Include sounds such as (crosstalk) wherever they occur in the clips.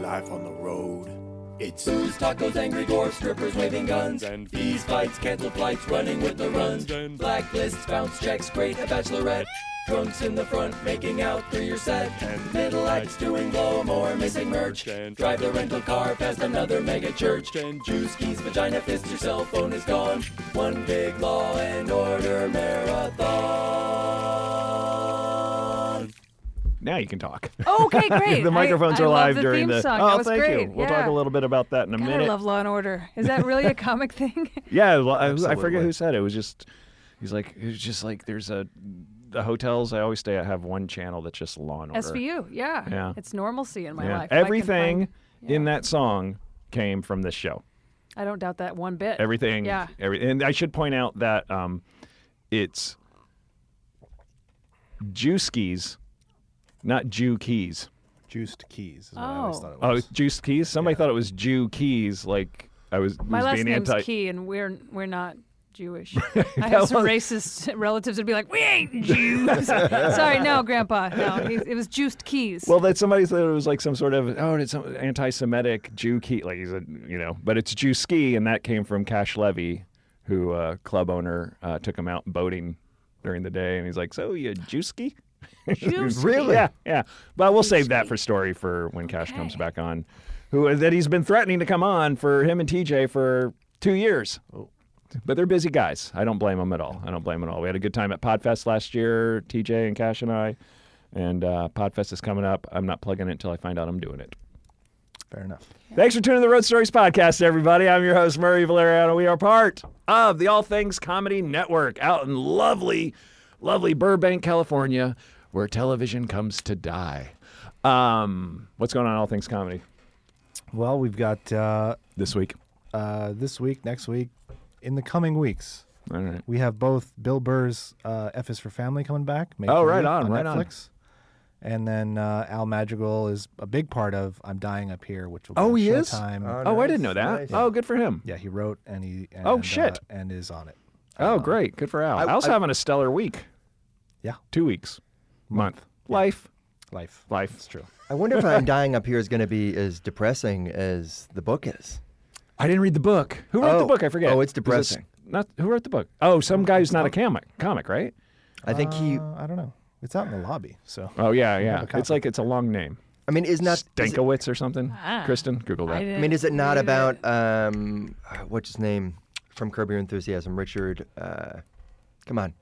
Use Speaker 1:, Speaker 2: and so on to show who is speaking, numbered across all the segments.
Speaker 1: life on the road. It's
Speaker 2: Booze, tacos, angry dwarfs, strippers waving guns, and bees, fights, cancel flights, running with the runs, blacklists, bounce checks, great, a bachelorette, drunks in the front, making out through your set, and middle acts doing blow more, missing merch, and drive the rental car past another mega church, and juice keys, vagina fist, your cell phone is gone, one big law and order marathon.
Speaker 3: Now you can talk. (laughs)
Speaker 4: Okay, great.
Speaker 3: the
Speaker 4: I-
Speaker 3: microphones
Speaker 4: I
Speaker 3: are
Speaker 4: love
Speaker 3: live
Speaker 4: the
Speaker 3: during
Speaker 4: theme
Speaker 3: the.
Speaker 4: song. That
Speaker 3: Oh,
Speaker 4: was
Speaker 3: thank
Speaker 4: great.
Speaker 3: you. We'll talk
Speaker 4: Yeah.
Speaker 3: a little bit about that in a
Speaker 4: God, I
Speaker 3: minute.
Speaker 4: love Law and Order. Is that really a
Speaker 3: (laughs)
Speaker 4: comic thing? (laughs)
Speaker 3: Yeah, well, I, I forget
Speaker 1: Absolutely.
Speaker 3: who said it. It was just, he's like, it was just like there's a, the hotels I always stay at have one channel that's just Law and Order.
Speaker 4: SVU. Yeah.
Speaker 3: Yeah.
Speaker 4: It's normalcy in my
Speaker 3: Yeah.
Speaker 4: life. I can
Speaker 3: Everything
Speaker 4: find-
Speaker 3: in that song came from this show.
Speaker 4: I don't doubt that one bit.
Speaker 3: Everything.
Speaker 4: Yeah.
Speaker 3: Every, and I should point out that um, it's Juice Keys, not Jew Keys.
Speaker 1: juiced keys. Is what I always
Speaker 4: Oh.
Speaker 1: thought it
Speaker 3: Oh,
Speaker 1: was.
Speaker 3: it's Juice Keys. Somebody thought it was Jew Keys. Like I was,
Speaker 4: My
Speaker 3: was
Speaker 4: last
Speaker 3: being
Speaker 4: name's
Speaker 3: anti.
Speaker 4: Key, and we're we're not
Speaker 3: (laughs)
Speaker 4: Jewish. I have some racist relatives that'd be like, "We
Speaker 3: (laughs)
Speaker 4: ain't Jews." Sorry, no, Grandpa. No, he, it was juiced keys.
Speaker 3: Well, that somebody said it was like some sort of oh, it's some anti-Semitic Jew key, like he's a you know, but it's Jew ski, and that came from Cash Levy, who uh, club owner uh, took him out boating during the day, and he's like, so you Jew ski?
Speaker 1: Really?
Speaker 3: Yeah, yeah. But we'll save that for story for when Cash comes back on, who that he's been threatening to come on for him and TJ for two years. But they're busy guys. I don't blame them at all. I don't blame them at all. We had a good time at Podfest last year, TJ and Cash and I. And uh, Podfest is coming up. I'm not plugging it until I find out I'm doing it.
Speaker 1: Fair enough.
Speaker 3: Thanks for tuning to the Road Stories Podcast, everybody. I'm your host, Murray Valeriano. We are part of the All Things Comedy Network out in lovely, lovely Burbank, California, where television comes to die. Um, what's going on, All Things Comedy,
Speaker 1: Well, we've got uh,
Speaker 3: this week?
Speaker 1: uh, this week, next week, in the coming weeks,
Speaker 3: All right.
Speaker 1: we have both Bill Burr's uh, "F is for Family" coming back. May
Speaker 3: Oh, right
Speaker 1: 30th
Speaker 3: on, right on.
Speaker 1: Netflix. And then uh, Al Madrigal is a big part of "I'm Dying Up Here," which will be
Speaker 3: Oh,
Speaker 1: on
Speaker 3: he is?
Speaker 1: Showtime.
Speaker 3: Oh, I didn't know that. Oh, good for him.
Speaker 1: Yeah, he wrote and he and,
Speaker 3: Oh,
Speaker 1: uh,
Speaker 3: shit.
Speaker 1: and is on it.
Speaker 3: Oh, great. Good for Al. Al's having a stellar week.
Speaker 1: Yeah.
Speaker 3: Two weeks. Month. Life.
Speaker 1: Life.
Speaker 3: Life. It's true.
Speaker 5: I wonder if I'm dying up here is going to be as depressing as the book is.
Speaker 3: I didn't read the book. Who wrote the
Speaker 5: Oh.
Speaker 3: book? I forget.
Speaker 5: Oh, it's
Speaker 3: Was it
Speaker 5: depressing.
Speaker 3: Not who wrote the book. Oh, some guy who's not a comic. Comic, right?
Speaker 5: I think he.
Speaker 1: Uh, I don't know. It's out in the lobby, so
Speaker 3: Oh yeah, yeah.
Speaker 1: a
Speaker 3: It's
Speaker 1: copy.
Speaker 3: like it's a long name.
Speaker 5: I mean, is not. Is it,
Speaker 3: Dankowitz or something.
Speaker 4: Ah.
Speaker 3: Kristen, Google
Speaker 4: I,
Speaker 3: that.
Speaker 5: I
Speaker 4: didn't
Speaker 5: mean, is it not
Speaker 4: read
Speaker 5: about um, uh, what's his name from Curb Your Enthusiasm? Richard. Uh, come on,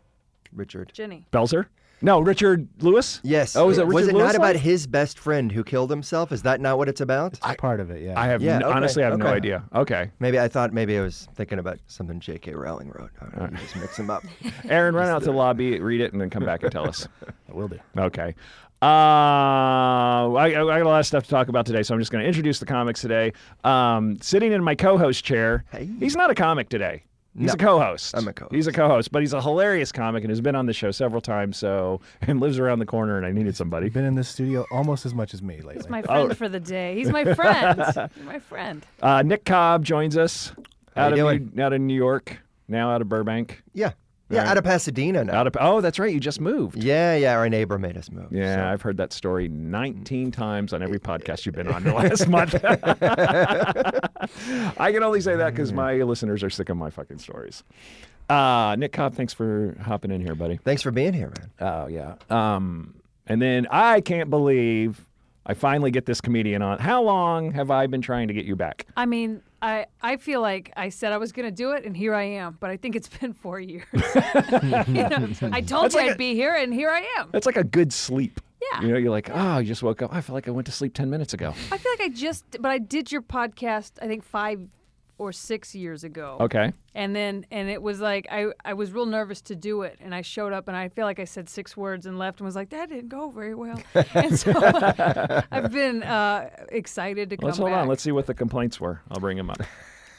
Speaker 5: Richard.
Speaker 4: Jenny?
Speaker 3: Belzer. No, Richard Lewis.
Speaker 5: Yes.
Speaker 3: Oh, is it Richard
Speaker 5: was it
Speaker 3: Lewis
Speaker 5: not about
Speaker 3: life?
Speaker 5: his best friend who killed himself? Is that not what it's about?
Speaker 1: it's part of it. Yeah.
Speaker 3: I have
Speaker 5: Yeah,
Speaker 3: n-
Speaker 5: okay,
Speaker 3: honestly, I have no
Speaker 5: okay.
Speaker 3: idea. Okay,
Speaker 5: Maybe I thought maybe I was thinking about something J.K. Rowling wrote. I don't know, you just mix
Speaker 3: (laughs)
Speaker 5: them up.
Speaker 3: Aaron, run out to the lobby, read it, and then come back and tell us.
Speaker 1: I will do.
Speaker 3: Okay. Uh, I, I got a lot of stuff to talk about today, so I'm just going to introduce the comics today. Um, sitting in my co-host chair,
Speaker 5: Hey.
Speaker 3: he's not a comic today. He's
Speaker 5: No.
Speaker 3: a co-host.
Speaker 5: I'm a co-host.
Speaker 3: He's a co-host, but he's a hilarious comic and has been on the show several times. So (laughs) and lives around the corner, and I needed somebody.
Speaker 1: You've been in this studio almost as much as me lately.
Speaker 4: He's my
Speaker 3: Oh.
Speaker 4: friend for the day. He's my friend.
Speaker 3: (laughs)
Speaker 4: He's my friend.
Speaker 3: Uh, Nick Cobb joins us
Speaker 5: How
Speaker 3: out of
Speaker 5: you
Speaker 3: New, out of New York, now out of Burbank.
Speaker 5: Yeah. Yeah,
Speaker 3: Right.
Speaker 5: out of Pasadena now.
Speaker 3: Out of oh, that's right, you just moved.
Speaker 5: yeah, yeah, our neighbor made us move.
Speaker 3: Yeah, I've heard that story 19 times on every podcast you've been on (laughs) the last month. I can only say that because my listeners are sick of my fucking stories. Uh, Nick Cobb, thanks for hopping in here, buddy.
Speaker 5: Thanks for being here, man.
Speaker 3: Oh yeah. Um, and then I can't believe I finally get this comedian on. How long have I been trying to get you back?
Speaker 4: I mean, I, I feel like I said I was going to do it, and here I am. But I think it's (laughs) been four years. You know,
Speaker 3: (laughs)
Speaker 4: I told you
Speaker 3: like
Speaker 4: I'd
Speaker 3: a-
Speaker 4: be here, and here I am.
Speaker 3: That's like a good sleep.
Speaker 4: Yeah.
Speaker 3: You know, you're like, oh, you just woke up. I feel like I went to sleep 10 minutes ago.
Speaker 4: I feel like I just, but I did your podcast, I think five or six years ago.
Speaker 3: Okay.
Speaker 4: And then, and it was like, I, I was real nervous to do it. And I showed up, and I feel like I said six words and left and was like, that didn't go
Speaker 3: (laughs)
Speaker 4: very well. and so (laughs) I've been uh, excited to come
Speaker 3: Let's hold
Speaker 4: back.
Speaker 3: on. Let's see what the complaints were. I'll bring them up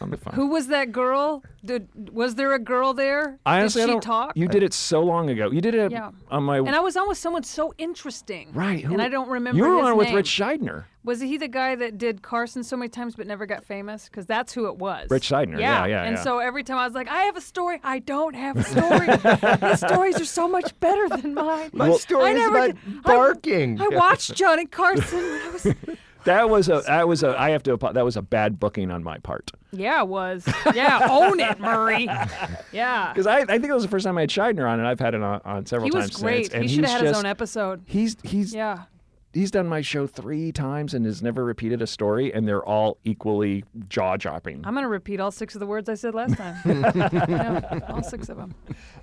Speaker 3: on the phone.
Speaker 4: Who was that girl? Did, was there a girl there?
Speaker 3: I honestly,
Speaker 4: did
Speaker 3: I
Speaker 4: she
Speaker 3: don't,
Speaker 4: talk?
Speaker 3: You did it so long ago. You did it
Speaker 4: Yeah.
Speaker 3: on my
Speaker 4: and I was on with someone so interesting.
Speaker 3: right. who-
Speaker 4: and I don't remember
Speaker 3: You were
Speaker 4: his
Speaker 3: on with
Speaker 4: name.
Speaker 3: Rich Scheidner.
Speaker 4: Was he the guy that did Carson so many times but never got famous? Because that's who it was.
Speaker 3: Rich Seidner, yeah, yeah,
Speaker 4: And
Speaker 3: yeah.
Speaker 4: so every time I was like, I have a story. I don't have a story. His stories are so much better than mine.
Speaker 5: My story
Speaker 4: I
Speaker 5: is
Speaker 4: never
Speaker 5: about
Speaker 4: did- I-
Speaker 3: (laughs)
Speaker 5: barking.
Speaker 4: I, watched Johnny Carson. When I was
Speaker 3: That was a that was a I have to apo- that was a bad booking on my part
Speaker 4: Yeah, it was. Yeah, own it, Murray. Yeah.
Speaker 3: because I, I think it was the first time I had Scheidner on and I've had it on, on several
Speaker 4: He was
Speaker 3: times
Speaker 4: great.
Speaker 3: since and
Speaker 4: He
Speaker 3: he's
Speaker 4: should have had
Speaker 3: just
Speaker 4: his own episode.
Speaker 3: he's he's
Speaker 4: Yeah.
Speaker 3: he's done my show three times and has never repeated a story and they're all equally jaw dropping.
Speaker 4: I'm going to repeat all six of the words I said
Speaker 3: (laughs)
Speaker 4: last time. Yeah, all six of them.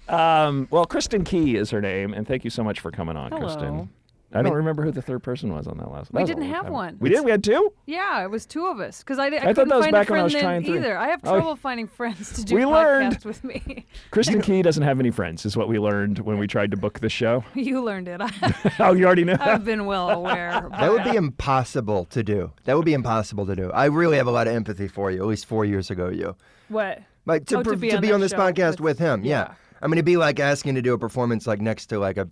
Speaker 3: Um, well, Kristen Key is her name, and thank you so much for coming on,
Speaker 4: Hello.
Speaker 3: Kristen. I don't remember who the third person was on that last. that
Speaker 4: We
Speaker 3: was a
Speaker 4: didn't
Speaker 3: long
Speaker 4: have
Speaker 3: time.
Speaker 4: one.
Speaker 3: We did. We had two.
Speaker 4: Yeah, it was two of us because I, di-
Speaker 3: thought
Speaker 4: I, couldn't
Speaker 3: that was
Speaker 4: find
Speaker 3: back
Speaker 4: a
Speaker 3: when I
Speaker 4: friend
Speaker 3: was
Speaker 4: then
Speaker 3: trying three.
Speaker 4: either. I have
Speaker 3: Oh, yeah.
Speaker 4: trouble finding friends to do
Speaker 3: We
Speaker 4: podcasts
Speaker 3: learned.
Speaker 4: (laughs) with me.
Speaker 3: Kristen Key doesn't have any friends, is what we learned when we tried to book the
Speaker 4: (laughs)
Speaker 3: show.
Speaker 4: you learned it.
Speaker 3: oh, you already know.
Speaker 4: I've been well aware.
Speaker 5: That would be impossible to do. That would be impossible to do. I really have a lot of empathy for you. At least four years ago, you.
Speaker 4: What?
Speaker 5: Like to,
Speaker 4: Oh, to
Speaker 5: per-
Speaker 4: be on
Speaker 5: be
Speaker 4: that
Speaker 5: on this
Speaker 4: show
Speaker 5: podcast
Speaker 4: with-
Speaker 5: with, him. Yeah.
Speaker 4: yeah.
Speaker 5: I mean, it'd be like asking to do a performance like next to like a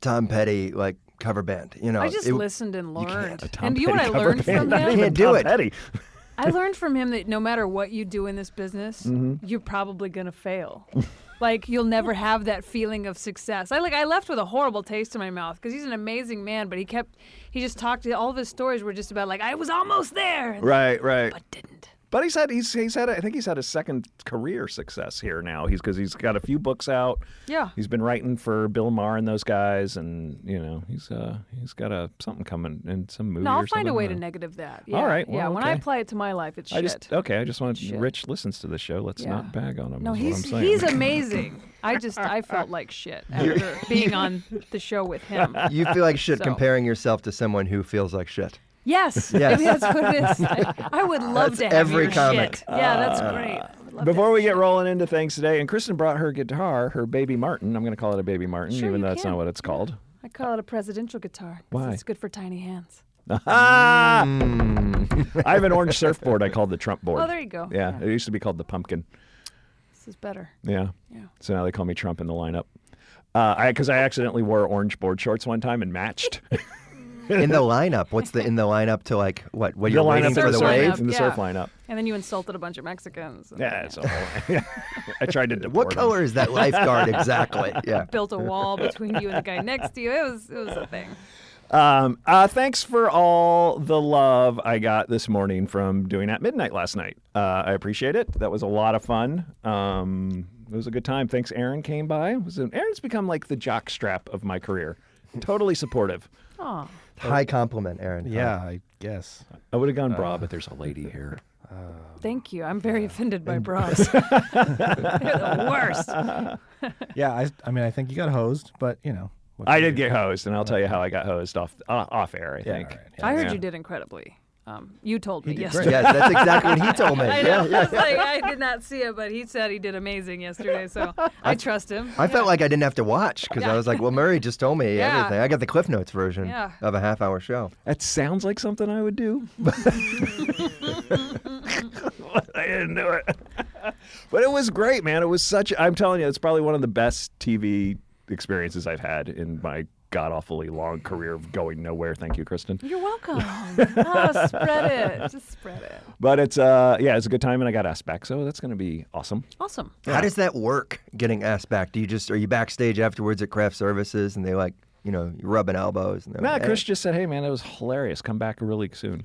Speaker 5: Tom Petty like cover band. You know,
Speaker 4: I just
Speaker 5: Uh, It-
Speaker 4: listened and learned.
Speaker 3: A Tom (laughs)
Speaker 4: And you know what I
Speaker 3: Petty cover
Speaker 4: learned from
Speaker 3: band. (laughs)
Speaker 5: You
Speaker 4: him?
Speaker 5: can't do
Speaker 3: Tom
Speaker 5: it.
Speaker 3: Petty.
Speaker 4: I learned from him that no matter what you do in this business,
Speaker 3: Mm-hmm.
Speaker 4: you're probably gonna fail. like you'll never have that feeling of success. I like I left with a horrible taste in my mouth because he's an amazing man, but he kept he just talked. All of his stories were just about like I was almost there, and
Speaker 5: Right, right.
Speaker 4: didn't.
Speaker 3: But he's had he's he's had a, I think he's had a second career success here now. He's because he's got a few books out.
Speaker 4: Yeah.
Speaker 3: He's been writing for Bill Maher and those guys, and you know he's uh he's got a something coming in some movie.
Speaker 4: No,
Speaker 3: or
Speaker 4: I'll find a
Speaker 3: something.
Speaker 4: way
Speaker 3: I
Speaker 4: to
Speaker 3: don't know.
Speaker 4: negative that. Yeah.
Speaker 3: All right,
Speaker 4: yeah.
Speaker 3: well,
Speaker 4: When I
Speaker 3: okay.
Speaker 4: apply it to my life, it's
Speaker 3: I
Speaker 4: shit.
Speaker 3: just okay. I just want
Speaker 4: Shit.
Speaker 3: Rich listens to the show. Let's
Speaker 4: Yeah.
Speaker 3: not bag on him.
Speaker 4: no,
Speaker 3: is
Speaker 4: he's
Speaker 3: what I'm saying.
Speaker 4: he's amazing. I just I felt
Speaker 3: (laughs)
Speaker 4: like shit after being on the show with him.
Speaker 5: You feel like shit
Speaker 4: (laughs) So.
Speaker 5: comparing yourself to someone who feels like shit. (laughs)
Speaker 4: Yes,
Speaker 5: Yes.
Speaker 4: maybe that's what it is. I, I would love
Speaker 5: That's
Speaker 4: to have
Speaker 5: every
Speaker 4: your
Speaker 5: comic. Uh,
Speaker 4: shit. Yeah, that's great. I would (laughs) love to
Speaker 3: Before we get rolling into things today, and Kristen brought her guitar, her baby Martin. I'm going to call it a baby Martin,
Speaker 4: Sure,
Speaker 3: even
Speaker 4: you
Speaker 3: though that's
Speaker 4: can.
Speaker 3: not what it's called.
Speaker 4: I call it a presidential guitar. 'cause
Speaker 3: Why?
Speaker 4: It's good for tiny hands.
Speaker 3: Ah! (laughs) I have an orange surfboard. I called the Trump board.
Speaker 4: Oh, there you go.
Speaker 3: yeah, it used to be called the pumpkin.
Speaker 4: This is better.
Speaker 3: Yeah.
Speaker 4: Yeah.
Speaker 3: So now they call me Trump in the lineup. Uh, I because I accidentally wore orange board shorts one time and matched
Speaker 5: In the lineup, what's the in the lineup to like what? What you're waiting
Speaker 4: lineup
Speaker 5: for
Speaker 4: is
Speaker 5: the
Speaker 4: surf
Speaker 5: wave?
Speaker 4: lineup.
Speaker 3: in the
Speaker 4: yeah.
Speaker 3: surf lineup.
Speaker 4: And then you insulted a bunch of Mexicans. and
Speaker 3: Yeah, it's a whole. (laughs) I tried to.
Speaker 5: What
Speaker 3: deport 'em.
Speaker 5: color is that lifeguard
Speaker 4: (laughs)
Speaker 5: exactly? Yeah.
Speaker 4: Built
Speaker 3: (laughs)
Speaker 4: a wall between you and the guy next to you. It was it was a thing.
Speaker 3: Um, uh, thanks for all the love I got this morning from doing at midnight last night. Uh, I appreciate it. That was a lot of fun. Um, it was a good time. Thanks, Aaron came by. It was an- Aaron's become like the jock strap of my career. Totally supportive.
Speaker 4: Oh,
Speaker 5: High compliment, Aaron.
Speaker 1: Yeah, Uh, I guess.
Speaker 3: I would have gone bra, but (laughs) there's a lady here.
Speaker 4: thank you. I'm very offended by
Speaker 5: (laughs)
Speaker 4: bras. They're the worst.
Speaker 1: Yeah, I, I mean, I think you got hosed, but you know. what
Speaker 3: I
Speaker 1: can you
Speaker 3: did
Speaker 1: do?
Speaker 3: get hosed, and I'll tell you how I got hosed off uh, off air. I think.
Speaker 1: all right,
Speaker 4: I heard
Speaker 3: Yeah.
Speaker 4: you did incredibly. Um, you told me yesterday. (laughs)
Speaker 5: Yes, that's exactly what he told me.
Speaker 4: I
Speaker 5: Yeah.
Speaker 4: know. I was like, I did not see it, but he said he did amazing yesterday, so I trust him.
Speaker 5: I felt like I didn't have to watch because I was like, well, Murray just told
Speaker 4: (laughs)
Speaker 5: me
Speaker 4: Yeah.
Speaker 5: everything. I got the Cliff Notes version
Speaker 4: Yeah.
Speaker 5: of a half hour show.
Speaker 3: That sounds like something (laughs) I would do. I didn't do it. but it was great, man. It was such I'm telling you, it's probably one of the best TV experiences I've had in my god awfully long career of going nowhere. Thank you, Kristen.
Speaker 4: You're (laughs) welcome. oh, spread it. Just spread it.
Speaker 3: But it's uh yeah, it's a good time and I got asked back, so that's gonna be awesome.
Speaker 4: Awesome.
Speaker 5: How does that work? Getting asked back? Do you just are you backstage afterwards at craft services and they like you know you're rubbing elbows? And they're
Speaker 3: Nah,
Speaker 5: like,
Speaker 3: Chris just said, Hey man, it was hilarious. Come back really soon.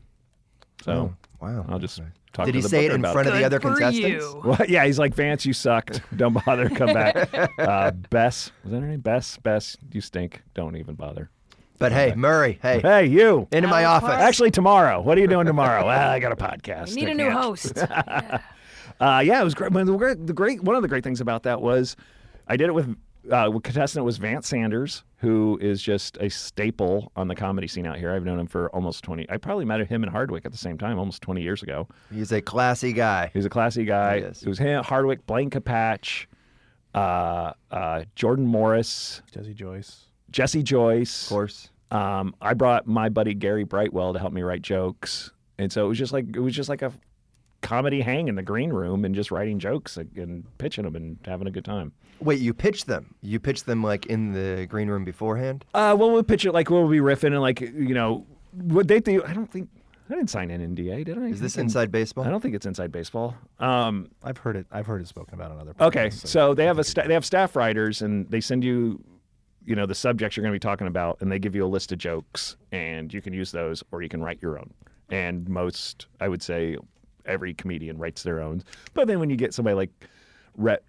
Speaker 3: So
Speaker 5: Wow.
Speaker 3: I'll just talk
Speaker 5: Did
Speaker 3: to
Speaker 5: he
Speaker 3: the
Speaker 5: say it
Speaker 3: booker
Speaker 5: in
Speaker 3: about
Speaker 5: front of
Speaker 4: Good
Speaker 5: the other
Speaker 4: for
Speaker 5: contestants?
Speaker 4: you.
Speaker 3: Well, yeah, he's like Vance, you sucked. Don't bother. Come
Speaker 5: (laughs)
Speaker 3: back. Uh, Bess, was that her name? Bess, Bess, you stink. Don't even bother.
Speaker 5: But hey, Murray, hey,
Speaker 3: Hey, you.
Speaker 5: into my
Speaker 4: Alan
Speaker 5: office.
Speaker 4: Clark.
Speaker 3: Actually, tomorrow. What are you doing tomorrow? well, I got a podcast.
Speaker 4: We need
Speaker 3: I
Speaker 4: a new
Speaker 3: can't.
Speaker 5: (laughs)
Speaker 4: host.
Speaker 3: Uh, yeah, it was great. But The great, the great. One of the great things about that was, I did it with. Uh, with contestant was Vance Sanders, who is just a staple on the comedy scene out here. I've known him for almost twenty. I probably met him and Hardwick at the same time, almost twenty years ago.
Speaker 5: He's a classy guy.
Speaker 3: He's a classy guy.
Speaker 5: He is.
Speaker 3: It was him, Hardwick, Blaine Capatch, uh, uh, Jordan Morris,
Speaker 1: Jesse Joyce.
Speaker 3: Jesse Joyce.
Speaker 5: Of course.
Speaker 3: Um, I brought my buddy Gary Brightwell to help me write jokes, and so it was just like it was just like a comedy hang in the green room and just writing jokes and pitching them and having a good time.
Speaker 5: Wait, you pitched them? You pitched them like in the green room beforehand?
Speaker 3: Uh, well, we'll pitch it like we'll be riffing and like you know what they do. I don't think I didn't sign an NDA, did I?
Speaker 5: Is this
Speaker 3: I think-
Speaker 5: inside baseball?
Speaker 3: I don't think it's inside baseball. Um,
Speaker 1: I've heard it. I've heard it spoken about on other.
Speaker 3: Okay,
Speaker 5: (gasps)
Speaker 1: podcasts,
Speaker 3: so they have a sta- they have staff writers, and they send you, you know, the subjects you're going to be talking about, and they give you a list of jokes, and you can use those, or you can write your own. and most, I would say, every comedian writes their own. But then when you get somebody like Rhett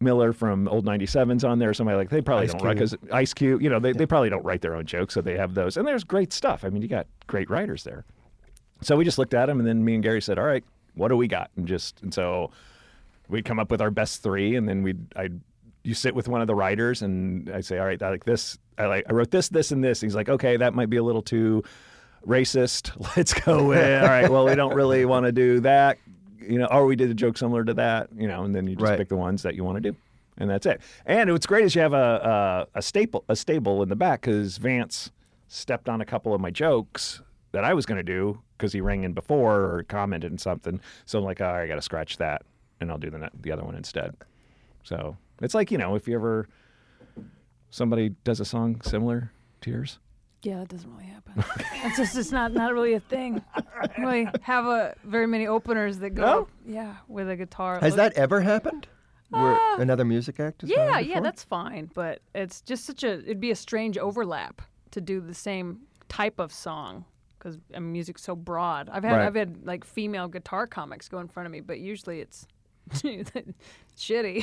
Speaker 3: Miller from Old 97's on there, or somebody like they probably
Speaker 5: Ice
Speaker 3: don't write because Ice Cube, you know, they, they probably don't write their own jokes, so they have those. And there's great stuff. I mean, you got great writers there. So we just looked at them, and then me and Gary said, "All right, what do we got?" And just and so we'd come up with our best three, and then we'd I'd you sit with one of the writers, and I'd say, "All right, I like this. I like I wrote this, this, and this." He's like, "Okay, that might be a little too racist. (laughs) Let's
Speaker 5: (laughs)
Speaker 3: go with all right. Well, we don't really want to do that, you know. Or we did a joke similar to that, you know. And then you just
Speaker 5: Right.
Speaker 3: pick the ones that you want to do." And that's it. And what's great is you have a a, a staple a stable in the back because Vance stepped on a couple of my jokes that I was going to do because he rang in before or commented on something. So I'm like, oh, I got to scratch that and I'll do the, ne- the other one instead. So it's like, you know, if you ever, somebody does a song similar to
Speaker 4: (laughs)
Speaker 3: yours.
Speaker 4: Yeah, that doesn't really happen. That's just it's not not really a thing. I don't really have a very many openers that go.
Speaker 3: No?
Speaker 4: Yeah, with a guitar.
Speaker 5: Has
Speaker 4: Look-
Speaker 5: that ever happened? Where
Speaker 4: Uh,
Speaker 5: another music act? has done
Speaker 4: Yeah,
Speaker 5: it
Speaker 4: yeah,
Speaker 5: before?
Speaker 4: that's fine. But it's just such a it'd be a strange overlap to do the same type of song because I mean, music's so broad. I've had
Speaker 5: Right.
Speaker 4: I've had like female guitar comics go in front of me, but usually it's (laughs) shitty.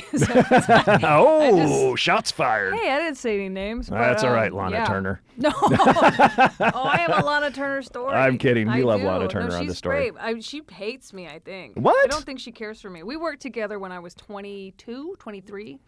Speaker 4: (laughs) So it's like,
Speaker 3: oh, shots fired.
Speaker 4: hey, I didn't say any names. but,
Speaker 3: That's all
Speaker 4: um,
Speaker 3: right, Lana
Speaker 4: yeah.
Speaker 3: Turner.
Speaker 4: (laughs)
Speaker 3: (laughs)
Speaker 4: No. oh, I have a Lana Turner story.
Speaker 3: I'm kidding. We
Speaker 4: I
Speaker 3: love
Speaker 4: do.
Speaker 3: Lana
Speaker 4: No,
Speaker 3: Turner on
Speaker 4: she's
Speaker 3: the story.
Speaker 4: Great. I, she hates me, I think. I
Speaker 3: What?
Speaker 4: don't think she cares for me. We worked together when I was 22, 23.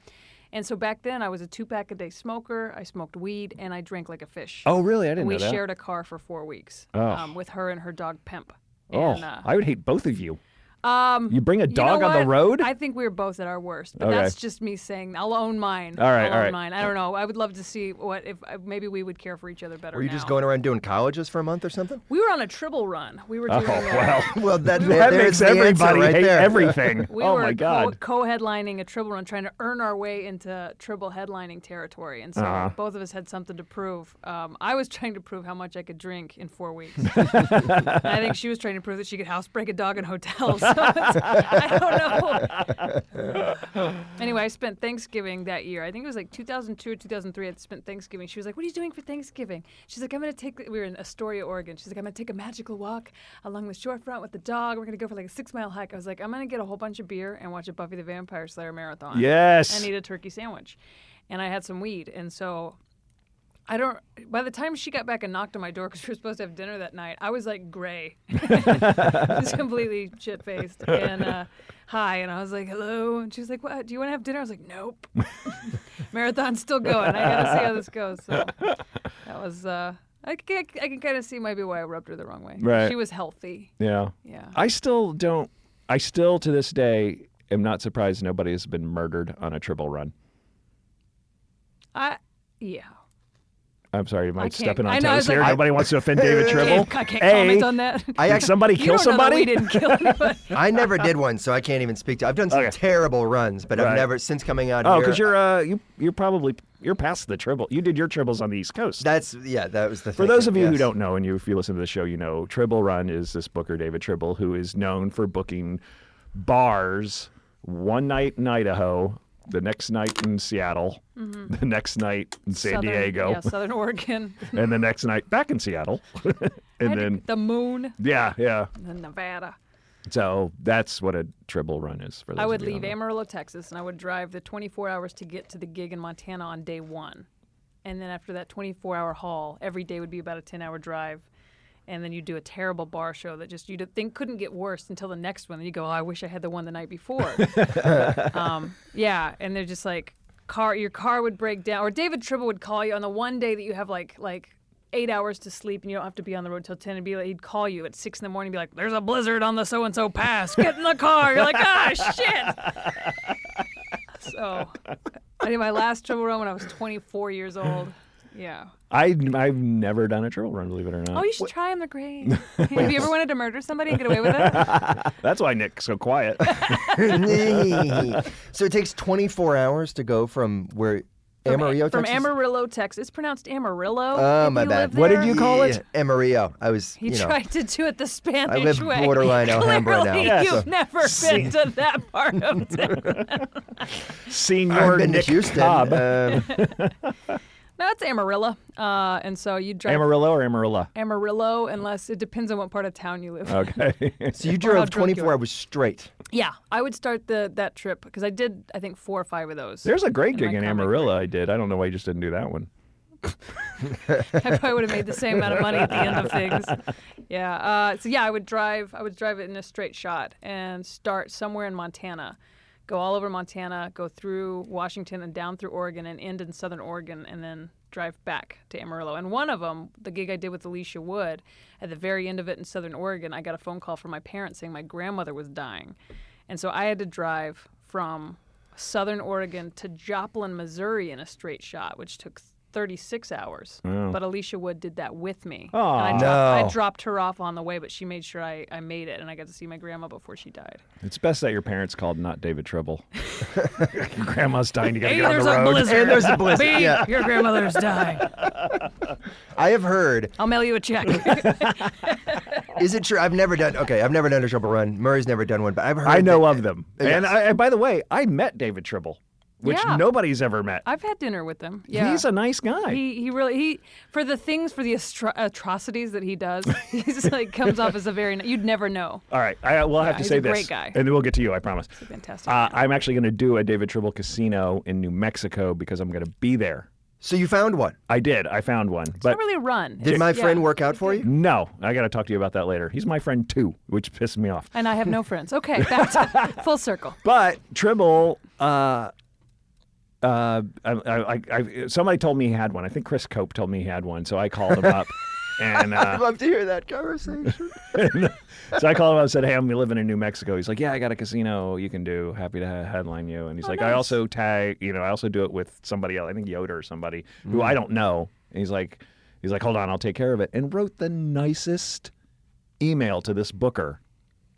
Speaker 4: And so back then, I was a two pack a day smoker. I smoked weed and I drank like a fish.
Speaker 3: Oh, really? I didn't
Speaker 4: we
Speaker 3: know that.
Speaker 4: shared a car for four weeks
Speaker 3: Oh.
Speaker 4: um, with her and her dog Pimp.
Speaker 3: oh,
Speaker 4: And, uh,
Speaker 3: I would hate both of you.
Speaker 4: um,
Speaker 3: You bring a
Speaker 4: you know
Speaker 3: dog on the
Speaker 4: what?
Speaker 3: road?
Speaker 4: I think we were both at our worst, but
Speaker 3: Okay.
Speaker 4: that's just me saying. I'll own mine.
Speaker 3: All right,
Speaker 4: I'll
Speaker 3: all
Speaker 4: own
Speaker 3: right.
Speaker 4: mine. I don't know. I would love to see what if uh, maybe we would care for each other better.
Speaker 5: Were you just
Speaker 4: now.
Speaker 5: going around doing colleges for a month or something?
Speaker 4: We were on a triple run. We were
Speaker 3: oh,
Speaker 4: doing. uh, a-
Speaker 3: wow.
Speaker 5: (laughs) Well,
Speaker 3: (laughs)
Speaker 5: that,
Speaker 3: That makes
Speaker 5: there's the answer
Speaker 3: everybody
Speaker 5: right
Speaker 3: hate
Speaker 5: there.
Speaker 3: everything.
Speaker 4: (laughs) We
Speaker 3: oh,
Speaker 4: were
Speaker 3: my God.
Speaker 4: Co- co-headlining a triple run, trying to earn our way into triple headlining territory, and so
Speaker 3: Uh-huh.
Speaker 4: both of us had something to prove. Um, I was trying to prove how much I could drink in four
Speaker 3: (laughs)
Speaker 4: weeks. I think she was trying to prove that she could housebreak a dog in hotels. (laughs) So it's- I don't know. anyway, I spent Thanksgiving that year. I think it was like 2002 or 2003. I spent Thanksgiving. She was like, "What are you doing for Thanksgiving?" She's like, "I'm gonna take." We were in Astoria, Oregon. She's like, "I'm gonna take a magical walk along the shorefront with the dog. We're gonna go for like a six mile hike." I was like, "I'm gonna get a whole bunch of beer and watch a Buffy the Vampire Slayer marathon."
Speaker 3: Yes.
Speaker 4: and eat a turkey sandwich. And I had some weed. And so I don't, by the time she got back and knocked on my door because we were supposed to have dinner that night, I was like gray. (laughs) Just completely shit faced and uh, high. And I was like, hello. And she was like, what? Do you want to have dinner? I was like, nope. (laughs) Marathon's still going. I got to see how this goes. So that was, uh, I can, I can kind of see maybe why I rubbed her the wrong way.
Speaker 3: Right. Uh,
Speaker 4: She was healthy.
Speaker 3: yeah.
Speaker 4: Yeah.
Speaker 3: I still don't. I still to this day am not surprised nobody has been murdered on a triple run.
Speaker 4: I, yeah.
Speaker 3: I'm sorry, am I,
Speaker 4: I can't-
Speaker 3: stepping
Speaker 4: I
Speaker 3: on
Speaker 4: know, I
Speaker 3: toes
Speaker 4: was like-
Speaker 3: here?
Speaker 4: (laughs) I-
Speaker 3: Nobody wants to offend David Tribble.
Speaker 4: I can't
Speaker 3: A,
Speaker 4: comment on that.
Speaker 5: I
Speaker 3: Did
Speaker 5: actually,
Speaker 3: somebody
Speaker 4: You
Speaker 3: kill
Speaker 4: don't know that
Speaker 3: somebody?
Speaker 4: we didn't kill anybody.
Speaker 5: (laughs) I never did one, so I can't even speak to. I've done some
Speaker 3: Okay.
Speaker 5: terrible runs, but
Speaker 3: Right.
Speaker 5: I've never since coming out
Speaker 3: Oh,
Speaker 5: here.
Speaker 3: because you're uh, you you're probably you're past the tribble. You did your tribbles on the East Coast.
Speaker 5: That's yeah, that was the.
Speaker 3: for those of you who don't know, and you if you listen to the show, you know Tribble Run is this booker David Tribble who is known for booking bars one night in Idaho, the next night in Seattle, the next night in San
Speaker 4: Mm-hmm. Southern-
Speaker 3: Diego,
Speaker 4: Yeah, Southern Oregon.
Speaker 3: (laughs) and the next night back in Seattle, (laughs) and then
Speaker 4: the moon
Speaker 3: yeah, yeah.
Speaker 4: and then Nevada.
Speaker 3: So that's what a Tribble Run is for. Those
Speaker 4: I
Speaker 3: of
Speaker 4: would
Speaker 3: you who
Speaker 4: leave
Speaker 3: don't know.
Speaker 4: Amarillo, Texas, and I would drive the 24 hours to get to the gig in Montana on day one. And then after that 24 hour haul, every day would be about a 10 hour drive. And then you do a terrible bar show that just you think couldn't get worse until the next one. And you go, oh, I wish I had the one the night before.
Speaker 3: (laughs)
Speaker 4: um, yeah, and they're just like car. Your car would break down, or David Tribble would call you on the one day that you have like like eight hours to sleep and you don't have to be on the road till ten. And be like, he'd call you at six in the morning, and be like, "There's a blizzard on the so and so pass. Get in the car." You're like, "Ah, shit." so, I did my last Tribble run when I was 24 years old. Yeah.
Speaker 3: I I've never done a Tribble Run, believe it or not.
Speaker 4: Oh, you should try them. They're
Speaker 5: (laughs)
Speaker 4: great. have you ever wanted to murder somebody and get away with it?
Speaker 3: That's why Nick's so
Speaker 4: (laughs)
Speaker 3: quiet.
Speaker 5: don't.
Speaker 3: (laughs)
Speaker 5: (laughs) so it takes 24 hours to go from where (laughs) Amarillo,
Speaker 4: From
Speaker 5: Texas.
Speaker 4: Amarillo, Texas. It's pronounced Amarillo.
Speaker 5: Oh
Speaker 4: if
Speaker 5: my
Speaker 4: you
Speaker 5: bad.
Speaker 4: live
Speaker 3: What did
Speaker 4: there.
Speaker 3: you call it?
Speaker 5: Yeah, Amarillo. I was.
Speaker 4: He
Speaker 5: you know,
Speaker 4: tried to do it the Spanish way.
Speaker 5: live borderline Alhambra now,
Speaker 4: Clearly,
Speaker 5: so-
Speaker 4: you've never been to that part of town. (laughs)
Speaker 3: Senior
Speaker 5: I've been uh,
Speaker 3: Nick
Speaker 4: (laughs)
Speaker 5: to Houston.
Speaker 3: Cobb.
Speaker 5: um,
Speaker 4: No, it's Amarillo. Uh, and so you drive
Speaker 3: Amarillo or
Speaker 4: (laughs)
Speaker 3: Amarilla?
Speaker 4: Amarillo, unless it depends on what part of town you live. in.
Speaker 3: Okay.
Speaker 5: So you
Speaker 4: how
Speaker 5: drove
Speaker 4: drunk you
Speaker 5: 24
Speaker 4: are.
Speaker 5: hours straight.
Speaker 4: Yeah, I would start the that trip because I did I think four or five of those.
Speaker 3: There's a great
Speaker 4: In my
Speaker 3: gig in
Speaker 4: comic
Speaker 3: Amarillo I did. I don't know why you just didn't do that one.
Speaker 4: I probably would have made the same amount of money at the end of things. Yeah. Uh, so yeah, I would drive. I would drive it in a straight shot and start somewhere in Montana, go all over Montana, go through Washington and down through Oregon and end in Southern Oregon, and then drive back to Amarillo. And one of them, the gig I did with Alicia Wood, at the very end of it in Southern Oregon, I got a phone call from my parents saying my grandmother was dying, and so I had to drive from Southern Oregon to Joplin, Missouri in a straight shot, which took 36 hours. But Alicia Wood did that with me. and I,
Speaker 3: Aw.
Speaker 4: dropped, I
Speaker 5: No.
Speaker 4: dropped her off on the way, but she made sure I, I made it and I got to see my grandma before she died.
Speaker 3: It's best that your parents called, not David
Speaker 4: (laughs)
Speaker 3: Tribble. Your grandma's dying to get
Speaker 4: Hey,
Speaker 3: get on
Speaker 4: there's
Speaker 3: the
Speaker 4: a
Speaker 3: road.
Speaker 4: blizzard.
Speaker 5: And there's a blizzard,
Speaker 4: B,
Speaker 5: yeah.
Speaker 4: your grandmother's dying.
Speaker 5: I have heard.
Speaker 4: (laughs) I'll mail you a check.
Speaker 5: Is it true? I've never done. Okay, I've never done a triple run. Murray's never done one, but I've heard.
Speaker 3: I know
Speaker 5: that-
Speaker 3: of them. And I, and by the way, I met David Tribble, which
Speaker 4: Yeah.
Speaker 3: nobody's ever met.
Speaker 4: I've had dinner with him. Yeah.
Speaker 3: He's a nice guy.
Speaker 4: he, he really he for the things for the astro- atrocities that he does (laughs) he's like comes off as a very you'd never know
Speaker 3: All right, I will have to
Speaker 4: he's
Speaker 3: say
Speaker 4: a
Speaker 3: this,
Speaker 4: great guy.
Speaker 3: and then we'll get to you. I promise.
Speaker 4: fantastic
Speaker 3: Uh, I'm actually going to do a David Tribble casino in New Mexico because I'm going to be there.
Speaker 5: So you found one.
Speaker 3: I did. I found one,
Speaker 4: it's
Speaker 3: but
Speaker 4: not really a run
Speaker 5: Did
Speaker 4: It's-
Speaker 5: my
Speaker 4: yeah.
Speaker 5: friend work out for you?
Speaker 3: no, I got to talk to you about that later. He's my friend too, which pissed me off.
Speaker 4: and I have no friends. Okay, back to full circle.
Speaker 3: But Tribble, uh, uh, I, I, I, I, somebody told me he had one. I think Chris Cope told me he had one, so I called him up, and uh,
Speaker 5: love to hear that (laughs) conversation.
Speaker 3: (laughs) so I called him up and said, "Hey, I'm living in New Mexico." He's like, "Yeah, I got a casino. You can do. Happy to he- headline you." And he's like, "I
Speaker 4: nice.
Speaker 3: also tag. You know, I also do it with somebody else. I think Yoder or somebody who I don't know." And he's like, "He's like, hold on, I'll take care of it." And wrote the nicest email to this booker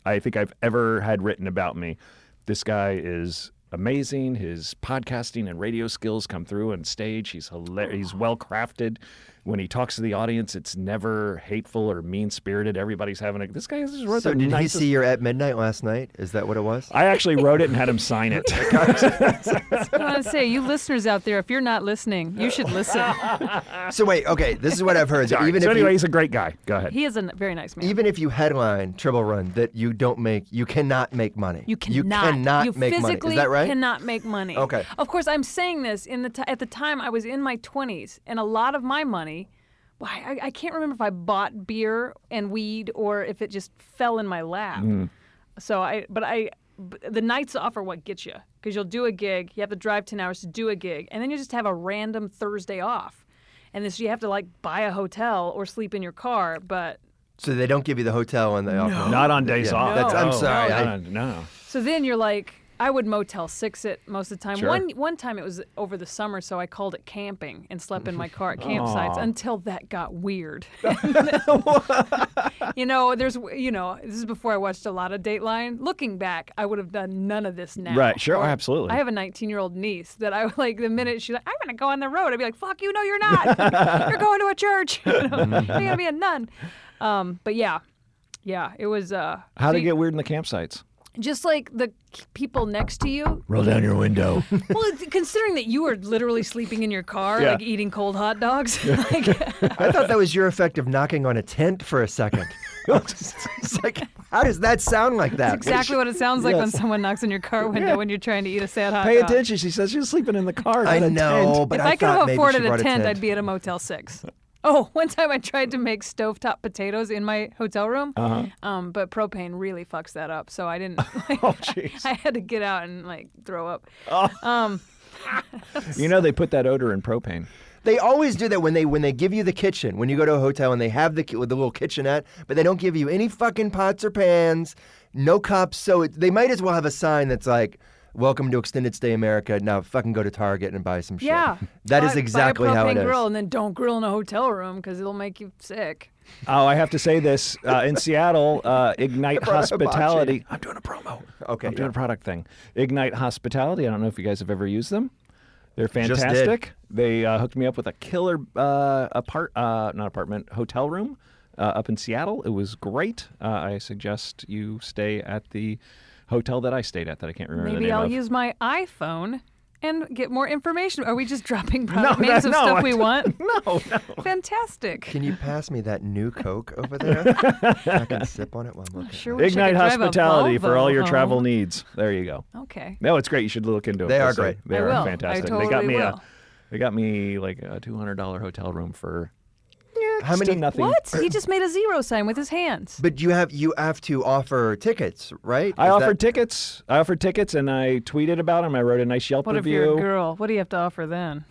Speaker 3: I think I've ever had written about me. This guy is amazing. His podcasting and radio skills come through on stage. He's hilarious. He's well crafted. When he talks to the audience, it's never hateful or mean spirited. Everybody's having a. This guy is just wrote
Speaker 5: so
Speaker 3: the
Speaker 5: did he
Speaker 3: nicest.
Speaker 5: see your at midnight last night? Is that what it was?
Speaker 3: I actually wrote it and had him sign it.
Speaker 4: I want to say, you listeners out there, if you're not listening, you should listen.
Speaker 5: So wait, okay, this is what I've heard. that even
Speaker 3: Ah. so
Speaker 5: if
Speaker 3: anyway,
Speaker 5: you,
Speaker 3: he's a great guy. Go ahead.
Speaker 4: He is a n- very nice man.
Speaker 5: even if you headline triple run, that you don't make, you cannot make money.
Speaker 4: you cannot.
Speaker 5: You cannot
Speaker 4: you
Speaker 5: make money.
Speaker 4: physically
Speaker 5: Is that right?
Speaker 4: Cannot make money.
Speaker 5: Okay.
Speaker 4: Of course, I'm saying this in the t- at the time I was in my 20s, and a lot of my money. well, I, I can't remember if I bought beer and weed or if it just fell in my lap.
Speaker 5: Mm.
Speaker 4: So I, but I, but the nights off are what get you because you'll do a gig, you have to drive 10 hours to do a gig, and then you just have a random Thursday off. And this, you have to like buy a hotel or sleep in your car, but
Speaker 5: So they don't give you the hotel on the
Speaker 3: (gasps)
Speaker 5: offer.
Speaker 3: Not on days
Speaker 5: Yeah,
Speaker 3: off.
Speaker 5: that's- I'm
Speaker 3: No,
Speaker 5: sorry,
Speaker 3: No,
Speaker 5: I-
Speaker 3: no, no.
Speaker 4: So then you're like, I would motel six it most of the time. One one time it was over the summer, so I called it camping and slept in my car at campsites until that
Speaker 3: (laughs)
Speaker 4: got weird. (laughs) you know, there's you know, this is before I watched a lot of Dateline. Looking back, I would have done none of this now.
Speaker 3: Right, sure, absolutely.
Speaker 4: I have a 19 year old niece that I (laughs) would, like the minute she's like, I'm gonna go on the road. I'd be like, Fuck you, no,
Speaker 3: (laughs)
Speaker 4: you're not. you're going to a church. (laughs) You know,
Speaker 3: Mm-hmm.
Speaker 4: You're gonna be a nun. Um, but yeah, yeah, it was. Uh,
Speaker 3: How
Speaker 4: so
Speaker 3: to
Speaker 4: you-
Speaker 3: get weird in the (laughs) campsites?
Speaker 4: just like the k- people next to you.
Speaker 3: Roll down your window.
Speaker 4: (laughs) Well, it's- considering that you were literally sleeping in your car,
Speaker 3: Yeah.
Speaker 4: like eating cold hot dogs, (laughs) like,
Speaker 5: I thought that was your effect of knocking on a tent for
Speaker 4: (laughs)
Speaker 5: a second. it's like, how does that sound like that?
Speaker 4: exactly what it sounds like when someone knocks on your car window when you're trying to eat a sad hot
Speaker 3: Pay
Speaker 4: dog.
Speaker 3: attention. She says she's sleeping in the car.
Speaker 5: I
Speaker 3: not a
Speaker 5: know,
Speaker 3: tent.
Speaker 5: but
Speaker 4: if
Speaker 5: I,
Speaker 4: I, could
Speaker 5: thought
Speaker 4: have
Speaker 5: maybe she
Speaker 4: afforded a
Speaker 5: brought
Speaker 4: tent, I'd be at a Motel 6. Oh, (laughs) one time I tried to make stovetop potatoes in my hotel room,
Speaker 5: Uh-huh.
Speaker 4: um, but propane really fucks that up, so I
Speaker 3: (laughs)
Speaker 4: didn't.
Speaker 5: (laughs)
Speaker 4: (laughs)
Speaker 3: Oh, jeez.
Speaker 4: I had to get out and like throw up.
Speaker 3: You know they put that odor in propane.
Speaker 5: They always do that when they when they give you the kitchen when you go to a hotel and they have the ki- with the little kitchenette, but they don't give you any fucking pots or pans, no cups. So it, they might as well have a sign that's like, "Welcome to Extended Stay America." Now fucking go to Target and buy some shit.
Speaker 4: Yeah,
Speaker 5: that is
Speaker 4: Buy- buy
Speaker 5: exactly
Speaker 4: a propane
Speaker 5: how it is.
Speaker 4: grill, and then don't grill in a hotel room because it'll make you sick.
Speaker 3: Oh, I have to say this. Uh, in Seattle, uh, Ignite
Speaker 5: brought up
Speaker 3: Hospitality. I'm doing a promo.
Speaker 5: Okay,
Speaker 3: I'm doing
Speaker 5: yeah.
Speaker 3: a product thing. Ignite Hospitality. I don't know if you guys have ever used them. They're
Speaker 5: did.
Speaker 3: fantastic. They uh, hooked me up with a killer uh, apart, uh, not apartment, hotel room uh, up in Seattle. It was great. Uh, I suggest you stay at the hotel that I stayed at that I can't remember the
Speaker 4: Maybe
Speaker 3: name
Speaker 4: I'll
Speaker 3: of.
Speaker 4: use my iPhone and get more information. Are we just dropping
Speaker 3: (laughs)
Speaker 4: product
Speaker 3: No,
Speaker 4: names
Speaker 3: no,
Speaker 4: of
Speaker 3: no,
Speaker 4: stuff
Speaker 3: I
Speaker 4: we
Speaker 3: don't- (laughs)
Speaker 4: want?
Speaker 3: No, no.
Speaker 4: Fantastic.
Speaker 5: Can you pass me that new Coke
Speaker 4: (laughs)
Speaker 5: over there? I can sip on it while I'm looking.
Speaker 4: Sure wish
Speaker 3: Ignite
Speaker 4: I could drive a
Speaker 3: hospitality for all your
Speaker 4: Volvo.
Speaker 3: travel needs. There you go.
Speaker 4: Okay.
Speaker 3: No, it's great. You should look into it.
Speaker 5: They are
Speaker 3: That's a-
Speaker 5: great.
Speaker 3: They
Speaker 4: I
Speaker 3: are
Speaker 4: will. I
Speaker 3: fantastic. they got
Speaker 4: totally
Speaker 3: me a,
Speaker 4: will.
Speaker 3: they got me like a two hundred dollar hotel room for
Speaker 5: How
Speaker 3: next
Speaker 5: many?
Speaker 3: to nothing.
Speaker 4: What? He just made a zero sign with his hands.
Speaker 5: But you have you have to offer tickets, right?
Speaker 3: I
Speaker 5: Is
Speaker 3: offered
Speaker 5: that-
Speaker 3: tickets. I offered tickets, and I tweeted about them. I wrote a nice Yelp
Speaker 4: What if
Speaker 3: review.
Speaker 4: you're a girl? What do you have to offer then?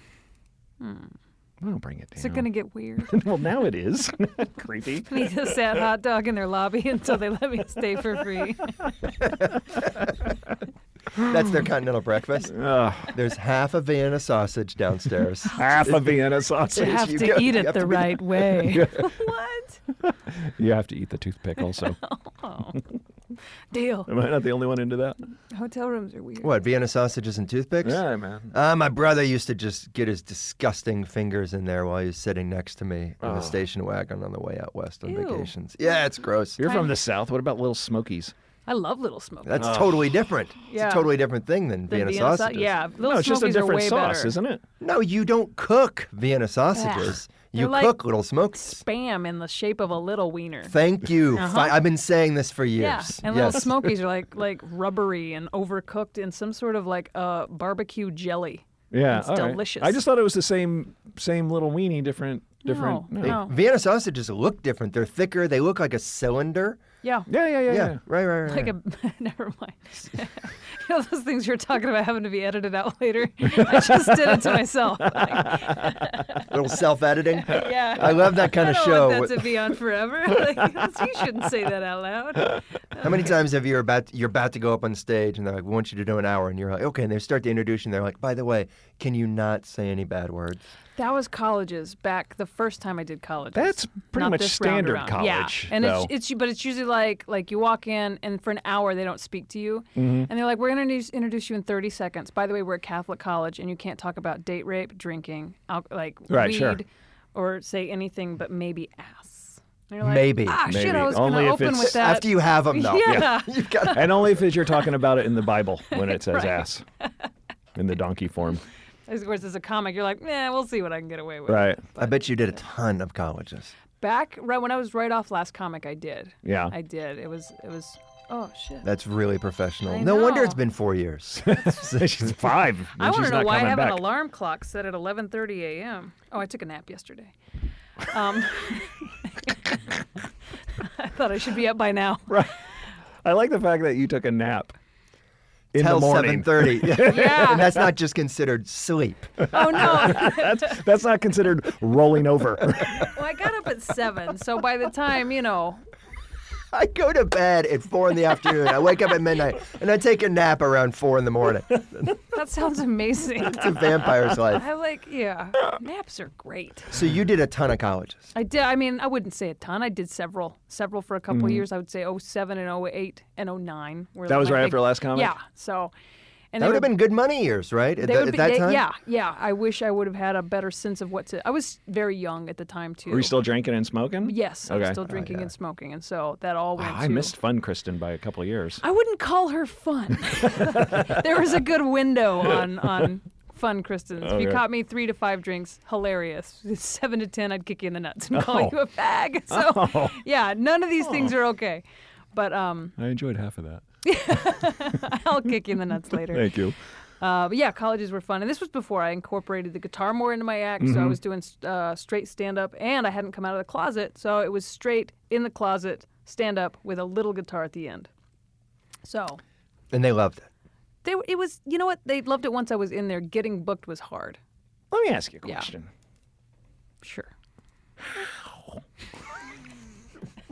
Speaker 3: I don't bring it down.
Speaker 4: Is it going to get
Speaker 3: (laughs)
Speaker 4: weird? (laughs)
Speaker 3: well, now it is (laughs) creepy.
Speaker 4: I need a sad hot dog in their lobby (laughs) until they let me stay for
Speaker 3: (laughs)
Speaker 4: free.
Speaker 5: That's their
Speaker 4: (sighs)
Speaker 5: continental breakfast.
Speaker 3: Ugh,
Speaker 5: There's half a Vienna
Speaker 4: (laughs)
Speaker 5: sausage downstairs.
Speaker 3: half a Vienna
Speaker 4: You
Speaker 3: sausage.
Speaker 4: have
Speaker 5: you
Speaker 4: to
Speaker 5: go-
Speaker 4: eat
Speaker 5: you
Speaker 4: it
Speaker 5: have
Speaker 4: the
Speaker 5: to
Speaker 3: (laughs)
Speaker 5: be-
Speaker 4: right way. what?
Speaker 3: You have to eat the toothpick
Speaker 4: (laughs)
Speaker 3: also.
Speaker 4: Deal.
Speaker 3: Am I not the only one into that?
Speaker 4: Hotel rooms are weird.
Speaker 5: What Vienna sausages and toothpicks?
Speaker 3: Yeah, man.
Speaker 5: Uh, my brother used to just get his disgusting fingers in there while he was sitting next to me in
Speaker 3: Oh.
Speaker 5: the station wagon on the way out west on
Speaker 4: Ew.
Speaker 5: vacations. Yeah, it's gross.
Speaker 3: You're from the south. What about Little Smokies?
Speaker 4: I love Little Smokies.
Speaker 3: Oh.
Speaker 5: That's totally different.
Speaker 4: Yeah.
Speaker 5: It's a totally different thing than
Speaker 4: The
Speaker 5: Vienna,
Speaker 4: Vienna sau-
Speaker 5: sausages.
Speaker 4: yeah, Little
Speaker 3: no, it's just a
Speaker 4: Smokies are
Speaker 3: different
Speaker 4: way
Speaker 3: sauce,
Speaker 4: better.
Speaker 3: isn't it?
Speaker 5: No, you don't cook Vienna sausages.
Speaker 4: Ah,
Speaker 5: You
Speaker 4: They're like-
Speaker 5: cook little smokes.
Speaker 4: Spam in the shape of a little wiener.
Speaker 5: Thank
Speaker 4: (laughs)
Speaker 5: you. Fi- I've been saying this for years.
Speaker 4: Uh-huh. Yeah, and
Speaker 5: yes.
Speaker 4: little smokies are
Speaker 5: (laughs)
Speaker 4: like like rubbery and overcooked in some sort of like uh, barbecue jelly.
Speaker 3: Yeah,
Speaker 4: It's
Speaker 3: all right.
Speaker 4: delicious.
Speaker 3: I just thought it was the same same little weenie, different different.
Speaker 4: No,
Speaker 3: no.
Speaker 4: no.
Speaker 5: Vienna sausages look different. They're thicker. They look like a cylinder.
Speaker 4: Yeah, (laughs)
Speaker 3: Yeah, yeah, yeah,
Speaker 5: Yeah,
Speaker 3: yeah.
Speaker 5: right, right,
Speaker 4: like
Speaker 5: right. right.
Speaker 4: a never mind. (laughs) you know those things you're talking about having to be edited out
Speaker 5: (laughs)
Speaker 4: later. I just did it to myself. Like, (laughs)
Speaker 5: little self-editing.
Speaker 4: yeah,
Speaker 5: I love that kind
Speaker 4: I
Speaker 5: of
Speaker 4: don't
Speaker 5: show.
Speaker 4: want that to be on
Speaker 5: (laughs)
Speaker 4: forever. Like, (laughs) you shouldn't say that out loud.
Speaker 5: How many times have you are about you're about to go up on stage and they're like, "We want you to do an hour," and you're like, "Okay," and they start to introduce you and they're like, "By the way, can you not say any bad words?"
Speaker 4: That was colleges back the first time I did college.
Speaker 3: That's pretty
Speaker 4: Not
Speaker 3: much
Speaker 4: this round
Speaker 3: standard
Speaker 4: around.
Speaker 3: college,
Speaker 4: Yeah, and
Speaker 3: though.
Speaker 4: it's it's but it's usually like like you walk in and for an hour they don't speak to you,
Speaker 3: Mm-hmm.
Speaker 4: and they're like, "We're gonna introduce, introduce you in 30 seconds." By the way, we're a Catholic college, and you can't talk about date rape, drinking, al- like
Speaker 3: Right,
Speaker 4: weed,
Speaker 3: sure.
Speaker 4: or say anything but maybe ass. And you're like,
Speaker 5: Maybe.
Speaker 4: Ah, shit,
Speaker 3: Maybe.
Speaker 4: I was
Speaker 3: Only
Speaker 4: gonna
Speaker 3: if
Speaker 4: open
Speaker 3: it's-
Speaker 4: with that. (laughs)
Speaker 5: After you have them, though.
Speaker 4: Yeah.
Speaker 5: (laughs) You've got
Speaker 3: And only if you're talking about it in the Bible when it says ass in the donkey form.
Speaker 4: (laughs) Of course, as a comic, you're like, "Yeah, we'll see what I can get away with."
Speaker 3: Right.
Speaker 5: I bet you did a ton of colleges.
Speaker 4: Back right when I was right off last comic, I did.
Speaker 3: Yeah.
Speaker 4: I did. It was it was. Oh shit.
Speaker 5: That's really professional.
Speaker 4: I
Speaker 5: no wonder
Speaker 4: know.
Speaker 5: it's been
Speaker 3: (laughs)
Speaker 5: four years.
Speaker 3: (laughs) She's five. and
Speaker 4: I want
Speaker 3: she's
Speaker 4: to know
Speaker 3: not
Speaker 4: why I
Speaker 3: coming
Speaker 4: have
Speaker 3: back.
Speaker 4: an alarm clock set at 11:30 a.m. Oh, I took a nap (laughs) yesterday. Um, (laughs) I thought I should be up by now.
Speaker 3: I like the fact that you took a nap in the
Speaker 5: Till
Speaker 3: morning.
Speaker 5: seven
Speaker 4: (laughs) (laughs)
Speaker 5: thirty. (laughs)
Speaker 4: Yeah.
Speaker 5: and that's not just considered sleep.
Speaker 4: Oh no.
Speaker 3: (laughs) That's that's not considered rolling (laughs) over.
Speaker 4: (laughs) Well, I got up at seven, so by the time you know,
Speaker 5: I go to bed at four in the afternoon. I wake up at midnight and I take a nap around four in the morning.
Speaker 4: that sounds (laughs) amazing.
Speaker 5: It's a vampire's life.
Speaker 4: I like, yeah, naps are great.
Speaker 5: So you did a ton of colleges.
Speaker 4: I did. I mean, I wouldn't say a ton. I did several, several for a couple of years. I would say 07 and 08 and 09. Were
Speaker 3: Mm-hmm. That was
Speaker 4: my
Speaker 3: right
Speaker 4: big-
Speaker 3: after last comic?
Speaker 4: Yeah. So, and
Speaker 5: That
Speaker 4: they
Speaker 5: would
Speaker 4: were
Speaker 5: have been good money years, right? At,
Speaker 4: They
Speaker 5: tha-
Speaker 4: would
Speaker 5: at
Speaker 4: be,
Speaker 5: that
Speaker 4: they-
Speaker 5: time.
Speaker 4: Yeah, yeah. I wish I would have had a better sense of what to. I was very young at the time too.
Speaker 3: Were you still drinking and smoking?
Speaker 4: Yes, I
Speaker 3: Okay. Oh,
Speaker 4: was still drinking and smoking, and so that all went.
Speaker 3: Wow, I
Speaker 4: to-
Speaker 3: missed Fun Kristen by a couple of years.
Speaker 4: I wouldn't call
Speaker 3: (laughs)
Speaker 4: her fun. there was a good window on on fun, Kristen. If you
Speaker 3: Okay.
Speaker 4: caught me three to five drinks, hilarious. (laughs) Seven to ten, I'd kick you in the nuts and call
Speaker 3: Oh.
Speaker 4: you a fag. (laughs) So yeah, none of these things are okay. But um, (laughs)
Speaker 3: I enjoyed half of that.
Speaker 4: I'll kick you in the nuts later.
Speaker 3: Thank you.
Speaker 4: Uh, but yeah, colleges were fun, and this was before I incorporated the guitar more into my act.
Speaker 3: Mm-hmm.
Speaker 4: So I was doing uh, straight stand up, and I hadn't come out of the closet, so it was straight in the closet stand up with a little guitar at the end. So
Speaker 5: And they loved it.
Speaker 4: they were- it was you know what they loved it once I was in there. Getting booked was hard.
Speaker 3: Let me ask you a
Speaker 4: Yeah.
Speaker 3: question.
Speaker 4: Sure,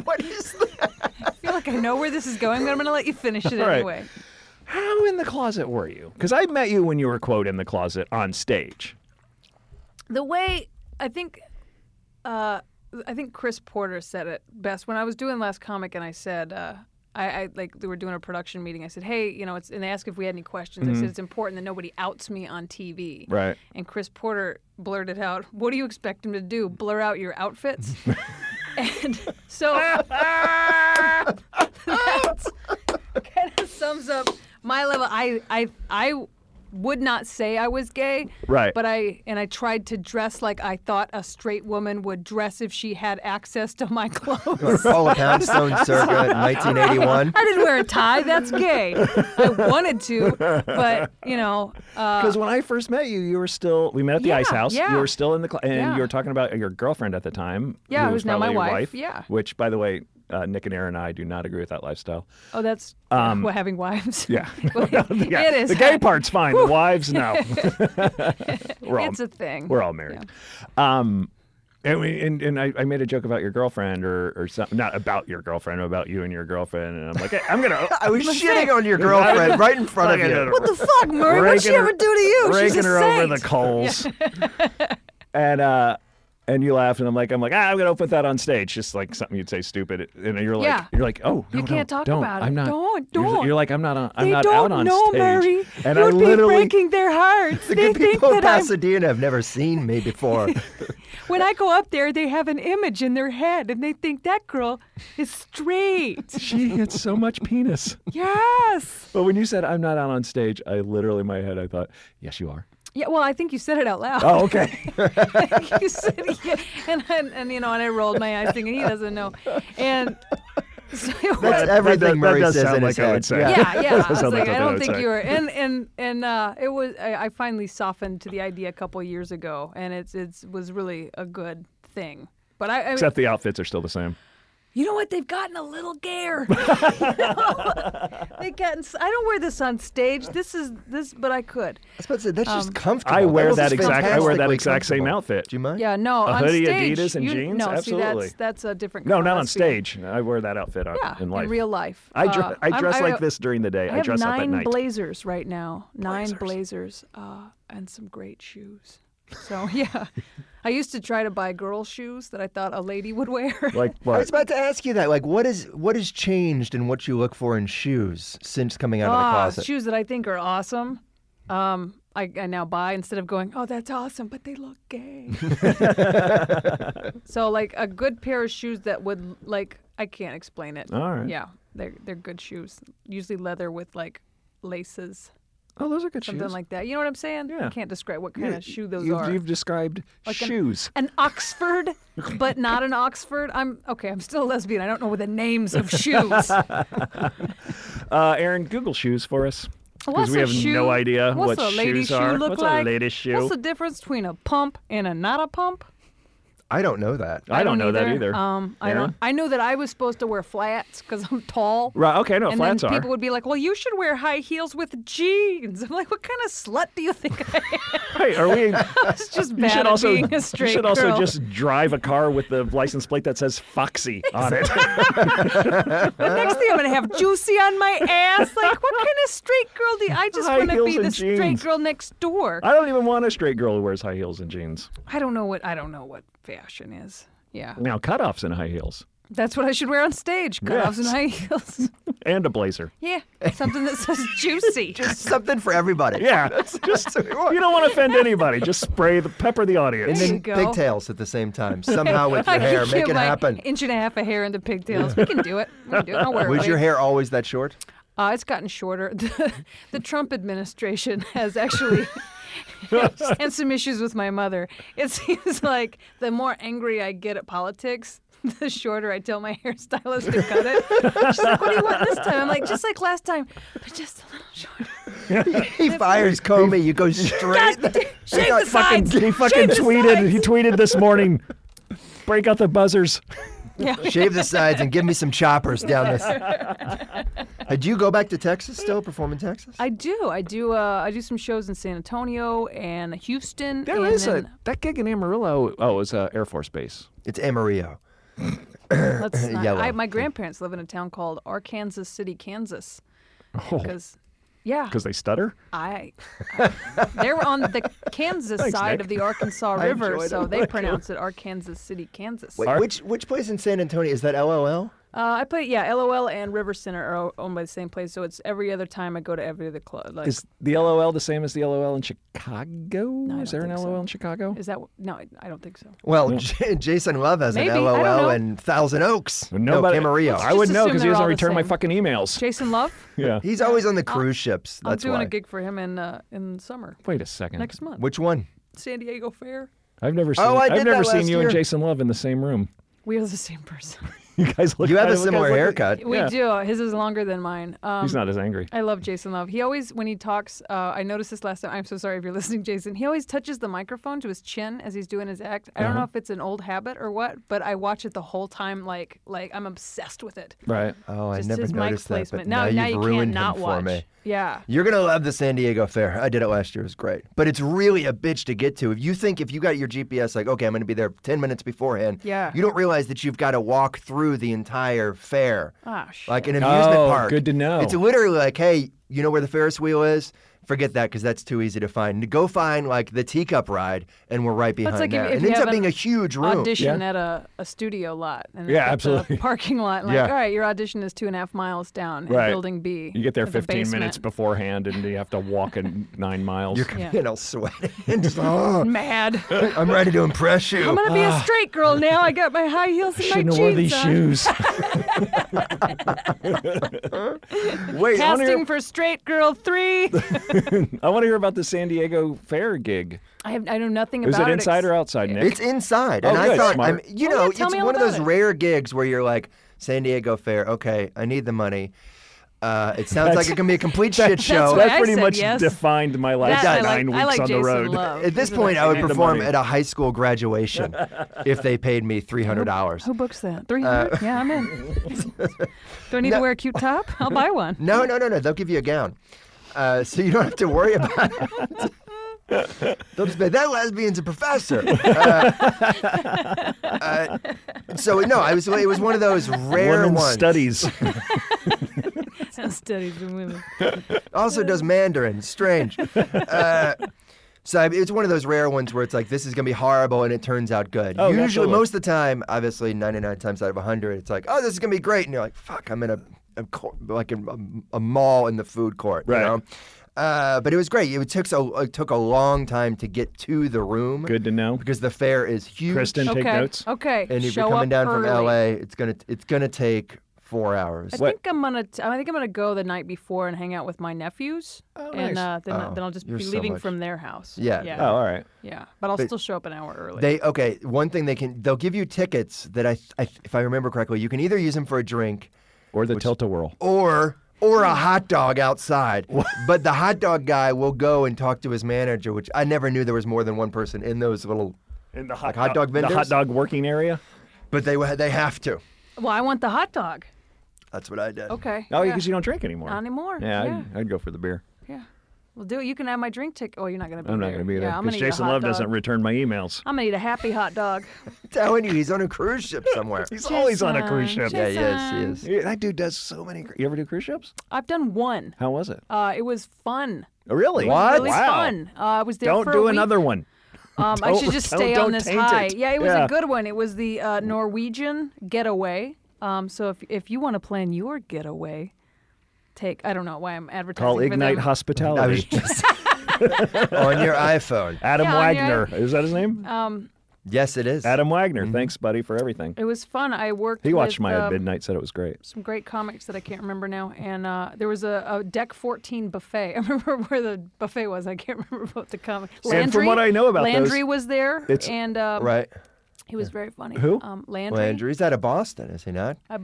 Speaker 5: What is that?
Speaker 4: I feel like I know where this is going, but I'm going to let you finish
Speaker 3: (laughs)
Speaker 4: it
Speaker 3: All right.
Speaker 4: anyway.
Speaker 3: How in the closet were you? Because I met you when you were quote in the closet on stage. (laughs)
Speaker 4: the way I think, uh, I think Chris Porter said it best when I was doing last comic, and I said, uh, I, I like they were doing a production meeting. I said, hey, you know, it's and they asked if we had any questions. I said it's important that nobody outs me on TV.
Speaker 3: Right.
Speaker 4: And Chris Porter blurted out, "What do you expect him to do? Blur out your outfits?" and so (laughs) that kind of sums up my level. I I I would not say I was gay.
Speaker 3: Right.
Speaker 4: But I and I tried to dress like I thought a straight woman would dress if she had access to my (laughs)
Speaker 3: (laughs)
Speaker 4: clothes.
Speaker 5: Paula Poundstone circa in 1981.
Speaker 4: I didn't wear a tie. That's gay. I wanted to, but you know,
Speaker 3: (laughs)
Speaker 4: uh,
Speaker 3: Because when I first met you, you were still. We met at the
Speaker 4: Yeah,
Speaker 3: Ice House.
Speaker 4: yeah.
Speaker 3: You were still in the cl- and
Speaker 4: Yeah.
Speaker 3: you were talking about your girlfriend at the time.
Speaker 4: Yeah,
Speaker 3: who
Speaker 4: who's now my
Speaker 3: probably your
Speaker 4: wife, yeah.
Speaker 3: Which, by the way, uh, Nick and Aaron and I do not agree with that lifestyle.
Speaker 4: oh, that's what having
Speaker 3: um, (laughs)
Speaker 4: wives. (laughs)
Speaker 3: Yeah. Yeah,
Speaker 4: it is.
Speaker 3: The gay part's fine. the wives,
Speaker 4: (laughs)
Speaker 3: no. (laughs) we're all
Speaker 4: It's a thing.
Speaker 3: we're all married. Um, and, we, and and I, I made a joke about your girlfriend or or something, not about your girlfriend, about you and your girlfriend. And I'm like, hey, I'm gonna.
Speaker 5: I was
Speaker 4: sick.
Speaker 5: shitting on
Speaker 3: (laughs)
Speaker 5: your girlfriend right in front of you.
Speaker 4: What the fuck, Murray? What'd she
Speaker 3: Raking her-
Speaker 4: ever do to you?
Speaker 3: raking
Speaker 4: She's a
Speaker 3: her
Speaker 4: saint.
Speaker 3: over the
Speaker 4: (laughs)
Speaker 3: coals. and uh, and you laughed, and I'm like, I'm like, ah, I'm gonna put that on stage, just like something you'd say stupid, and you're like,
Speaker 4: Yeah.
Speaker 3: you're like, oh, no,
Speaker 4: You can't
Speaker 3: no,
Speaker 4: talk
Speaker 3: don't.
Speaker 4: about it.
Speaker 3: I'm not.
Speaker 4: Don't,
Speaker 3: You're-
Speaker 4: don't.
Speaker 3: You're, like, I'm not on. I'm
Speaker 4: they
Speaker 3: not
Speaker 4: don't
Speaker 3: out on
Speaker 4: know,
Speaker 3: stage.
Speaker 4: Murray.
Speaker 3: And
Speaker 4: You'd
Speaker 3: I literally
Speaker 4: be breaking their hearts.
Speaker 5: The
Speaker 4: they
Speaker 5: good
Speaker 4: think
Speaker 5: people in
Speaker 4: that I'm
Speaker 5: Pasadena have never seen me (laughs) before.
Speaker 4: When I go up there, they have an image in their head and they think that girl is
Speaker 3: (laughs)
Speaker 4: straight.
Speaker 3: (laughs) she gets so much penis.
Speaker 4: yes.
Speaker 3: But when you said I'm not out on stage, I literally in my head I thought, yes, you are.
Speaker 4: Yeah, well, I think you said it out loud.
Speaker 3: Oh, okay.
Speaker 4: (laughs) you said, yeah. and, and, and, you know, and I rolled my eyes thinking he doesn't know. And (laughs) so it was,
Speaker 5: That's everything
Speaker 3: that, that
Speaker 5: Murray
Speaker 3: does
Speaker 5: says
Speaker 3: sound
Speaker 5: in
Speaker 3: like
Speaker 5: his
Speaker 3: I
Speaker 5: head.
Speaker 3: would say. (laughs)
Speaker 4: yeah, yeah. I was
Speaker 3: Sounds like
Speaker 4: like, I
Speaker 3: something I
Speaker 4: don't
Speaker 3: would
Speaker 4: think
Speaker 3: say.
Speaker 4: you
Speaker 3: (laughs)
Speaker 4: were. And and and uh, it was. I, I finally softened to the idea a couple years ago, and it's it's was really a good thing. But I, I
Speaker 3: Except the outfits are still the same.
Speaker 4: you know what? They've gotten a little gayer. they gotten. s- I don't wear this on stage. This is this, but I could.
Speaker 5: I was about to say, that's just comfortable.
Speaker 3: I wear
Speaker 5: was
Speaker 3: that
Speaker 5: just
Speaker 3: exact. I wear that
Speaker 5: fantastically
Speaker 3: exact same
Speaker 5: comfortable.
Speaker 3: outfit.
Speaker 5: Um, Do you mind?
Speaker 4: Yeah, no.
Speaker 3: A
Speaker 4: on
Speaker 3: hoodie,
Speaker 4: stage,
Speaker 3: Adidas, and
Speaker 4: you-
Speaker 3: jeans?
Speaker 4: No,
Speaker 3: Absolutely.
Speaker 4: see, Oh, that's that's a different.
Speaker 3: No, not on
Speaker 4: conversation.
Speaker 3: stage. I wear that outfit on,
Speaker 4: Yeah,
Speaker 3: in life.
Speaker 4: real life.
Speaker 3: I, dre-
Speaker 4: Uh,
Speaker 3: I
Speaker 4: I'm-
Speaker 3: dress
Speaker 4: I-
Speaker 3: like this during the day.
Speaker 4: I
Speaker 3: I,
Speaker 4: have
Speaker 3: dress up
Speaker 4: nine
Speaker 3: at night.
Speaker 4: blazers right now. Nine blazers, uh, and some great shoes. So (laughs) yeah, I used to try to buy girl shoes that I thought a lady would wear. (laughs)
Speaker 3: like
Speaker 5: I
Speaker 3: what?
Speaker 5: was about to ask you that. Like, what is what has changed in what you look for in shoes since coming out
Speaker 4: Ah,
Speaker 5: of the closet?
Speaker 4: shoes that I think are awesome. Um, I, I now buy instead of going, oh, that's awesome, but they look
Speaker 3: (laughs)
Speaker 4: gay. so like a good pair of shoes that would like I can't explain it.
Speaker 3: All right.
Speaker 4: Yeah, they're they're good shoes. Usually leather with like laces,
Speaker 3: oh, those are good
Speaker 4: something
Speaker 3: shoes.
Speaker 4: like that. You know what I'm saying?
Speaker 3: Yeah.
Speaker 4: I can't describe what kind of shoe those
Speaker 3: you've,
Speaker 4: are.
Speaker 3: You've described shoes.
Speaker 4: an Oxford, but not an Oxford. I'm okay. I'm still a lesbian. I don't know the
Speaker 3: (laughs)
Speaker 4: names of shoes.
Speaker 3: Uh, Aaron, Google shoes for us. Because
Speaker 4: Oh, What's
Speaker 3: we
Speaker 4: a
Speaker 3: have
Speaker 4: shoe?
Speaker 3: no idea
Speaker 4: What's
Speaker 3: what
Speaker 4: a lady
Speaker 3: shoes
Speaker 4: shoe
Speaker 3: are.
Speaker 4: Look
Speaker 3: What's
Speaker 4: like?
Speaker 3: a lady shoe?
Speaker 4: What's the difference between a pump and a not a pump?
Speaker 5: I don't know that.
Speaker 3: I don't know that either.
Speaker 4: Um, I don't.
Speaker 3: Aaron?
Speaker 4: I know that I was supposed to wear flats because I'm tall.
Speaker 3: Right. Okay. No.
Speaker 4: And
Speaker 3: flats
Speaker 4: then
Speaker 3: are.
Speaker 4: people would be like, "Well, you should wear high heels with jeans." I'm like, "What kind of slut do you think I am?"
Speaker 3: Wait, are
Speaker 4: (laughs)
Speaker 3: we?
Speaker 4: It's just
Speaker 3: You
Speaker 4: bad
Speaker 3: should
Speaker 4: at
Speaker 3: also.
Speaker 4: being
Speaker 3: you
Speaker 4: a straight
Speaker 3: should also
Speaker 4: girl.
Speaker 3: just drive a car with the license plate that says Foxy on
Speaker 4: (laughs)
Speaker 3: it.
Speaker 4: The next thing I'm gonna have juicy on my ass. Like, what kind of straight girl do you, I just
Speaker 3: High
Speaker 4: want to
Speaker 3: heels
Speaker 4: be
Speaker 3: and
Speaker 4: the straight
Speaker 3: jeans.
Speaker 4: girl next door?
Speaker 3: I don't even want a straight girl who wears high heels and jeans.
Speaker 4: I don't know what I don't know what fashion is. Yeah,
Speaker 3: Now cutoffs and high heels
Speaker 4: that's what I should wear on stage. Cutoffs and
Speaker 3: Yes.
Speaker 4: high (laughs) heels.
Speaker 3: and a blazer.
Speaker 4: Yeah, (laughs) something that says (laughs) juicy.
Speaker 5: Just (laughs) something for everybody.
Speaker 4: (laughs)
Speaker 3: Yeah. Just you don't want to offend anybody. Just spray the pepper the
Speaker 5: And
Speaker 3: audience.
Speaker 4: There
Speaker 5: then
Speaker 4: you go.
Speaker 5: pigtails at the same time.
Speaker 3: (laughs)
Speaker 5: Somehow with your
Speaker 4: I can
Speaker 5: hair,
Speaker 4: get
Speaker 5: make it
Speaker 4: my
Speaker 5: happen.
Speaker 4: Inch and a half of hair into pigtails. We can do it. We can do it.
Speaker 3: (laughs)
Speaker 4: I'll wear it.
Speaker 5: Was your
Speaker 4: later.
Speaker 5: hair always that short?
Speaker 4: Uh, it's gotten shorter. (laughs) The, the Trump administration has
Speaker 3: (laughs)
Speaker 4: actually, (laughs) and some issues with my mother. It (laughs) seems like the more angry I get at politics, (laughs) the shorter I tell my (laughs) hairstylist to cut it. She's like, "What do you want this time?" I'm like, "Just like last time, but just a little shorter."
Speaker 5: (laughs) He fires Comey. You go straight.
Speaker 4: Shave the
Speaker 3: fucking,
Speaker 4: sides.
Speaker 3: he fucking
Speaker 4: Shave the
Speaker 3: tweeted.
Speaker 4: sides.
Speaker 3: He tweeted this morning. Break out the buzzers.
Speaker 4: Yeah.
Speaker 5: (laughs) Shave the sides and give me some choppers down this. Uh,
Speaker 4: (laughs)
Speaker 5: Do you go back to Texas still? Perform in Texas?
Speaker 4: I do. I do. Uh, I do some shows in San Antonio and Houston.
Speaker 3: There
Speaker 4: and
Speaker 3: is
Speaker 4: then,
Speaker 3: a that gig in Amarillo. Oh, it was uh, Air Force Base.
Speaker 5: It's Amarillo.
Speaker 3: (clears throat)
Speaker 4: Let's not,
Speaker 5: Yellow.
Speaker 4: I, my grandparents live in a town called Arkansas City, Kansas.
Speaker 3: Oh.
Speaker 4: Because, yeah,
Speaker 3: Because they stutter.
Speaker 4: I, I- they're on the
Speaker 3: (laughs)
Speaker 4: Kansas side
Speaker 3: Nick.
Speaker 4: of the Arkansas
Speaker 3: (laughs)
Speaker 4: River,
Speaker 5: enjoyed it.
Speaker 4: so they pronounce it Arkansas City, Kansas.
Speaker 5: Wait, which which place in San Antonio is that? LLL?
Speaker 4: Uh, I play yeah. LOL and River Center are o- owned by the same place, so it's every other time I go to every other club. Like,
Speaker 3: Is the LOL the same as the LOL in Chicago?
Speaker 4: I
Speaker 3: is there
Speaker 4: don't
Speaker 3: an
Speaker 4: think so.
Speaker 3: LOL in Chicago?
Speaker 4: is that no? I- I don't think so.
Speaker 5: Well, J- Jason Love has
Speaker 4: Maybe, I
Speaker 5: an
Speaker 4: don't know.
Speaker 5: LOL and Thousand Oaks.
Speaker 3: Nobody-
Speaker 5: no, Camarillo.
Speaker 3: I wouldn't know
Speaker 4: assume
Speaker 3: because he
Speaker 4: they're
Speaker 3: doesn't
Speaker 4: all the
Speaker 3: return my
Speaker 4: same.
Speaker 3: fucking emails.
Speaker 4: Jason Love.
Speaker 3: (laughs) Yeah.
Speaker 5: He's always on the cruise ships. That's
Speaker 4: I'm doing
Speaker 5: why.
Speaker 4: a gig for him in uh, in summer
Speaker 3: Wait a second.
Speaker 4: next month.
Speaker 5: Which one?
Speaker 4: San Diego Fair.
Speaker 3: I've never seen.
Speaker 5: I
Speaker 3: have
Speaker 5: did
Speaker 3: never
Speaker 5: that
Speaker 3: seen
Speaker 5: last
Speaker 3: you and
Speaker 5: year.
Speaker 3: Jason Love in the same room. (laughs)
Speaker 4: We are the same
Speaker 5: (laughs)
Speaker 4: person.
Speaker 3: You guys look.
Speaker 5: You have
Speaker 3: I
Speaker 5: a
Speaker 3: look- guys
Speaker 5: similar
Speaker 3: look-
Speaker 5: haircut.
Speaker 4: we
Speaker 3: Yeah.
Speaker 4: do. His is longer than mine. Um,
Speaker 3: He's not as angry.
Speaker 4: I love Jason Love. He always, when he talks, uh, I noticed this last time. I'm so sorry if you're (laughs) listening, Jason. He always touches the microphone to his chin as he's doing his act. I
Speaker 3: Uh-huh.
Speaker 4: don't know if it's an old habit or what, but I watch it the whole time. Like, like I'm obsessed with it.
Speaker 3: Right.
Speaker 5: Oh, I
Speaker 4: Just
Speaker 5: never
Speaker 4: his mic
Speaker 5: noticed that.
Speaker 4: placement.
Speaker 5: But now,
Speaker 4: now,
Speaker 5: you've
Speaker 4: you
Speaker 5: ruined
Speaker 4: can't not
Speaker 5: him
Speaker 4: watch.
Speaker 5: for me.
Speaker 4: Yeah.
Speaker 5: You're gonna love the San Diego Fair. I did it last year. It was great, but it's really a bitch to get to. If you think if you got your GPS, like, okay, I'm gonna be there ten minutes beforehand.
Speaker 4: Yeah.
Speaker 5: You don't realize that you've got to walk through the entire fair,
Speaker 4: Ah, shit.
Speaker 5: like an amusement
Speaker 3: Oh,
Speaker 5: park.
Speaker 3: good to know.
Speaker 5: It's literally like, hey, you know where the Ferris wheel is? Forget that because that's too easy to find. Go find like the teacup ride, and we're right behind
Speaker 4: like if-
Speaker 5: there.
Speaker 4: if
Speaker 5: it
Speaker 4: you
Speaker 5: ends
Speaker 4: have
Speaker 5: up being
Speaker 4: an
Speaker 5: a huge room.
Speaker 4: audition
Speaker 3: Yeah.
Speaker 4: at a, a studio lot. And
Speaker 3: Yeah,
Speaker 4: it's got the
Speaker 3: absolutely.
Speaker 4: (laughs) Parking lot. Like,
Speaker 3: Yeah.
Speaker 4: all right, your audition is two and a half miles down
Speaker 3: Right.
Speaker 4: in building B.
Speaker 3: You get there
Speaker 4: at the
Speaker 3: 15 minutes
Speaker 4: basement.
Speaker 3: beforehand, and you have to walk in nine miles.
Speaker 5: You're
Speaker 4: Yeah.
Speaker 5: coming in all sweaty and (laughs) just, oh,
Speaker 4: Mad.
Speaker 5: I'm ready to impress you.
Speaker 4: I'm gonna be a straight girl now. I got my high heels and my
Speaker 3: Shouldn't
Speaker 4: jeans uh,
Speaker 3: have wore these
Speaker 4: on.
Speaker 3: shoes.
Speaker 4: (laughs)
Speaker 3: Wait, I want, to hear,
Speaker 4: Casting for Straight Girl Three.
Speaker 3: I want to hear about the San Diego Fair gig.
Speaker 4: I have, I know nothing
Speaker 3: Is
Speaker 4: about
Speaker 3: it
Speaker 4: it.
Speaker 3: inside or
Speaker 4: ex-
Speaker 3: outside, Nick?
Speaker 5: It's inside, and
Speaker 3: Oh,
Speaker 5: I
Speaker 3: good,
Speaker 5: thought,
Speaker 3: smart.
Speaker 5: I'm, you
Speaker 4: Oh, yeah,
Speaker 5: know,
Speaker 4: tell
Speaker 5: it's
Speaker 4: me all
Speaker 5: one of those
Speaker 4: about it.
Speaker 5: rare gigs where you're like, San Diego Fair. Okay, I need the money. Uh, it sounds like
Speaker 3: That's-
Speaker 5: it can be a
Speaker 3: (laughs)
Speaker 5: complete shit show.
Speaker 4: what
Speaker 3: that
Speaker 4: I
Speaker 3: pretty
Speaker 4: said,
Speaker 3: much
Speaker 4: yes.
Speaker 3: defined my last
Speaker 4: That I like-
Speaker 3: nine
Speaker 4: I
Speaker 3: weeks
Speaker 4: like
Speaker 3: on the
Speaker 4: Jason
Speaker 3: road.
Speaker 4: Love.
Speaker 3: (laughs)
Speaker 5: At this
Speaker 4: He's a
Speaker 5: point,
Speaker 4: nice
Speaker 5: I would
Speaker 4: guy.
Speaker 3: the
Speaker 5: perform
Speaker 3: money.
Speaker 5: at a high school
Speaker 3: (laughs)
Speaker 5: graduation if they paid me three hundred dollars.
Speaker 4: Who books that? Three hundred? yeah, I'm in. Do I need to wear a cute top? I'll buy one. (laughs)
Speaker 5: No, no, no, no. They'll give you a gown, uh, so you don't have to worry about it.
Speaker 3: (laughs)
Speaker 5: They'll just be like, that lesbian's a professor.
Speaker 3: (laughs)
Speaker 5: Uh, uh, so no, I was. It was one of those rare
Speaker 3: Women's
Speaker 5: ones.
Speaker 3: studies. (laughs)
Speaker 4: Studies in women.
Speaker 5: also does Mandarin.
Speaker 3: (laughs)
Speaker 5: Strange. Uh, so I- it's one of those rare ones where it's like this is gonna be horrible and it turns out good.
Speaker 3: Oh,
Speaker 5: Usually,
Speaker 3: absolutely.
Speaker 5: most of the time, obviously, 99 times out of 100, it's like, oh, this is gonna be great, and you're like, fuck, I'm in a, a co- like a, a, a mall in the food court,
Speaker 3: Right.
Speaker 5: you know. Uh, but it was great. It took so it took a long time to get to the room.
Speaker 3: Good to know.
Speaker 5: because the fair is huge.
Speaker 3: Kristen, take
Speaker 4: Okay.
Speaker 3: notes.
Speaker 4: Okay.
Speaker 5: and if
Speaker 4: Show
Speaker 5: you're coming
Speaker 4: up
Speaker 5: down
Speaker 4: early.
Speaker 5: from LA, it's gonna it's gonna take four hours.
Speaker 4: I
Speaker 3: What-
Speaker 4: think I'm gonna. T- I think I'm gonna go the night before and hang out with my nephews, and
Speaker 3: nice.
Speaker 4: uh, then,
Speaker 5: Oh,
Speaker 4: then I'll just
Speaker 5: you're
Speaker 4: be
Speaker 5: so
Speaker 4: leaving
Speaker 5: much-
Speaker 4: from their house.
Speaker 5: Yeah.
Speaker 3: Oh,
Speaker 4: yeah,
Speaker 3: all right.
Speaker 4: yeah. But I'll
Speaker 5: They-
Speaker 4: still show up an hour early.
Speaker 5: They okay. One thing they can they'll give you tickets that I, th- I th- if I remember correctly, you can either use them for a drink
Speaker 3: Or the tilt a whirl.
Speaker 5: or or a hot dog outside. but the hot dog guy will go and talk to his manager, which I never knew there was more than one person in those little.
Speaker 3: In the hot,
Speaker 5: hot dog
Speaker 3: the hot
Speaker 5: vendors?
Speaker 3: dog working area.
Speaker 5: But they wa- they have to.
Speaker 4: well, I want the hot dog.
Speaker 5: That's what I did.
Speaker 4: Okay.
Speaker 3: Oh,
Speaker 4: yeah.
Speaker 3: because you don't drink anymore.
Speaker 4: Not anymore.
Speaker 3: Yeah,
Speaker 4: Yeah.
Speaker 3: I'd, I'd go for the beer.
Speaker 4: Yeah. Well, do it. You can have my drink ticket. Oh, you're not gonna be
Speaker 3: I'm
Speaker 4: there.
Speaker 3: not going to be there
Speaker 4: Yeah, I'm
Speaker 3: because
Speaker 4: gonna eat a
Speaker 3: Jason
Speaker 4: hot
Speaker 3: Love
Speaker 4: dog.
Speaker 3: doesn't return my emails.
Speaker 4: I'm gonna eat a happy hot dog.
Speaker 5: I'm telling you, he's on a cruise ship
Speaker 4: (laughs)
Speaker 5: somewhere.
Speaker 3: He's always on a cruise
Speaker 4: Jason,
Speaker 3: ship.
Speaker 5: yeah, yes, he is.
Speaker 3: Yeah, that dude does so many. cru- You ever do cruise ships?
Speaker 4: I've done one.
Speaker 3: How was it?
Speaker 4: Uh, it was fun.
Speaker 3: Oh, really?
Speaker 5: What?
Speaker 4: Really
Speaker 3: wow.
Speaker 4: fun. Uh, I was there
Speaker 3: Don't
Speaker 4: for
Speaker 3: do
Speaker 4: a week.
Speaker 3: another one.
Speaker 4: Um, I
Speaker 3: Don't-
Speaker 4: should just
Speaker 3: don't-
Speaker 4: stay
Speaker 3: don't
Speaker 4: on this
Speaker 3: taint
Speaker 4: high.
Speaker 3: it.
Speaker 4: Yeah, it was
Speaker 3: Yeah.
Speaker 4: a good one. It was the uh, Norwegian getaway. Um, so if if you want to plan your getaway, take I don't know why I'm advertising
Speaker 3: Call
Speaker 4: for
Speaker 3: Ignite
Speaker 4: them.
Speaker 5: I was
Speaker 3: Hospitality.
Speaker 5: just
Speaker 4: (laughs)
Speaker 5: on your iPhone.
Speaker 3: Adam
Speaker 4: Yeah, on your-
Speaker 3: Wagner. Is that his name?
Speaker 5: Yes, it is.
Speaker 3: Adam Wagner.
Speaker 5: Mm-hmm.
Speaker 3: Thanks, buddy, for everything.
Speaker 4: it was fun. I worked.
Speaker 3: He watched
Speaker 4: with,
Speaker 3: my at
Speaker 4: um,
Speaker 3: midnight. Said it was great.
Speaker 4: some great comics that I can't remember now. And uh, there was a, a Deck 14 buffet. (laughs) I remember where the buffet was. I can't (laughs) remember what the comic. Landry,
Speaker 3: And from what I know about those,
Speaker 4: Landry was there,
Speaker 3: it's-
Speaker 4: and um,
Speaker 5: Right.
Speaker 4: he was very funny. Uh,
Speaker 3: Who?
Speaker 4: Um, Landry.
Speaker 5: Landry's out of Boston, is he not?
Speaker 4: I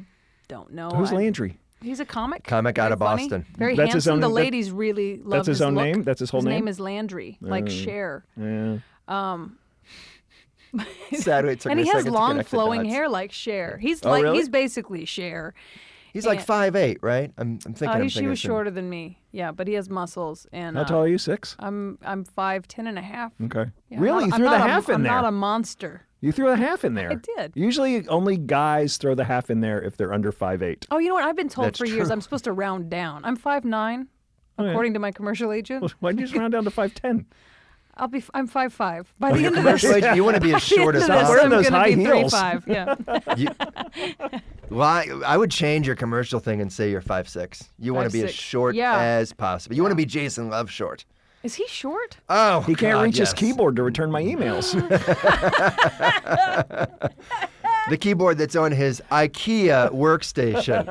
Speaker 4: don't know.
Speaker 3: Who's
Speaker 4: I-
Speaker 3: Landry?
Speaker 4: He's a comic.
Speaker 5: Comic out
Speaker 4: Very
Speaker 5: of
Speaker 4: funny,
Speaker 5: Boston.
Speaker 4: Very
Speaker 3: That's
Speaker 4: handsome.
Speaker 3: his own-
Speaker 4: the
Speaker 3: that-
Speaker 4: ladies really love
Speaker 3: his own
Speaker 4: look.
Speaker 3: name? That's his whole
Speaker 4: his
Speaker 3: name?
Speaker 4: is Landry, like Cher. Um,
Speaker 3: Yeah.
Speaker 5: Sad it took
Speaker 4: (laughs) And
Speaker 5: me
Speaker 4: he
Speaker 5: a
Speaker 4: has
Speaker 5: second to
Speaker 4: long
Speaker 5: connect the
Speaker 4: flowing
Speaker 5: dots.
Speaker 4: hair like Cher. He's
Speaker 3: Oh,
Speaker 4: like
Speaker 3: really?
Speaker 4: he's basically Cher.
Speaker 5: He's like
Speaker 4: and-
Speaker 5: five eight, right? I'm, I'm thinking.
Speaker 4: Uh,
Speaker 5: I'm
Speaker 4: he, she
Speaker 5: thinking
Speaker 4: was
Speaker 5: of him. (laughs)
Speaker 4: shorter than me. Yeah, but he has muscles and
Speaker 3: How
Speaker 4: uh,
Speaker 3: tall are you? Six.
Speaker 4: I'm I'm five ten and a half.
Speaker 3: Okay.
Speaker 4: Yeah, I'm
Speaker 3: really?
Speaker 4: not-
Speaker 3: You
Speaker 4: I'm
Speaker 3: threw the
Speaker 4: not a-
Speaker 3: half in
Speaker 4: I'm
Speaker 3: there.
Speaker 4: not a monster.
Speaker 3: You threw a half in there. I
Speaker 4: did.
Speaker 3: Usually, only guys throw the half in there if they're under five eight.
Speaker 4: Oh, you know what? I've been told
Speaker 5: That's
Speaker 4: for years
Speaker 5: true.
Speaker 4: I'm supposed to round down. I'm
Speaker 3: (laughs)
Speaker 4: five nine, according to my commercial agent.
Speaker 3: Why'd you just round down to five ten?
Speaker 4: I'll be f- I'm five five
Speaker 3: Oh,
Speaker 4: by the end of this. (laughs)
Speaker 5: Congratulations, you want to be as
Speaker 4: by the
Speaker 5: short
Speaker 4: end
Speaker 5: as
Speaker 4: of this,
Speaker 3: Wearing
Speaker 4: I'm
Speaker 3: those (laughs)
Speaker 5: possible.
Speaker 4: gonna
Speaker 3: high
Speaker 4: be
Speaker 3: heels.
Speaker 4: Three, five. Yeah.
Speaker 5: You- Why? I would change your commercial thing and say you're five six. You want to be as
Speaker 4: 5'6".
Speaker 5: short
Speaker 4: Yeah.
Speaker 5: as possible. You want to be Jason Love short.
Speaker 4: Is he short?
Speaker 5: Oh,
Speaker 3: He can't
Speaker 5: God,
Speaker 3: reach his
Speaker 5: yes.
Speaker 3: keyboard to return my
Speaker 4: (laughs)
Speaker 3: emails.
Speaker 5: The keyboard that's on his IKEA workstation.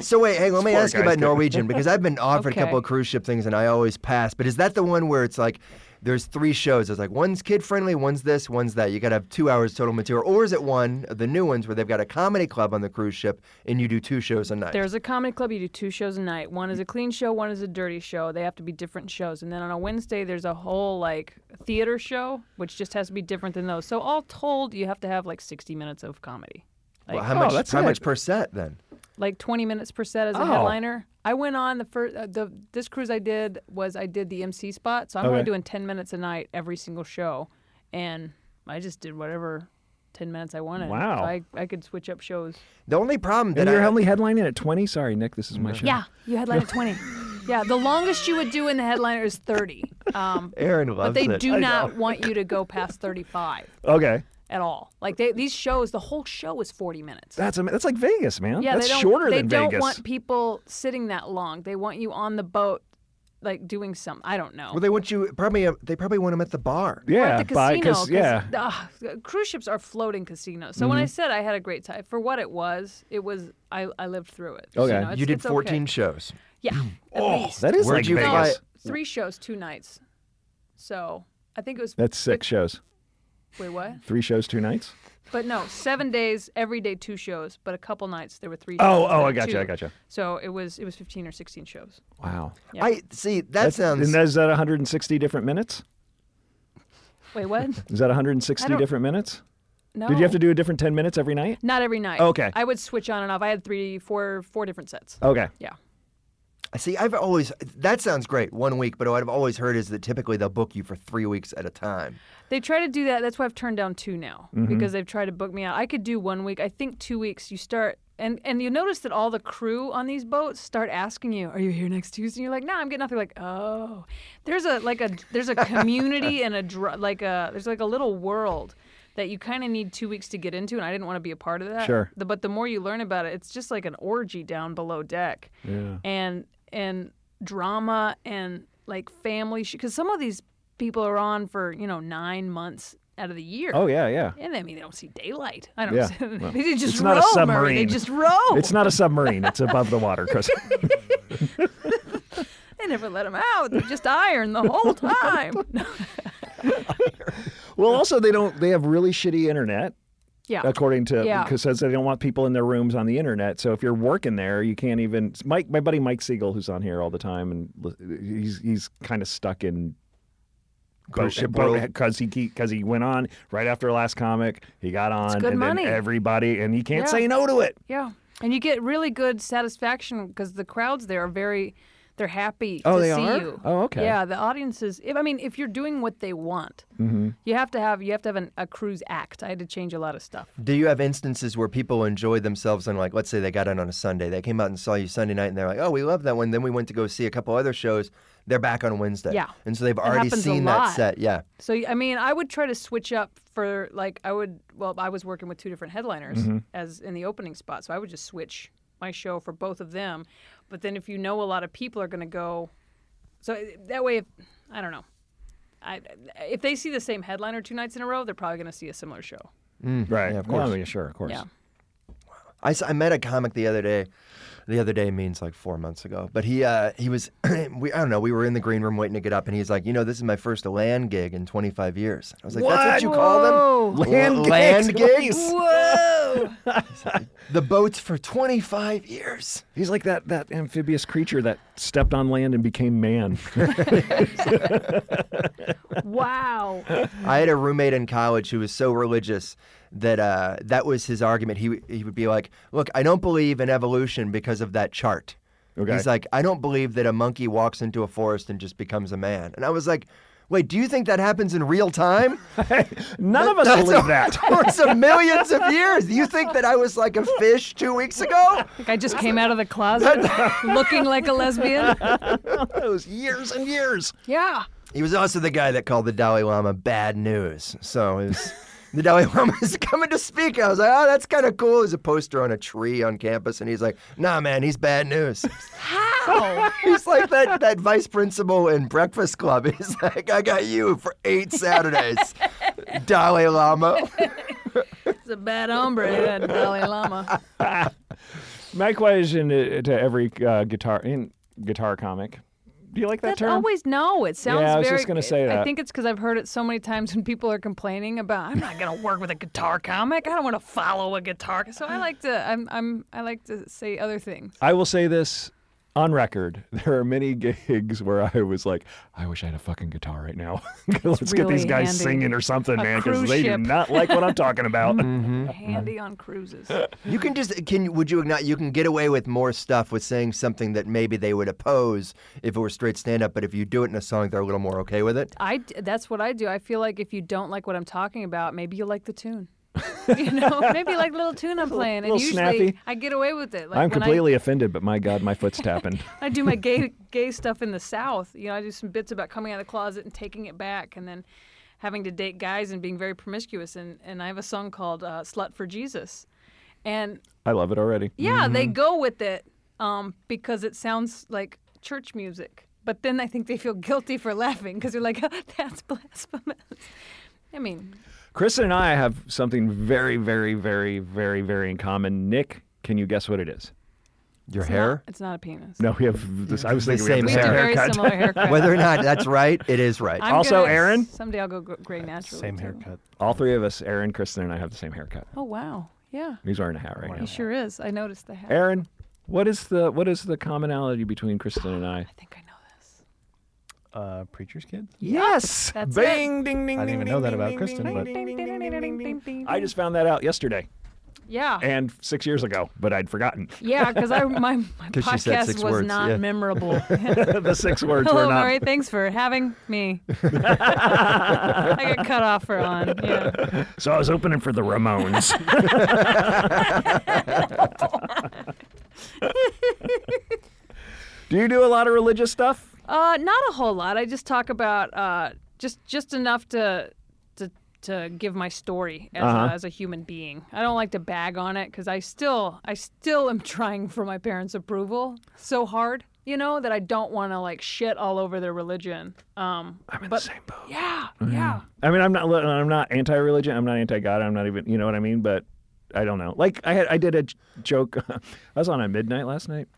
Speaker 5: so wait, hey, let me
Speaker 3: Poor
Speaker 5: ask you
Speaker 3: guy's
Speaker 5: about
Speaker 3: good. (laughs)
Speaker 5: Norwegian because I've been offered
Speaker 4: Okay.
Speaker 5: a couple of cruise ship things and I always pass. But is that the one where it's like there's three shows? It's like one's kid friendly, one's this, one's that. You got to have two hours total material, or is it one of the new ones where they've got a comedy club on the cruise ship and you do two shows a night?
Speaker 4: There's a comedy club. You do two shows a night. One is a clean show. One is a dirty show. They have to be different shows. And then on a Wednesday, there's a whole like theater show, which just has to be different than those. So all told, you have to have like 60 minutes of comedy,
Speaker 5: well, how
Speaker 3: Oh,
Speaker 5: much?
Speaker 3: that's
Speaker 5: how
Speaker 3: it.
Speaker 5: much per set then?
Speaker 4: like 20 minutes per set as a
Speaker 3: Oh.
Speaker 4: headliner. I went on the first uh, the this cruise I did was I did the MC spot, so I'm only
Speaker 3: Okay.
Speaker 4: doing 10 minutes a night every single show, and I just did whatever 10 minutes I wanted.
Speaker 3: Wow.
Speaker 4: I I could switch up shows.
Speaker 5: The only problem that
Speaker 3: and you're
Speaker 5: I, Mm-hmm.
Speaker 3: only headlining at 20? Sorry, Nick, this is my show.
Speaker 4: Yeah, you headline at 20. Yeah, the longest you would do in the headliner is 30. Um,
Speaker 3: (laughs)
Speaker 5: Aaron loves
Speaker 4: but they
Speaker 5: it.
Speaker 4: do not want you to go past 35
Speaker 3: Okay.
Speaker 4: at all. Like they, these shows, the whole show is 40 minutes.
Speaker 3: That's am- that's like Vegas, man.
Speaker 4: yeah,
Speaker 3: that's
Speaker 4: they don't,
Speaker 3: shorter
Speaker 4: they
Speaker 3: than
Speaker 4: don't
Speaker 3: Vegas.
Speaker 4: want people sitting that long. They want you on the boat, like doing some. I don't know.
Speaker 5: Well, they want you probably. They probably want them at the bar.
Speaker 4: Or
Speaker 3: yeah,
Speaker 4: at the
Speaker 3: by-
Speaker 4: casino.
Speaker 3: 'cause- yeah. Mm-hmm.
Speaker 4: ugh, the cruise ships are floating casinos. So when I said I had a great time, for what it was, it was I, I lived through it.
Speaker 3: Okay.
Speaker 4: know,
Speaker 5: you
Speaker 4: it's-
Speaker 5: did
Speaker 4: it's
Speaker 5: 14
Speaker 4: Okay.
Speaker 5: shows.
Speaker 4: Yeah. At least.
Speaker 3: Oh, That is
Speaker 5: Where'd
Speaker 3: like
Speaker 5: you
Speaker 3: Vegas.
Speaker 5: fly-
Speaker 4: No, three shows, two nights. So I think it was.
Speaker 3: That's six shows.
Speaker 4: Wait, what?
Speaker 3: Three shows, two nights.
Speaker 4: But no, seven days, every day two shows, but a couple nights there were three.
Speaker 3: Oh,
Speaker 4: shows,
Speaker 3: oh,
Speaker 4: but
Speaker 3: I gotcha,
Speaker 4: two.
Speaker 3: I gotcha.
Speaker 4: So it was it was fifteen or sixteen shows.
Speaker 3: Wow.
Speaker 4: Yeah.
Speaker 5: I see. That sounds.
Speaker 3: And is that 160 different minutes? (laughs)
Speaker 4: Wait, what?
Speaker 3: Is that
Speaker 4: I
Speaker 3: 160
Speaker 4: don't-
Speaker 3: different minutes?
Speaker 4: No.
Speaker 3: Did you have to do a different 10 minutes every night?
Speaker 4: Not every night.
Speaker 3: Okay.
Speaker 4: I would switch on and off. I had three, four, four different sets.
Speaker 3: Okay.
Speaker 4: Yeah.
Speaker 5: see, I've always. That sounds great. One week, but what I've always heard is that typically they'll book you for three weeks at a time.
Speaker 4: They try to do that. That's why I've turned down two now because they've tried to book me out. I could do one week. I think two weeks. You start and and you notice that all the crew on these boats start asking you, "Are you here next Tuesday?" And you're like, "No, I'm getting nothing." Like, oh, there's a like a there's a community and a dr- like a there's like a little world that you kind of need two weeks to get into, and I didn't want to be a part of that.
Speaker 3: Sure.
Speaker 4: The- but the more you learn about it, it's just like an orgy down below deck.
Speaker 3: Yeah.
Speaker 4: and and drama and like family because some of these people are on for you know nine months out of the year.
Speaker 3: Oh yeah, yeah.
Speaker 4: And I mean, they don't see daylight. I don't.
Speaker 3: Yeah,
Speaker 4: see-
Speaker 3: well,
Speaker 4: (laughs) they just
Speaker 3: it's not a
Speaker 4: row, Murray,
Speaker 3: submarine.
Speaker 4: They just row.
Speaker 3: It's not a submarine. It's above the water,
Speaker 4: (laughs)
Speaker 3: Chris.
Speaker 4: They never let them out. They're just iron
Speaker 3: (laughs)
Speaker 4: the whole time.
Speaker 3: well, also they don't. They have really shitty internet,
Speaker 4: (laughs) yeah.
Speaker 3: according to
Speaker 4: Yeah.
Speaker 3: because says they don't want people in their rooms on the internet. So if you're working there, you can't even. Mike, my buddy Mike Siegel, who's on here all the time, and li- he's he's kind of stuck in
Speaker 5: Cruise ship world.
Speaker 3: because he because he went on right after last comic. He got on
Speaker 4: good
Speaker 3: and
Speaker 4: money.
Speaker 3: then everybody and you can't
Speaker 4: Yeah.
Speaker 3: say no to it.
Speaker 4: Yeah. And you get really good satisfaction because the crowds there are very, they're happy
Speaker 3: Oh,
Speaker 4: to
Speaker 3: they
Speaker 4: see
Speaker 3: are?
Speaker 4: you.
Speaker 3: Oh, okay.
Speaker 4: Yeah, the audiences. If, I mean, if you're doing what they want,
Speaker 3: Mm-hmm.
Speaker 4: you have to have you have to have an, a cruise act. I had to change a lot of stuff.
Speaker 5: Do you have instances where people enjoy themselves and like, let's say they got in on a Sunday, they came out and saw you Sunday night, and they're like, oh, we love that one. Then we went to go see a couple other shows. They're back on Wednesday.
Speaker 4: Yeah.
Speaker 5: And so they've already
Speaker 4: happens a
Speaker 5: seen that
Speaker 4: lot.
Speaker 5: set. Yeah.
Speaker 4: So I mean, I would try to switch up for like I would. Well, I was working with two different headliners as in the opening spot, so I would just switch my show for both of them. But then if you know a lot of people are going to go, so it- that way, if, I don't know. I, eh, if they see the same headliner two nights in a row, they're probably going to see a similar show.
Speaker 3: Right.
Speaker 5: Yeah, of course.
Speaker 3: Well, yeah, sure, of course.
Speaker 4: Yeah.
Speaker 5: I, s- I met a comic the other day. The other day means like four months ago. But he uh, he was (clears throat) we I don't know we were in the green room waiting to get up, and he's like, you know, this is my first land gig in 25 years. I was like, that's what you call
Speaker 4: Whoa.
Speaker 5: them?
Speaker 3: Land
Speaker 5: L-
Speaker 3: gigs?
Speaker 5: Land gigs?
Speaker 4: Whoa!
Speaker 5: The boats for 25 years.
Speaker 3: He's like that that amphibious creature that stepped on land and became (laughs) man.
Speaker 4: wow.
Speaker 5: I had a roommate in college who was so religious that uh, that was his argument. He w- he would be like, "Look, I don't believe in evolution because of that chart."
Speaker 3: Okay.
Speaker 5: He's like, "I don't believe that a monkey walks into a forest and just becomes a man." And I was like, "Wait, do you think that happens in real (laughs) time?"
Speaker 3: None of us
Speaker 5: (laughs)
Speaker 3: believe that.
Speaker 5: For some millions of years, you think that I was like a fish two weeks ago?
Speaker 4: (laughs) Like I just came out of the closet looking like a lesbian.
Speaker 3: That was years and years.
Speaker 4: Yeah.
Speaker 5: He was also the guy that called the Dalai Lama bad news. So it was the Dalai Lama is coming to speak. I was like, oh, that's kind of cool. There's a poster on a tree on campus, and he's like, nah, man, he's bad news.
Speaker 4: How?
Speaker 5: (laughs) he's like that, that vice principal in Breakfast Club. (laughs) He's like, I got you for eight Saturdays, Dalai Lama.
Speaker 4: It's a bad hombre, that Dalai Lama.
Speaker 3: My question to to every uh, guitar in guitar comic: Do you like that
Speaker 4: That's
Speaker 3: term?
Speaker 4: always no. It sounds.
Speaker 3: Yeah, I was
Speaker 4: very,
Speaker 3: just gonna say
Speaker 4: I
Speaker 3: that.
Speaker 4: think it's because I've heard it so many times when people are complaining about. I'm not gonna work with a guitar comic. I don't want to follow a guitar. So I like to. I'm. I'm. I like to say other things.
Speaker 3: I will say this on record. (laughs) There are many gigs where I was like, I wish I had a fucking guitar right now. (laughs) Let's get
Speaker 4: really
Speaker 3: these guys
Speaker 4: handy.
Speaker 3: singing or something,
Speaker 4: A
Speaker 3: man, because
Speaker 4: cruise
Speaker 3: they
Speaker 4: ship.
Speaker 3: do not like what I'm talking
Speaker 4: (laughs)
Speaker 3: about.
Speaker 4: Handy on cruises.
Speaker 5: You can just can would you not you can get away with more stuff with saying something that maybe they would oppose if it were straight stand up, but if you do it in a song, they're a little more okay with it.
Speaker 4: I. d- That's what I do. I feel like if you don't like what I'm talking about, maybe you like the tune. (laughs) you know, maybe you like the
Speaker 3: (laughs)
Speaker 4: little tune I'm playing, and
Speaker 3: little
Speaker 4: usually
Speaker 3: snappy.
Speaker 4: I get away with it. Like
Speaker 3: I'm
Speaker 4: when I-
Speaker 3: completely offended, but my God, my foot's
Speaker 4: (laughs)
Speaker 3: tapping.
Speaker 4: I do my gay gay stuff in the South. You know, I do some bits about coming out of the closet and taking it back, and then having to date guys and being very promiscuous. And and I have a song called uh, "Slut for Jesus," and
Speaker 3: I love it already.
Speaker 4: yeah, they go with it um, because it sounds like church music. But then I think they feel guilty for laughing because they're like, (laughs) "That's blasphemous." I mean,
Speaker 3: Kristen and I have something very, very, very, very, very in common. Nick, can you guess what it is?
Speaker 5: Your hair?
Speaker 4: it's not a penis.
Speaker 3: No, we have this. I was
Speaker 5: The
Speaker 3: thinking we have the
Speaker 5: same
Speaker 4: we
Speaker 3: same
Speaker 4: have
Speaker 5: hair.
Speaker 4: very
Speaker 3: haircut.
Speaker 4: similar haircuts.
Speaker 5: Whether or not that's right, it is right.
Speaker 4: I'm
Speaker 3: Also,
Speaker 4: gonna-
Speaker 3: Aaron? Uh,
Speaker 4: Someday I'll go gr- gray naturally.
Speaker 1: Same
Speaker 4: too.
Speaker 1: haircut.
Speaker 3: All three of us, Aaron, Kristen, and I have the same haircut.
Speaker 4: Oh wow, yeah.
Speaker 3: He's wearing a hat right now.
Speaker 4: He sure is. I noticed the hat.
Speaker 3: Aaron, what is the what is the commonality between Kristen and I?
Speaker 4: I think I know this.
Speaker 1: Uh, preacher's kid.
Speaker 3: Yes.
Speaker 4: That's
Speaker 3: Bing, ding, ding.
Speaker 1: I didn't even
Speaker 3: ding,
Speaker 1: know that
Speaker 3: ding,
Speaker 1: about
Speaker 3: ding,
Speaker 1: Kristen,
Speaker 3: ding,
Speaker 1: but-
Speaker 3: ding, ding, ding, ding, ding, ding. I just found that out yesterday
Speaker 4: yeah,
Speaker 3: and six years ago, but I'd forgotten. (laughs)
Speaker 4: yeah, because I my, my
Speaker 5: (laughs) 'Cause she said
Speaker 4: podcast
Speaker 5: six
Speaker 4: was
Speaker 5: words,
Speaker 4: not
Speaker 5: yeah. (laughs)
Speaker 4: memorable.
Speaker 3: the six words
Speaker 4: (laughs) Hello,
Speaker 3: were not.
Speaker 4: Murray. Thanks for having
Speaker 5: (laughs)
Speaker 4: me. (laughs) I got cut off for on. Yeah.
Speaker 3: So I was opening for the Ramones. (laughs) Do you do a lot of religious stuff?
Speaker 4: Uh, not a whole lot. I just talk about uh, just just enough to to to give my story as,
Speaker 3: Uh-huh.
Speaker 4: a, as a human being. I don't like to bag on it because I still I still am trying for my parents' approval so hard, you know, that I don't want to like shit all over their religion. Um,
Speaker 3: I'm in the same boat.
Speaker 4: yeah, yeah.
Speaker 3: I mean, I'm not. li- I'm not anti-religion. I'm not anti-God. I'm not even. You know what I mean? But I don't know. Like I had. I did a j- joke. (laughs) I was on at midnight last night. (laughs)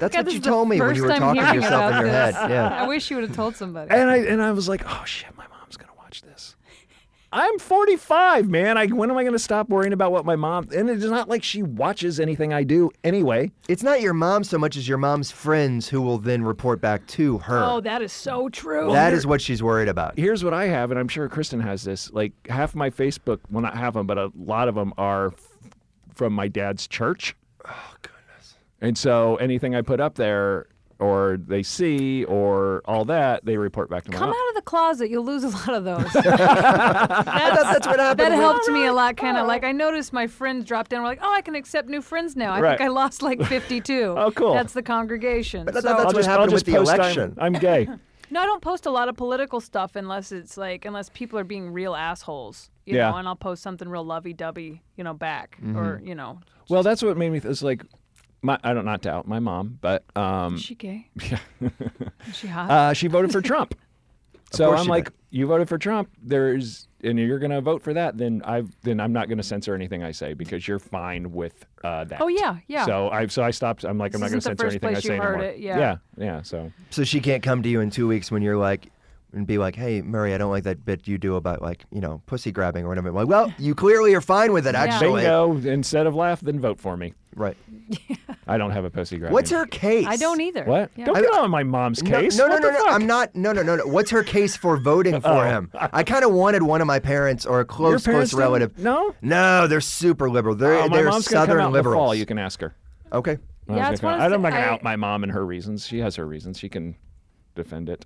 Speaker 5: That's
Speaker 4: God,
Speaker 5: what
Speaker 4: this
Speaker 5: you
Speaker 4: is the
Speaker 5: told me when
Speaker 4: first
Speaker 5: you were
Speaker 4: I'm
Speaker 5: talking to
Speaker 4: hearing
Speaker 5: yourself in
Speaker 4: about
Speaker 5: your head.
Speaker 4: this.
Speaker 5: Yeah.
Speaker 4: I wish you would have told somebody.
Speaker 3: and I and I was like, oh shit, my mom's gonna watch this. I'm 45, man. I, when am I gonna stop worrying about what my mom? And it's not like she watches anything I do anyway.
Speaker 5: It's not your mom so much as your mom's friends who will then report back to her.
Speaker 4: oh, that is so true.
Speaker 5: that is what she's worried about.
Speaker 3: Here's what I have, and I'm sure Kristen has this. Like half my Facebook, well, not half them, but a lot of them are f- from my dad's church. Oh goodness. And so anything I put up there, or they see, or all that, they report back to my
Speaker 4: Come
Speaker 3: mom.
Speaker 4: out of the closet. You'll lose a lot of
Speaker 5: (laughs)
Speaker 4: those.
Speaker 5: That's, that's what
Speaker 4: (laughs)
Speaker 5: happened.
Speaker 4: That
Speaker 5: with-
Speaker 4: helped me a lot, kind of like I noticed my friends dropped in. We're like, oh, I can accept new friends now. I
Speaker 3: Right.
Speaker 4: think I lost like
Speaker 5: (laughs)
Speaker 4: 52.
Speaker 3: Oh, cool.
Speaker 4: That's the congregation.
Speaker 5: But I thought
Speaker 4: So-
Speaker 5: that's
Speaker 3: I'll
Speaker 5: what
Speaker 3: just, I'll
Speaker 5: happened
Speaker 3: just
Speaker 5: with the
Speaker 3: post I'm-
Speaker 5: election.
Speaker 3: I'm gay.
Speaker 5: (laughs)
Speaker 4: no, I don't post a lot of political stuff unless it's like unless people are being real assholes, you
Speaker 3: Yeah.
Speaker 4: know, and I'll post something real lovey-dovey, you know, back
Speaker 5: Mm-hmm.
Speaker 4: or you know,
Speaker 3: Well, that's what made me. Th- it's like, my I don't not to out my mom, but um,
Speaker 4: is she gay?
Speaker 5: (laughs)
Speaker 4: is she hot?
Speaker 3: uh, she voted for
Speaker 4: (laughs)
Speaker 3: Trump. so
Speaker 5: course
Speaker 3: I'm
Speaker 5: she
Speaker 3: like, you voted for Trump. There's and you're gonna vote for that. Then I then I'm not gonna censor anything I say because you're fine with uh, that.
Speaker 4: Oh, yeah, yeah.
Speaker 3: So I so I stopped. I'm like, I'm not gonna
Speaker 4: This isn't the
Speaker 3: censor
Speaker 4: first
Speaker 3: anything I
Speaker 4: place
Speaker 3: say
Speaker 4: you heard
Speaker 3: anymore.
Speaker 4: it, yeah.
Speaker 3: yeah, yeah. So
Speaker 5: So she can't come to you in two weeks when you're like, and be like, hey, Murray, I don't like that bit you do about like, you know, pussy grabbing or whatever. I'm like, well, you clearly are fine with it, actually.
Speaker 3: bingo. Instead of laugh, then vote for me.
Speaker 5: Right.
Speaker 3: I don't have a pussy grab.
Speaker 5: What's her case?
Speaker 4: I don't e- either.
Speaker 3: What?
Speaker 4: Yeah.
Speaker 3: Don't
Speaker 5: I-
Speaker 3: get on my mom's
Speaker 5: No,
Speaker 3: case.
Speaker 5: No, no,
Speaker 3: What
Speaker 5: no,
Speaker 3: the
Speaker 5: no.
Speaker 3: fuck?
Speaker 5: I'm not. No, no, no, no. What's her case for
Speaker 3: (laughs)
Speaker 5: voting for him? I kind of wanted one of my parents
Speaker 3: Oh.
Speaker 5: or a
Speaker 3: Your
Speaker 5: close,
Speaker 3: parents
Speaker 5: close
Speaker 3: didn't-
Speaker 5: relative.
Speaker 3: No.
Speaker 5: No, they're super liberal. They're
Speaker 3: Oh, my
Speaker 5: they're
Speaker 3: mom's gonna
Speaker 5: southern
Speaker 3: come out in the
Speaker 5: liberals.
Speaker 3: fall. You can ask her.
Speaker 5: Okay.
Speaker 3: I
Speaker 4: Yeah,
Speaker 3: was
Speaker 4: it's
Speaker 3: gonna-
Speaker 4: one of those
Speaker 3: I'm not going
Speaker 4: thi-
Speaker 3: to
Speaker 4: I-
Speaker 3: out my mom and her reasons. She has her reasons. She can defend it.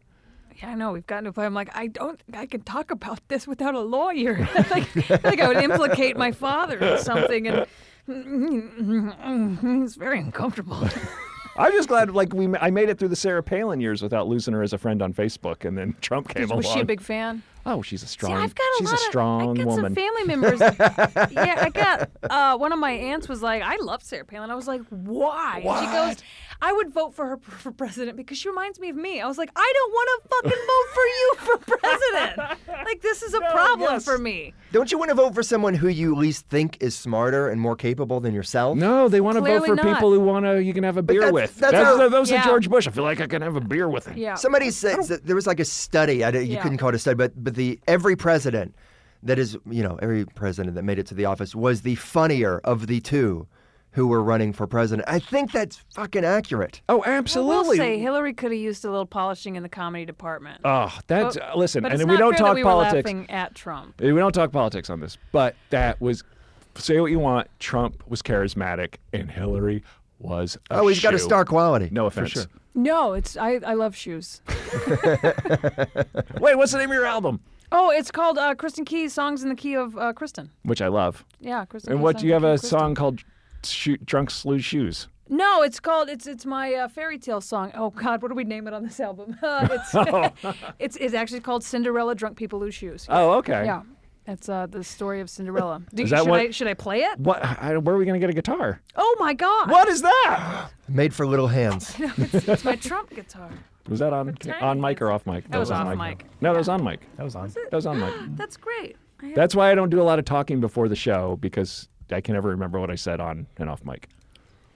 Speaker 4: Yeah, I know. We've gotten to a point. I'm like, I don't. I can talk about this without a lawyer. (laughs) like, I think I would implicate my father in something, and (laughs) it's
Speaker 3: (laughs)
Speaker 4: very uncomfortable.
Speaker 3: I'm just glad, like we, ma- I made it through the Sarah Palin years without losing her as a friend on Facebook, and then (laughs) Trump came
Speaker 4: Was
Speaker 3: along.
Speaker 4: she a big fan?
Speaker 3: Oh, she's a strong.
Speaker 4: See, I've got a
Speaker 3: she's
Speaker 4: lot
Speaker 3: a strong
Speaker 4: of, I got
Speaker 3: woman.
Speaker 4: some family
Speaker 3: (laughs)
Speaker 4: members. yeah, I got uh, one of my aunts was like, I love Sarah Palin. I was like, why? And She goes, I would vote for her p- for president because she reminds me of me. I was like, I don't want to
Speaker 3: (laughs)
Speaker 4: fucking vote for you for president. like this is a problem
Speaker 3: yes.
Speaker 4: for me.
Speaker 5: Don't you want to vote for someone who you least think is smarter and more capable than yourself?
Speaker 3: no, they want to vote
Speaker 4: Clearly
Speaker 3: for
Speaker 4: not.
Speaker 3: people who want to you can have a beer
Speaker 5: that's-
Speaker 3: with.
Speaker 5: that's how-
Speaker 3: the- those
Speaker 4: Yeah.
Speaker 3: are George Bush. I feel like I can have a beer with him.
Speaker 4: Yeah.
Speaker 5: Somebody said that there was like a study. I don't- you
Speaker 4: Yeah.
Speaker 5: couldn't call it a study, but but the every president that is you know every president that made it to the office was the funnier of the two who were running for president. I think that's fucking accurate.
Speaker 3: Oh,
Speaker 4: Well, we'll
Speaker 3: absolutely.
Speaker 4: say Hillary could have used a little polishing in the comedy department.
Speaker 3: oh, that's uh, listen,
Speaker 4: but
Speaker 3: and
Speaker 4: it's
Speaker 3: we
Speaker 4: not
Speaker 3: don't
Speaker 4: fair
Speaker 3: talk
Speaker 4: that we Were
Speaker 3: politics.
Speaker 4: laughing at Trump.
Speaker 3: We don't talk politics on this, but that was say what you want. Trump was charismatic, and Hillary was. A
Speaker 5: Oh, he's got a
Speaker 3: shoe.
Speaker 5: star quality.
Speaker 3: No offense.
Speaker 5: sure.
Speaker 4: No, it's I, I love shoes.
Speaker 3: Wait, what's the name of your album?
Speaker 4: Oh, it's called uh, Kristen Key Songs in the Key of uh, Kristen.
Speaker 3: Which I love.
Speaker 4: Yeah, Kristen.
Speaker 3: And
Speaker 4: Key,
Speaker 3: what
Speaker 4: Songs
Speaker 3: do you have
Speaker 4: in the Key
Speaker 3: a
Speaker 4: of Kristen.
Speaker 3: song called Shoe- "Drunks Lose Shoes"?
Speaker 4: No, it's called it's it's my uh, fairy tale song. Oh God, what do we name it on this album? (laughs) Uh,
Speaker 3: (laughs)
Speaker 4: it's, (laughs) it's it's actually called Cinderella Drunk People Lose Shoes.
Speaker 3: Oh, okay.
Speaker 4: Yeah, that's uh, the story
Speaker 3: (laughs)
Speaker 4: of Cinderella. Do,
Speaker 3: Is
Speaker 4: you-
Speaker 3: that
Speaker 4: should
Speaker 3: what-
Speaker 4: I should I play it?
Speaker 3: What? I, where are we gonna get a guitar?
Speaker 4: Oh my God!
Speaker 3: What is that?
Speaker 5: Made for little hands.
Speaker 4: It's my Trump
Speaker 3: (laughs)
Speaker 4: guitar.
Speaker 3: (gasps) Was that on
Speaker 4: tiny
Speaker 3: on mic or off mic?
Speaker 4: That was off mic.
Speaker 3: No, that was on mic.
Speaker 1: That was on.
Speaker 3: That was on mic.
Speaker 4: That's great. I have-
Speaker 3: That's why I don't do a lot of talking before the show because I can never remember what I said on and off mic.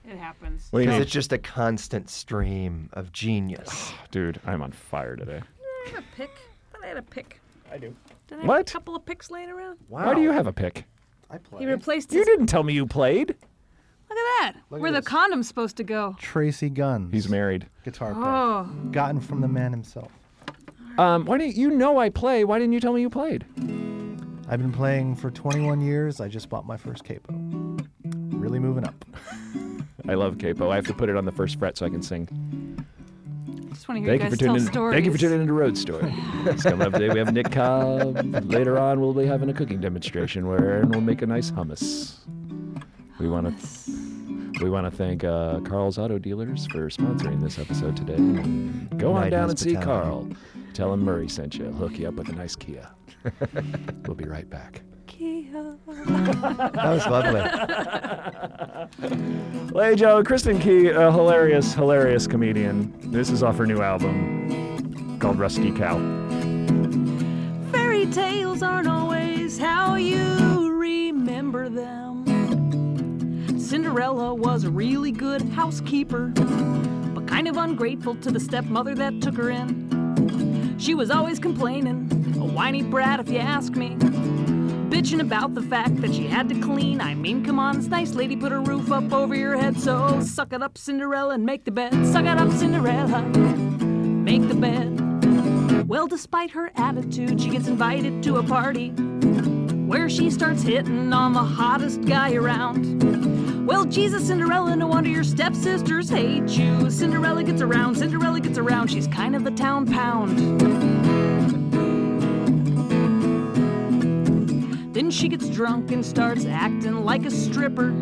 Speaker 4: it happens.
Speaker 3: What do you
Speaker 5: Because
Speaker 3: mean?
Speaker 5: it's just a constant stream of genius.
Speaker 3: Dude, I'm on fire today.
Speaker 4: I have a pick. I thought I had a pick. I
Speaker 5: do.
Speaker 4: Did I have
Speaker 3: What?
Speaker 4: a couple of picks laying around?
Speaker 5: Wow.
Speaker 3: Why do you have a pick?
Speaker 5: I
Speaker 4: He
Speaker 5: play.
Speaker 4: replaced
Speaker 3: You
Speaker 4: his.
Speaker 3: didn't tell me you played.
Speaker 4: Look at that. Where the condom's supposed to go.
Speaker 1: Tracy Guns.
Speaker 3: He's married.
Speaker 1: guitar player.
Speaker 4: Oh.
Speaker 1: Gotten from the man himself.
Speaker 3: Um, why didn't you know I play? Why didn't you tell me you played?
Speaker 1: I've been playing for 21 years. I just bought my first capo. Really moving up.
Speaker 4: Eh?
Speaker 3: I love capo. I have to put it on the first fret so I can sing.
Speaker 4: Just want to
Speaker 3: Thank
Speaker 4: hear you
Speaker 3: you
Speaker 4: guys
Speaker 3: for
Speaker 4: tell
Speaker 3: tuning. In,
Speaker 4: stories.
Speaker 3: thank you for tuning into Road
Speaker 4: (laughs)
Speaker 3: Story. It's coming up today. We have Nick Cobb. Later on, we'll be having a cooking demonstration where Aaron will make a nice hummus. We want to. we want to thank uh, Carl's Auto Dealers for sponsoring this episode today. Go on
Speaker 5: Night
Speaker 3: down and see Carl.
Speaker 5: hospitality.
Speaker 3: Tell him Murray sent you. He'll Hook you up with a nice Kia. (laughs) we'll be right back.
Speaker 5: That was
Speaker 3: (laughs)
Speaker 5: lovely.
Speaker 3: Hey Joe, Kristen Key, a hilarious, hilarious comedian. This is off her new album called Rusty Cow.
Speaker 4: Fairy tales aren't always how you remember them. Cinderella was a really good housekeeper, but kind of ungrateful to the stepmother that took her in. She was always complaining, a whiny brat if you ask me. Bitching about the fact that she had to clean. I mean, come on, this nice lady put a roof up over your head, so suck it up, Cinderella, and make the bed. Suck it up, Cinderella, make the bed. Well, despite her attitude, she gets invited to a party where she starts hitting on the hottest guy around. Well, Jesus, Cinderella, no wonder your stepsisters hate you. Cinderella gets around, Cinderella gets around, she's kind of the town pound. Then she gets drunk and starts acting like a stripper.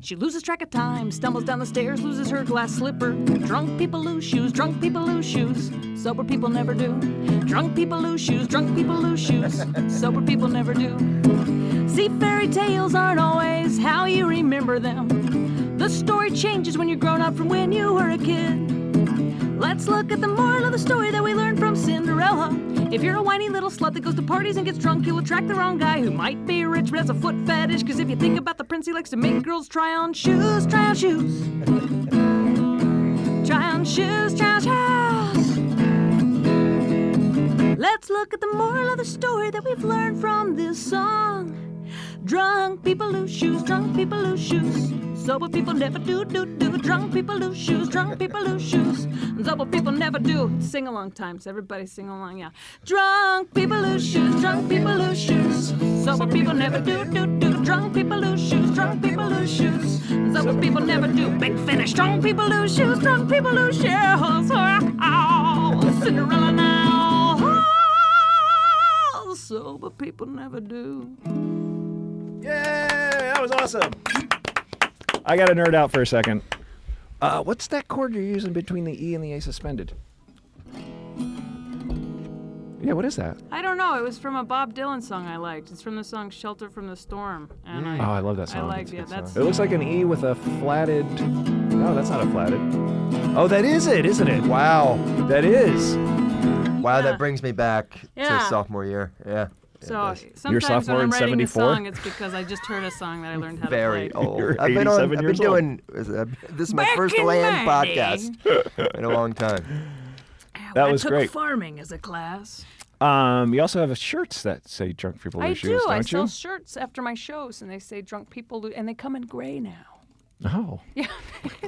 Speaker 4: She loses track of time, stumbles down the stairs, loses her glass slipper. Drunk people lose shoes, drunk people lose shoes, sober people never do. Drunk people lose shoes, drunk people lose shoes, sober people never do. See, fairy tales aren't always how you remember them. The story changes when you're grown up from when you were a kid. Let's look at the moral of the story that we learned from Cinderella. If you're a whiny little slut that goes to parties and gets drunk, you'll attract the wrong guy who might be rich but has a foot fetish. Cause if you think about the prince, he likes to make girls try on shoes, try on shoes. try on shoes, try on shoes. Let's look at the moral of the story that we've learned from this song. Drunk people lose shoes, drunk people lose shoes. Sober people never do, do, do. Drunk people lose shoes, drunk people lose shoes. Sober people never do. Sing along times, everybody sing along, yeah. Drunk people lose shoes, drunk people lose shoes. Sober people never do, do, do. Drunk people lose shoes, drunk people lose shoes. Sober people never do. Big finish, drunk people lose shoes, drunk people lose shoes. Oh, Cinderella now. Oh, sober people never do.
Speaker 3: Yeah, that was awesome. I got to nerd out for a second. Uh, what's that chord you're using between the E and the A suspended? Yeah, what is that?
Speaker 4: I don't know. It was from a Bob Dylan song I liked. It's from the song "Shelter from the Storm," and
Speaker 3: Oh, I
Speaker 4: I,
Speaker 3: love that
Speaker 4: I
Speaker 3: song.
Speaker 4: liked it. That's
Speaker 3: It looks like an E with a flatted. No, that's not a flatted. Oh, that is it, isn't it?
Speaker 5: Wow.
Speaker 3: That is.
Speaker 5: Wow,
Speaker 4: Yeah.
Speaker 5: that brings me back
Speaker 4: Yeah.
Speaker 5: to sophomore year. Yeah.
Speaker 4: so. Sometimes
Speaker 3: sophomore
Speaker 4: when
Speaker 3: in
Speaker 4: I'm writing a
Speaker 3: 74?
Speaker 4: song, it's because I just heard a song that I learned how
Speaker 5: Very
Speaker 4: to play.
Speaker 5: old.
Speaker 3: You're
Speaker 5: I've been
Speaker 3: 87
Speaker 5: on. I've been
Speaker 3: years old.
Speaker 5: doing. is- uh, This is my
Speaker 4: Back
Speaker 5: first
Speaker 4: in
Speaker 5: land
Speaker 4: my
Speaker 5: podcast in a long time.
Speaker 3: That
Speaker 4: I
Speaker 3: was
Speaker 4: took
Speaker 3: great.
Speaker 4: farming as a class.
Speaker 3: Um, you also have shirts that say "Drunk People Lose
Speaker 4: I
Speaker 3: Shoes,"
Speaker 4: do.
Speaker 3: don't
Speaker 4: I
Speaker 3: you?
Speaker 4: sell shirts after my shows, and they say "drunk people," lo-, and they come in gray now.
Speaker 3: oh,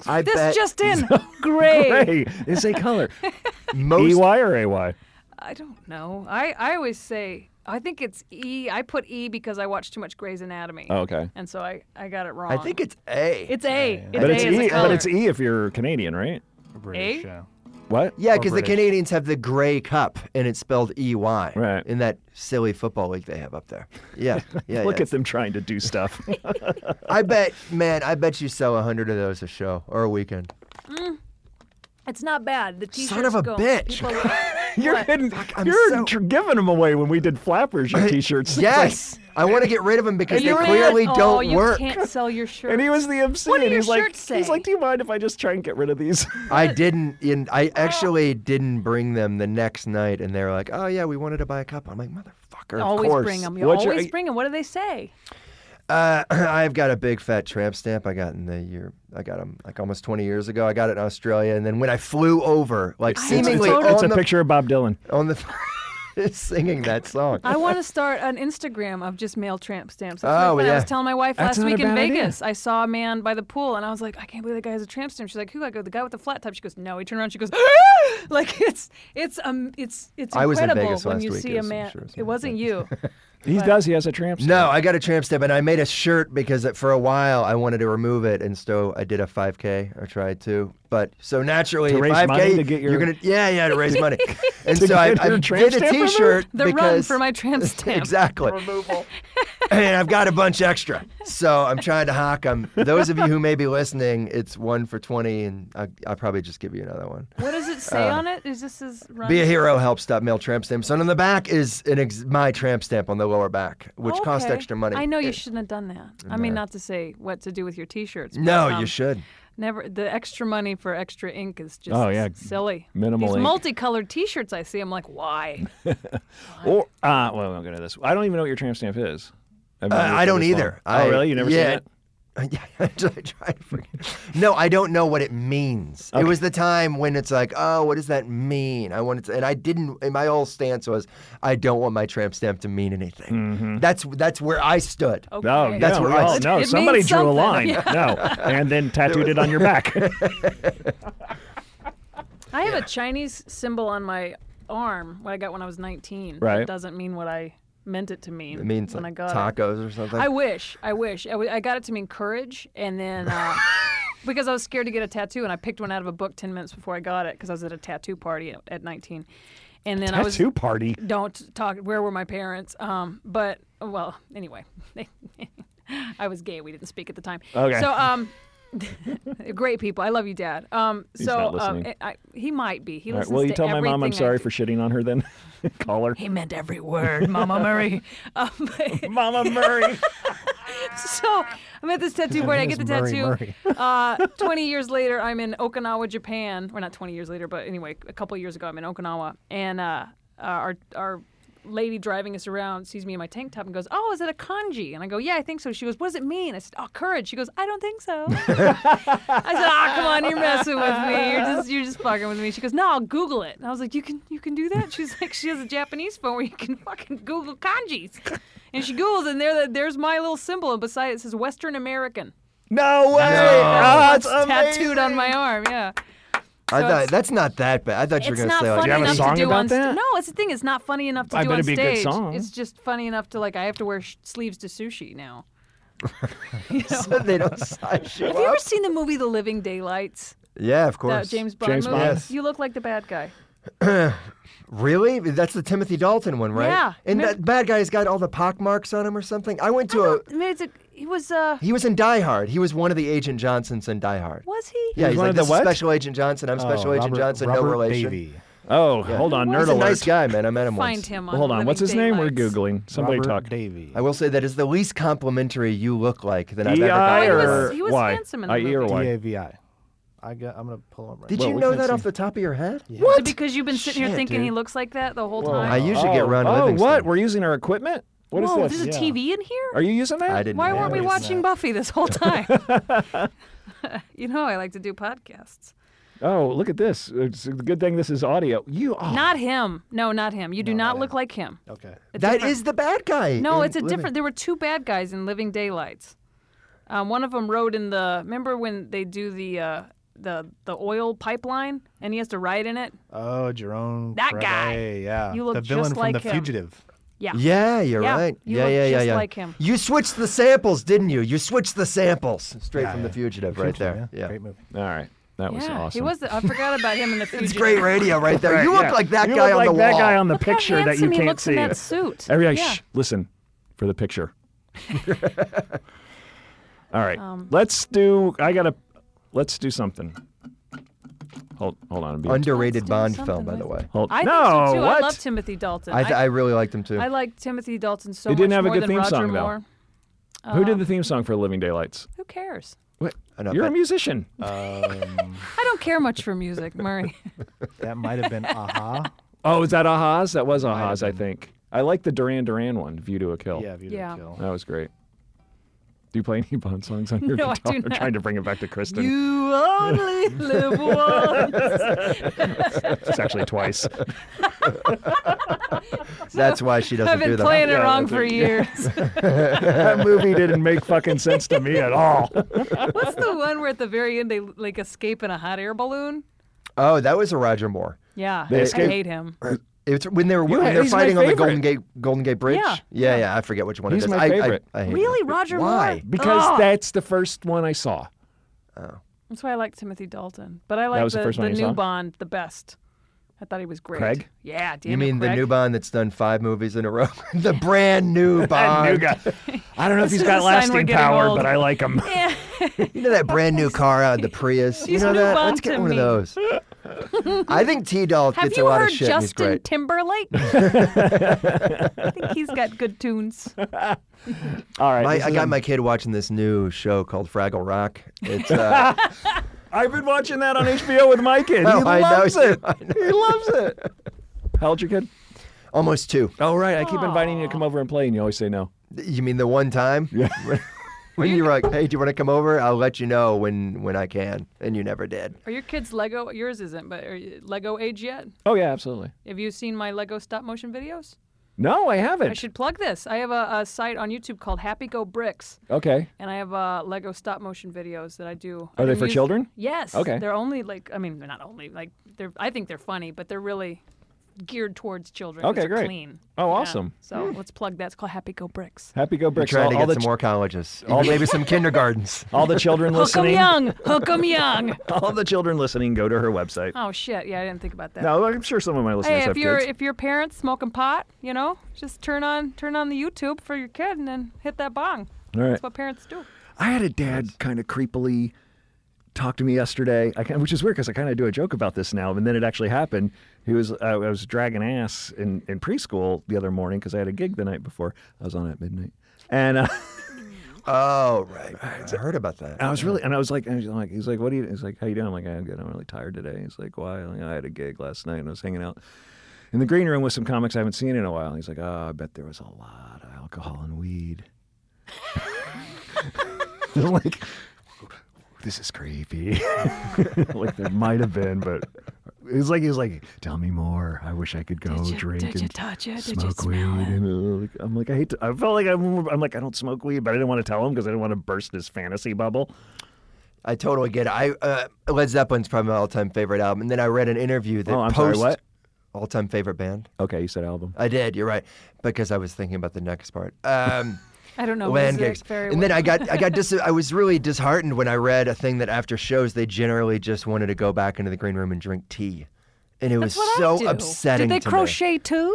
Speaker 5: I
Speaker 4: This
Speaker 5: bet
Speaker 3: (laughs)
Speaker 4: just in, gray.
Speaker 3: hey, it's a
Speaker 4: (laughs)
Speaker 3: color. E
Speaker 5: most.
Speaker 3: Y or A Y?
Speaker 4: I don't know. I, I always say I think it's E. I put E because I watch too much Grey's Anatomy,
Speaker 3: Oh, okay.
Speaker 4: and so I, I got it wrong.
Speaker 5: I think it's A.
Speaker 4: it's A. It's
Speaker 3: But
Speaker 4: A
Speaker 3: it's
Speaker 4: as a
Speaker 3: E. But
Speaker 4: color.
Speaker 3: it's E if you're Canadian, right?
Speaker 1: British,
Speaker 4: Eh?
Speaker 1: yeah.
Speaker 3: What?
Speaker 5: yeah, because the
Speaker 1: British.
Speaker 5: Canadians have the Grey Cup, and it's spelled E Y.
Speaker 3: Right.
Speaker 5: In that silly football league they have up there.
Speaker 3: (laughs)
Speaker 5: Yeah. Yeah.
Speaker 3: Look
Speaker 5: yeah.
Speaker 3: at them trying to do stuff.
Speaker 4: (laughs)
Speaker 5: I bet, man. I bet you sell a hundred of those a show or
Speaker 4: (laughs)
Speaker 5: a weekend.
Speaker 4: It's not bad. The t-shirts
Speaker 5: Son of a
Speaker 4: go.
Speaker 5: bitch. (laughs)
Speaker 4: People-
Speaker 3: you're
Speaker 4: What?
Speaker 3: kidding-
Speaker 5: I'm
Speaker 3: you're
Speaker 5: so-
Speaker 3: tr- giving them away when we did flappers,
Speaker 5: (laughs)
Speaker 3: your T-shirts. It's like-
Speaker 5: Yes. I want to get rid of them because they
Speaker 4: You can't-
Speaker 5: clearly
Speaker 4: oh,
Speaker 5: don't
Speaker 4: you
Speaker 5: work.
Speaker 4: can't sell
Speaker 5: (laughs)
Speaker 4: your shirt.
Speaker 3: and he was the MC.
Speaker 4: What do
Speaker 3: and
Speaker 4: your
Speaker 3: he's like,
Speaker 4: shirts
Speaker 3: he's
Speaker 4: say?
Speaker 3: like, do you mind if I just try and get rid of these? (laughs)
Speaker 5: I didn't. In, I actually didn't bring them the next night, and they were like, "Oh yeah, we wanted to buy a cup." I'm like, "Motherfucker!" of
Speaker 4: always
Speaker 5: course."
Speaker 4: bring them. You
Speaker 3: What's your-
Speaker 4: always bring them. What do
Speaker 3: (laughs)
Speaker 4: they say?
Speaker 5: Uh, (clears throat) I've got a big fat tramp stamp. I got in the year. I got them like almost 20 years ago. I got it in Australia, and then when I flew over, like
Speaker 3: It's, it's
Speaker 5: seemingly
Speaker 3: a, it's a
Speaker 5: on, the, (laughs)
Speaker 3: picture of Bob Dylan.
Speaker 5: on the (laughs) singing that song.
Speaker 4: I want to start an Instagram of just male tramp stamps. That's
Speaker 5: Oh,
Speaker 4: what I was
Speaker 5: yeah.
Speaker 4: telling my wife
Speaker 3: That's
Speaker 4: last
Speaker 3: not
Speaker 4: week
Speaker 3: a
Speaker 4: in
Speaker 3: bad idea.
Speaker 4: Vegas. I saw a man by the pool, and I was like, I can't believe that guy has a tramp stamp. She's like, Who? I go, the guy with the flat top. She goes, No. He turned around. She goes, "Ah!" (laughs) Like it's it's um it's it's
Speaker 5: I was in
Speaker 4: incredible
Speaker 5: Vegas
Speaker 4: when
Speaker 5: last
Speaker 4: you
Speaker 5: week.
Speaker 4: see
Speaker 5: It
Speaker 4: a
Speaker 5: was- I'm
Speaker 4: man.
Speaker 5: sure it was
Speaker 4: it wasn't you.
Speaker 5: (laughs)
Speaker 3: He does. He has a tramp. stamp.
Speaker 5: No, I got a tramp stamp, and I made a shirt because it, for a while I wanted to remove it, and so I did a 5K or tried to. But so naturally,
Speaker 3: To raise
Speaker 5: 5K,
Speaker 3: money to get your-
Speaker 5: you're gonna yeah yeah to
Speaker 3: (laughs)
Speaker 5: raise money, and
Speaker 3: To
Speaker 5: so I,
Speaker 3: get
Speaker 5: I
Speaker 3: your tramp
Speaker 5: did a
Speaker 3: stamp removed?
Speaker 5: T-shirt
Speaker 4: The
Speaker 5: because
Speaker 4: run
Speaker 5: (laughs)
Speaker 4: for my tramp stamp.
Speaker 5: exactly (laughs) and I've got a bunch extra, so I'm trying to hock them. Those of you who may be listening, it's one for 20, and I, I'll probably just give you another one.
Speaker 4: What does
Speaker 5: (laughs)
Speaker 4: it say on it? Is this his run?
Speaker 5: Uh, Be a hero help stop mail tramp stamp. So on the back is an ex- my tramp stamp on the lower back, which cost
Speaker 4: Okay.
Speaker 5: extra money.
Speaker 4: I know you
Speaker 5: It-
Speaker 4: shouldn't have done that. I mean, not to say what to do with your T-shirts. but,
Speaker 5: No,
Speaker 4: um,
Speaker 5: you should.
Speaker 4: Never. The extra money for extra ink is just
Speaker 3: Oh, yeah.
Speaker 4: silly.
Speaker 3: Minimal
Speaker 4: These
Speaker 3: ink.
Speaker 4: multicolored T-shirts I see, I'm like, why?
Speaker 3: Or uh, well, I'm gonna this. I don't even know what your tramp stamp is. I've
Speaker 5: Uh,
Speaker 3: never
Speaker 5: I
Speaker 3: seen
Speaker 5: don't
Speaker 3: Oh, this one.
Speaker 5: either.
Speaker 3: oh
Speaker 5: I-
Speaker 3: really? You never
Speaker 5: yeah,
Speaker 3: seen it?
Speaker 5: (laughs) Yeah, I try to forget. No, I don't know what it means. It was the time when it's like, oh, what does that mean? I wanted to, and I didn't. And my whole stance was, I don't want my tramp stamp to mean anything.
Speaker 3: Mm-hmm.
Speaker 5: That's that's where I stood.
Speaker 4: Okay.
Speaker 3: (laughs) No,
Speaker 5: That's
Speaker 3: no,
Speaker 5: where
Speaker 3: Oh, we
Speaker 5: I
Speaker 3: all
Speaker 5: stood.
Speaker 3: know.
Speaker 4: It means
Speaker 3: Somebody drew a
Speaker 4: something. (laughs)
Speaker 3: line. No, and
Speaker 5: (laughs)
Speaker 3: then tattooed it on your back. (laughs)
Speaker 4: I have a Chinese symbol on my arm. What I got when I was 19.
Speaker 3: Right.
Speaker 4: It doesn't mean what I meant it to mean.
Speaker 5: It means
Speaker 4: when I
Speaker 5: like
Speaker 4: got It.
Speaker 5: tacos or something.
Speaker 4: I wish. I wish. I, w- I got it to mean courage, and then.
Speaker 5: (laughs)
Speaker 4: Uh, Because I was scared to get a tattoo, and I picked one out of a book ten minutes before I got it, because I was at a tattoo party at, at nineteen, and then I was
Speaker 3: Tattoo party.
Speaker 4: don't talk where were my parents um but well anyway (laughs) i was gay we didn't speak at the time
Speaker 3: Okay.
Speaker 4: so um (laughs) great people i love you dad um
Speaker 3: He's
Speaker 4: so
Speaker 3: not
Speaker 4: Um,
Speaker 3: listening.
Speaker 4: I, I- he might be he
Speaker 3: All right.
Speaker 4: listens
Speaker 3: Will you
Speaker 4: to
Speaker 3: tell my mom I'm
Speaker 4: everything I
Speaker 3: sorry
Speaker 4: do.
Speaker 3: for shitting on her then? (laughs) Call her.
Speaker 4: he meant every word
Speaker 3: (laughs)
Speaker 4: mama murray (laughs) um, but-
Speaker 3: Mama
Speaker 4: (laughs)
Speaker 3: Murray.
Speaker 4: so I'm at this tattoo party. I
Speaker 1: name
Speaker 4: get the
Speaker 1: is Murray
Speaker 4: tattoo.
Speaker 1: Murray.
Speaker 4: (laughs) Uh, 20 years later, I'm in Okinawa, Japan. Or not 20 years later, but anyway, a couple years ago, I'm in Okinawa, and uh, uh, our our lady driving us around sees me in my tank top and goes, "Oh, is it a kanji?" And I go, "Yeah, I think so." She goes, "What does it mean?" I said, "Oh, courage." She goes, "I don't think so." I said, "Ah, come on, (laughs) you're messing with me. You're just you're just fucking with me." She goes, "No, I'll Google it." And I was like, "You can you can do that?" She's like, "She has a Japanese phone where you can fucking Google kanjis." And she Googles, and there, there's my little symbol, and beside it says Western American.
Speaker 3: No way.
Speaker 4: Oh,
Speaker 3: Ah,
Speaker 4: it's tattooed on my arm. Yeah, so
Speaker 5: I thought
Speaker 4: it's-
Speaker 5: that's not that bad. I thought you were
Speaker 4: it's
Speaker 5: gonna
Speaker 4: not
Speaker 5: say like,
Speaker 4: funny
Speaker 3: have a
Speaker 4: enough
Speaker 3: song
Speaker 4: to do
Speaker 3: about
Speaker 4: on
Speaker 3: that?
Speaker 4: stage. No, it's the thing. It's not funny enough to
Speaker 3: I
Speaker 4: do
Speaker 3: bet
Speaker 4: on
Speaker 3: it'd be a
Speaker 4: stage.
Speaker 3: good song.
Speaker 4: It's just funny enough to like I have to wear sh- sleeves to sushi now. You know?
Speaker 5: so they don't (laughs) size you
Speaker 4: Have you
Speaker 5: up.
Speaker 4: ever seen the movie The Living Daylights?
Speaker 5: Yeah, of
Speaker 4: That
Speaker 5: course.
Speaker 4: James Bond
Speaker 3: James
Speaker 4: movie.
Speaker 3: Bond.
Speaker 5: Yes.
Speaker 4: You look like the bad guy.
Speaker 5: Really? That's the Timothy Dalton one, right?
Speaker 4: Yeah.
Speaker 5: And
Speaker 4: Remember-
Speaker 5: that bad guy's got all the pock marks on him or something. I went to
Speaker 3: Uh,
Speaker 5: a.
Speaker 4: I mean, it's a, he was uh,
Speaker 5: He was in Die Hard. He was one of the Agent Johnsons in Die Hard.
Speaker 4: was he?
Speaker 5: Yeah,
Speaker 3: was
Speaker 5: he's
Speaker 3: one
Speaker 5: like
Speaker 3: of the
Speaker 5: this is
Speaker 3: what?
Speaker 5: Special Agent Johnson. I'm Special Agent
Speaker 1: Robert-
Speaker 5: Johnson.
Speaker 1: Robert
Speaker 5: no relation.
Speaker 1: Davey.
Speaker 3: Oh, hold on, nerd
Speaker 5: He's a
Speaker 3: alert.
Speaker 5: nice guy, man. I met him
Speaker 4: Find
Speaker 5: once.
Speaker 4: him. On
Speaker 3: Hold on, what's his
Speaker 4: Living
Speaker 3: name? We're
Speaker 4: Daylights.
Speaker 3: googling. Somebody
Speaker 1: Robert
Speaker 3: talk.
Speaker 1: Davey.
Speaker 5: I will say that is the least complimentary you look like that I've
Speaker 3: DI
Speaker 5: ever
Speaker 4: Oh,
Speaker 5: gotten.
Speaker 4: he
Speaker 3: or
Speaker 4: was- he was
Speaker 3: Y?
Speaker 4: handsome in the
Speaker 3: IE or
Speaker 4: movie.
Speaker 3: Y?
Speaker 1: D-A-V-I. I got, I'm going to pull him right
Speaker 5: Did
Speaker 3: Well,
Speaker 5: you
Speaker 3: we
Speaker 5: know
Speaker 3: can't
Speaker 5: that
Speaker 3: see.
Speaker 5: off the top of your head?
Speaker 4: Is it because you've been sitting here
Speaker 5: Shit,
Speaker 4: thinking he
Speaker 5: dude.
Speaker 4: looks like that the whole
Speaker 5: I
Speaker 4: time?
Speaker 5: usually get Ron
Speaker 3: Oh,
Speaker 5: Livingston.
Speaker 3: what? We're using our equipment? What is
Speaker 4: Whoa,
Speaker 3: this?
Speaker 4: there's a TV in here?
Speaker 3: Are you using that?
Speaker 5: I didn't.
Speaker 4: Why
Speaker 5: know
Speaker 4: weren't we
Speaker 5: that.
Speaker 4: watching Buffy this whole time? (laughs) you know, I like to do podcasts.
Speaker 3: Oh, look at this. It's a good thing this is audio. You oh,
Speaker 4: Not him. No, not him. You do not look like him.
Speaker 1: Okay.
Speaker 4: A
Speaker 5: That
Speaker 4: different-
Speaker 5: is the bad guy.
Speaker 4: No,
Speaker 5: in
Speaker 4: it's a
Speaker 5: Living-
Speaker 4: different. There were two bad guys in Living Daylights. Um, one of them rode in the. Remember when they do the uh, the the oil pipeline and he has to ride in it?
Speaker 1: Oh, Jerome.
Speaker 4: That guy.
Speaker 1: Crabbe, Yeah.
Speaker 4: You look
Speaker 1: the villain
Speaker 4: just
Speaker 1: from
Speaker 4: like
Speaker 1: The
Speaker 4: him.
Speaker 1: Fugitive.
Speaker 4: Yeah.
Speaker 5: Yeah, you're
Speaker 4: Yeah,
Speaker 5: right.
Speaker 4: you
Speaker 5: yeah,
Speaker 4: look
Speaker 5: yeah, yeah,
Speaker 4: just
Speaker 5: yeah.
Speaker 4: like him.
Speaker 5: You switched the samples, didn't you? You switched the samples straight
Speaker 1: Yeah,
Speaker 5: from The
Speaker 1: yeah.
Speaker 5: Fugitive, right there.
Speaker 1: Fugitive,
Speaker 5: Yeah,
Speaker 1: Great movie.
Speaker 3: All right. That was
Speaker 4: yeah,
Speaker 3: awesome.
Speaker 4: he was. The, I forgot about him in the fugitive.
Speaker 5: it's great radio right there. You look
Speaker 3: Yeah.
Speaker 5: like that
Speaker 3: You
Speaker 5: guy
Speaker 3: look
Speaker 5: on
Speaker 3: like
Speaker 5: the
Speaker 3: that
Speaker 5: wall.
Speaker 3: guy on the
Speaker 4: Look how
Speaker 3: picture that you
Speaker 4: handsome he
Speaker 3: can't
Speaker 4: looks
Speaker 3: see. (laughs)
Speaker 4: in that suit.
Speaker 3: Everybody,
Speaker 4: Yeah.
Speaker 3: shh, listen for the
Speaker 4: (laughs)
Speaker 3: picture. All right,
Speaker 4: Um,
Speaker 3: let's do. I gotta. Let's do something. Hold, hold on. Be
Speaker 4: Let's
Speaker 5: Underrated
Speaker 4: do
Speaker 5: Bond
Speaker 4: something
Speaker 5: film, by
Speaker 4: with-
Speaker 5: the way.
Speaker 3: hold.
Speaker 4: I
Speaker 3: no,
Speaker 4: think so too.
Speaker 3: what?
Speaker 4: I love Timothy Dalton.
Speaker 5: I, th- I really liked him too.
Speaker 4: I like Timothy Dalton so
Speaker 3: They
Speaker 4: much
Speaker 3: didn't have a
Speaker 4: more
Speaker 3: good
Speaker 4: than
Speaker 3: theme
Speaker 4: Roger
Speaker 3: song, though.
Speaker 4: Moore.
Speaker 3: Who
Speaker 4: uh,
Speaker 3: did the theme song for Living Daylights?
Speaker 4: Who cares?
Speaker 3: What?
Speaker 5: I know,
Speaker 3: You're a
Speaker 5: but-
Speaker 3: musician.
Speaker 4: I don't care much
Speaker 3: (laughs)
Speaker 4: for music, Murray.
Speaker 1: That might have been Aha.
Speaker 3: oh, is that Ahaz? That was Ahaz, I think. I like the Duran Duran one, View to a Kill.
Speaker 1: Yeah, View to a
Speaker 4: Yeah.
Speaker 1: Kill.
Speaker 3: That was great. Do you play any Bond songs on your
Speaker 4: (laughs) No, I
Speaker 3: guitar?
Speaker 4: do not.
Speaker 3: trying to bring it back to Kristen.
Speaker 4: you
Speaker 3: (laughs)
Speaker 4: only live once.
Speaker 3: It's actually
Speaker 4: (laughs)
Speaker 3: twice.
Speaker 5: (laughs) That's why she doesn't
Speaker 4: I've been
Speaker 5: do that.
Speaker 4: playing it
Speaker 3: Yeah,
Speaker 4: wrong
Speaker 3: I
Speaker 4: for years.
Speaker 3: that movie didn't make fucking sense to me at all.
Speaker 4: (laughs)
Speaker 3: (laughs)
Speaker 4: What's the one where at the very end they like escape in a hot air balloon?
Speaker 5: Oh, that was a Roger Moore.
Speaker 4: Yeah,
Speaker 3: They
Speaker 4: I
Speaker 3: escape-
Speaker 4: hate him.
Speaker 5: It's when they're when
Speaker 3: had-
Speaker 5: they're
Speaker 3: he's my
Speaker 5: fighting on the
Speaker 3: favorite.
Speaker 5: Golden Gate Golden Gate Bridge.
Speaker 4: Yeah,
Speaker 5: yeah, yeah, I forget which one
Speaker 3: He's
Speaker 5: it is.
Speaker 3: my
Speaker 5: I- I-
Speaker 3: favorite.
Speaker 5: I, hate him.
Speaker 4: Really, Roger
Speaker 5: Why?
Speaker 4: Moore?
Speaker 3: Because
Speaker 4: Ugh.
Speaker 3: that's the first one I (laughs) saw.
Speaker 4: That's why I like Timothy Dalton, but I like
Speaker 3: was the
Speaker 4: the,
Speaker 3: first one you
Speaker 4: new
Speaker 3: saw?
Speaker 4: Bond the best. I thought he was great.
Speaker 3: Craig?
Speaker 4: Yeah, Daniel
Speaker 5: You mean the
Speaker 4: Craig.
Speaker 5: new Bond that's done five movies in a row? (laughs) the brand
Speaker 4: (laughs)
Speaker 5: new Bond.
Speaker 3: New guy. I don't know if he's
Speaker 4: is
Speaker 3: got
Speaker 4: a sign we're
Speaker 3: lasting
Speaker 4: getting
Speaker 3: power,
Speaker 4: old.
Speaker 3: but I like (laughs) him.
Speaker 5: You know that brand new car out
Speaker 4: (laughs)
Speaker 5: of the Prius. you
Speaker 4: She's
Speaker 5: know
Speaker 4: new
Speaker 5: that?
Speaker 4: Bond
Speaker 5: Let's get
Speaker 4: to
Speaker 5: one
Speaker 4: me.
Speaker 5: of those.
Speaker 4: (laughs)
Speaker 5: I think T Doll
Speaker 4: Have
Speaker 5: gets a
Speaker 4: you
Speaker 5: lot
Speaker 4: heard
Speaker 5: of shit. and he's
Speaker 4: Justin
Speaker 3: (laughs)
Speaker 5: great.
Speaker 4: Timberlake? I think he's got good tunes.
Speaker 3: All right.
Speaker 5: My,
Speaker 3: this
Speaker 5: I
Speaker 3: is
Speaker 5: got
Speaker 3: a-
Speaker 5: my kid watching this new show called Fraggle Rock.
Speaker 4: (laughs)
Speaker 5: It's uh,
Speaker 3: (laughs) I've been watching that on HBO with my kid. He
Speaker 5: Oh, I know
Speaker 3: loves
Speaker 5: you-
Speaker 3: it. He loves
Speaker 5: (laughs)
Speaker 3: it. How old's your kid?
Speaker 5: almost two.
Speaker 3: Oh, right. I keep inviting you to come over and play, and you always say no.
Speaker 5: You mean the one time? Yeah. (laughs) when you were like, "Hey, do you want to come over? I'll let you know when when I can," and you never did.
Speaker 4: Are your kids Lego? Yours isn't, but are you Lego age yet?
Speaker 3: Oh, yeah, absolutely.
Speaker 4: Have you seen my Lego stop motion videos?
Speaker 3: No, I
Speaker 4: I
Speaker 3: haven't.
Speaker 4: should plug this. I have a, a site on YouTube called Happy Go Bricks,
Speaker 3: Okay.
Speaker 4: and I have uh, Lego stop motion videos that I do.
Speaker 3: Are
Speaker 4: I
Speaker 3: they
Speaker 4: do
Speaker 3: for
Speaker 4: mus-
Speaker 3: children?
Speaker 4: Yes.
Speaker 3: Okay.
Speaker 4: They're only like I mean they're not only like they're I think they're funny, but they're really geared towards children. 'cause
Speaker 3: Okay,
Speaker 4: they're
Speaker 3: great.
Speaker 4: Clean.
Speaker 3: Oh,
Speaker 4: Yeah.
Speaker 3: awesome.
Speaker 4: So let's plug that. It's called Happy Go Bricks.
Speaker 3: Happy Go Bricks.
Speaker 5: Trying
Speaker 3: all,
Speaker 5: to
Speaker 3: all the
Speaker 5: get some
Speaker 3: ch-
Speaker 5: more Oh, colleges, even maybe some
Speaker 3: (laughs)
Speaker 5: kindergartens.
Speaker 3: all the
Speaker 5: (laughs)
Speaker 3: children
Speaker 4: Hook 'em
Speaker 3: listening.
Speaker 4: young. Hook 'em young.
Speaker 3: (laughs) All the children listening, go to her
Speaker 5: (laughs)
Speaker 3: website.
Speaker 4: Oh shit! Yeah, I didn't think about that.
Speaker 3: Now, I'm sure some of my listeners
Speaker 4: Hey,
Speaker 3: have
Speaker 4: if your
Speaker 3: kids.
Speaker 4: if your parents smoking pot, you know, just turn on turn on the YouTube for your kid and then hit that bong.
Speaker 3: All right.
Speaker 4: That's what parents do.
Speaker 3: I had a dad kind of creepily talk to me yesterday, I kind which is weird because I kind of do a joke about this now, and then it actually happened. He was uh, I was dragging ass in, in preschool the other morning because I had a gig the night before. I was on at midnight, and uh,
Speaker 5: Oh right, right. I heard about that.
Speaker 3: I was really and I was like, I was like he's like, what do you? He's like, how you doing? I'm like, I'm good. I'm really tired today. He's like, why? I'm like, I had a gig last night and I was hanging out in the green room with some comics I haven't seen in a while. And he's like, oh, I bet there was a lot of alcohol and weed. (laughs) I'm like, this is creepy. (laughs) like there might have been, but it's like he's like, tell me more. I wish I could go drink and
Speaker 4: touch it?
Speaker 3: smoke weed. And uh, like, I'm like, I hate. To, I felt like I'm, I'm like, I don't smoke weed, but I didn't want to tell him because I didn't want to burst his fantasy bubble.
Speaker 5: I totally get it. I uh, Led Zeppelin's probably my all-time favorite album, and then I read an interview that
Speaker 3: Oh, I'm sorry,
Speaker 5: post
Speaker 3: what?
Speaker 5: all-time favorite band.
Speaker 3: Okay, you said album.
Speaker 5: I did. You're right, because I was thinking about the next part.
Speaker 3: (laughs)
Speaker 5: Um,
Speaker 4: I don't know.
Speaker 5: land
Speaker 4: music
Speaker 5: gigs,
Speaker 4: very well.
Speaker 5: and then I got I got dis- I was really disheartened when I read a thing that after shows they generally just wanted to go back into the green room and drink tea, and it
Speaker 4: That's
Speaker 5: was
Speaker 4: what I
Speaker 5: so
Speaker 4: do.
Speaker 5: upsetting.
Speaker 4: Did they
Speaker 5: to
Speaker 4: crochet too?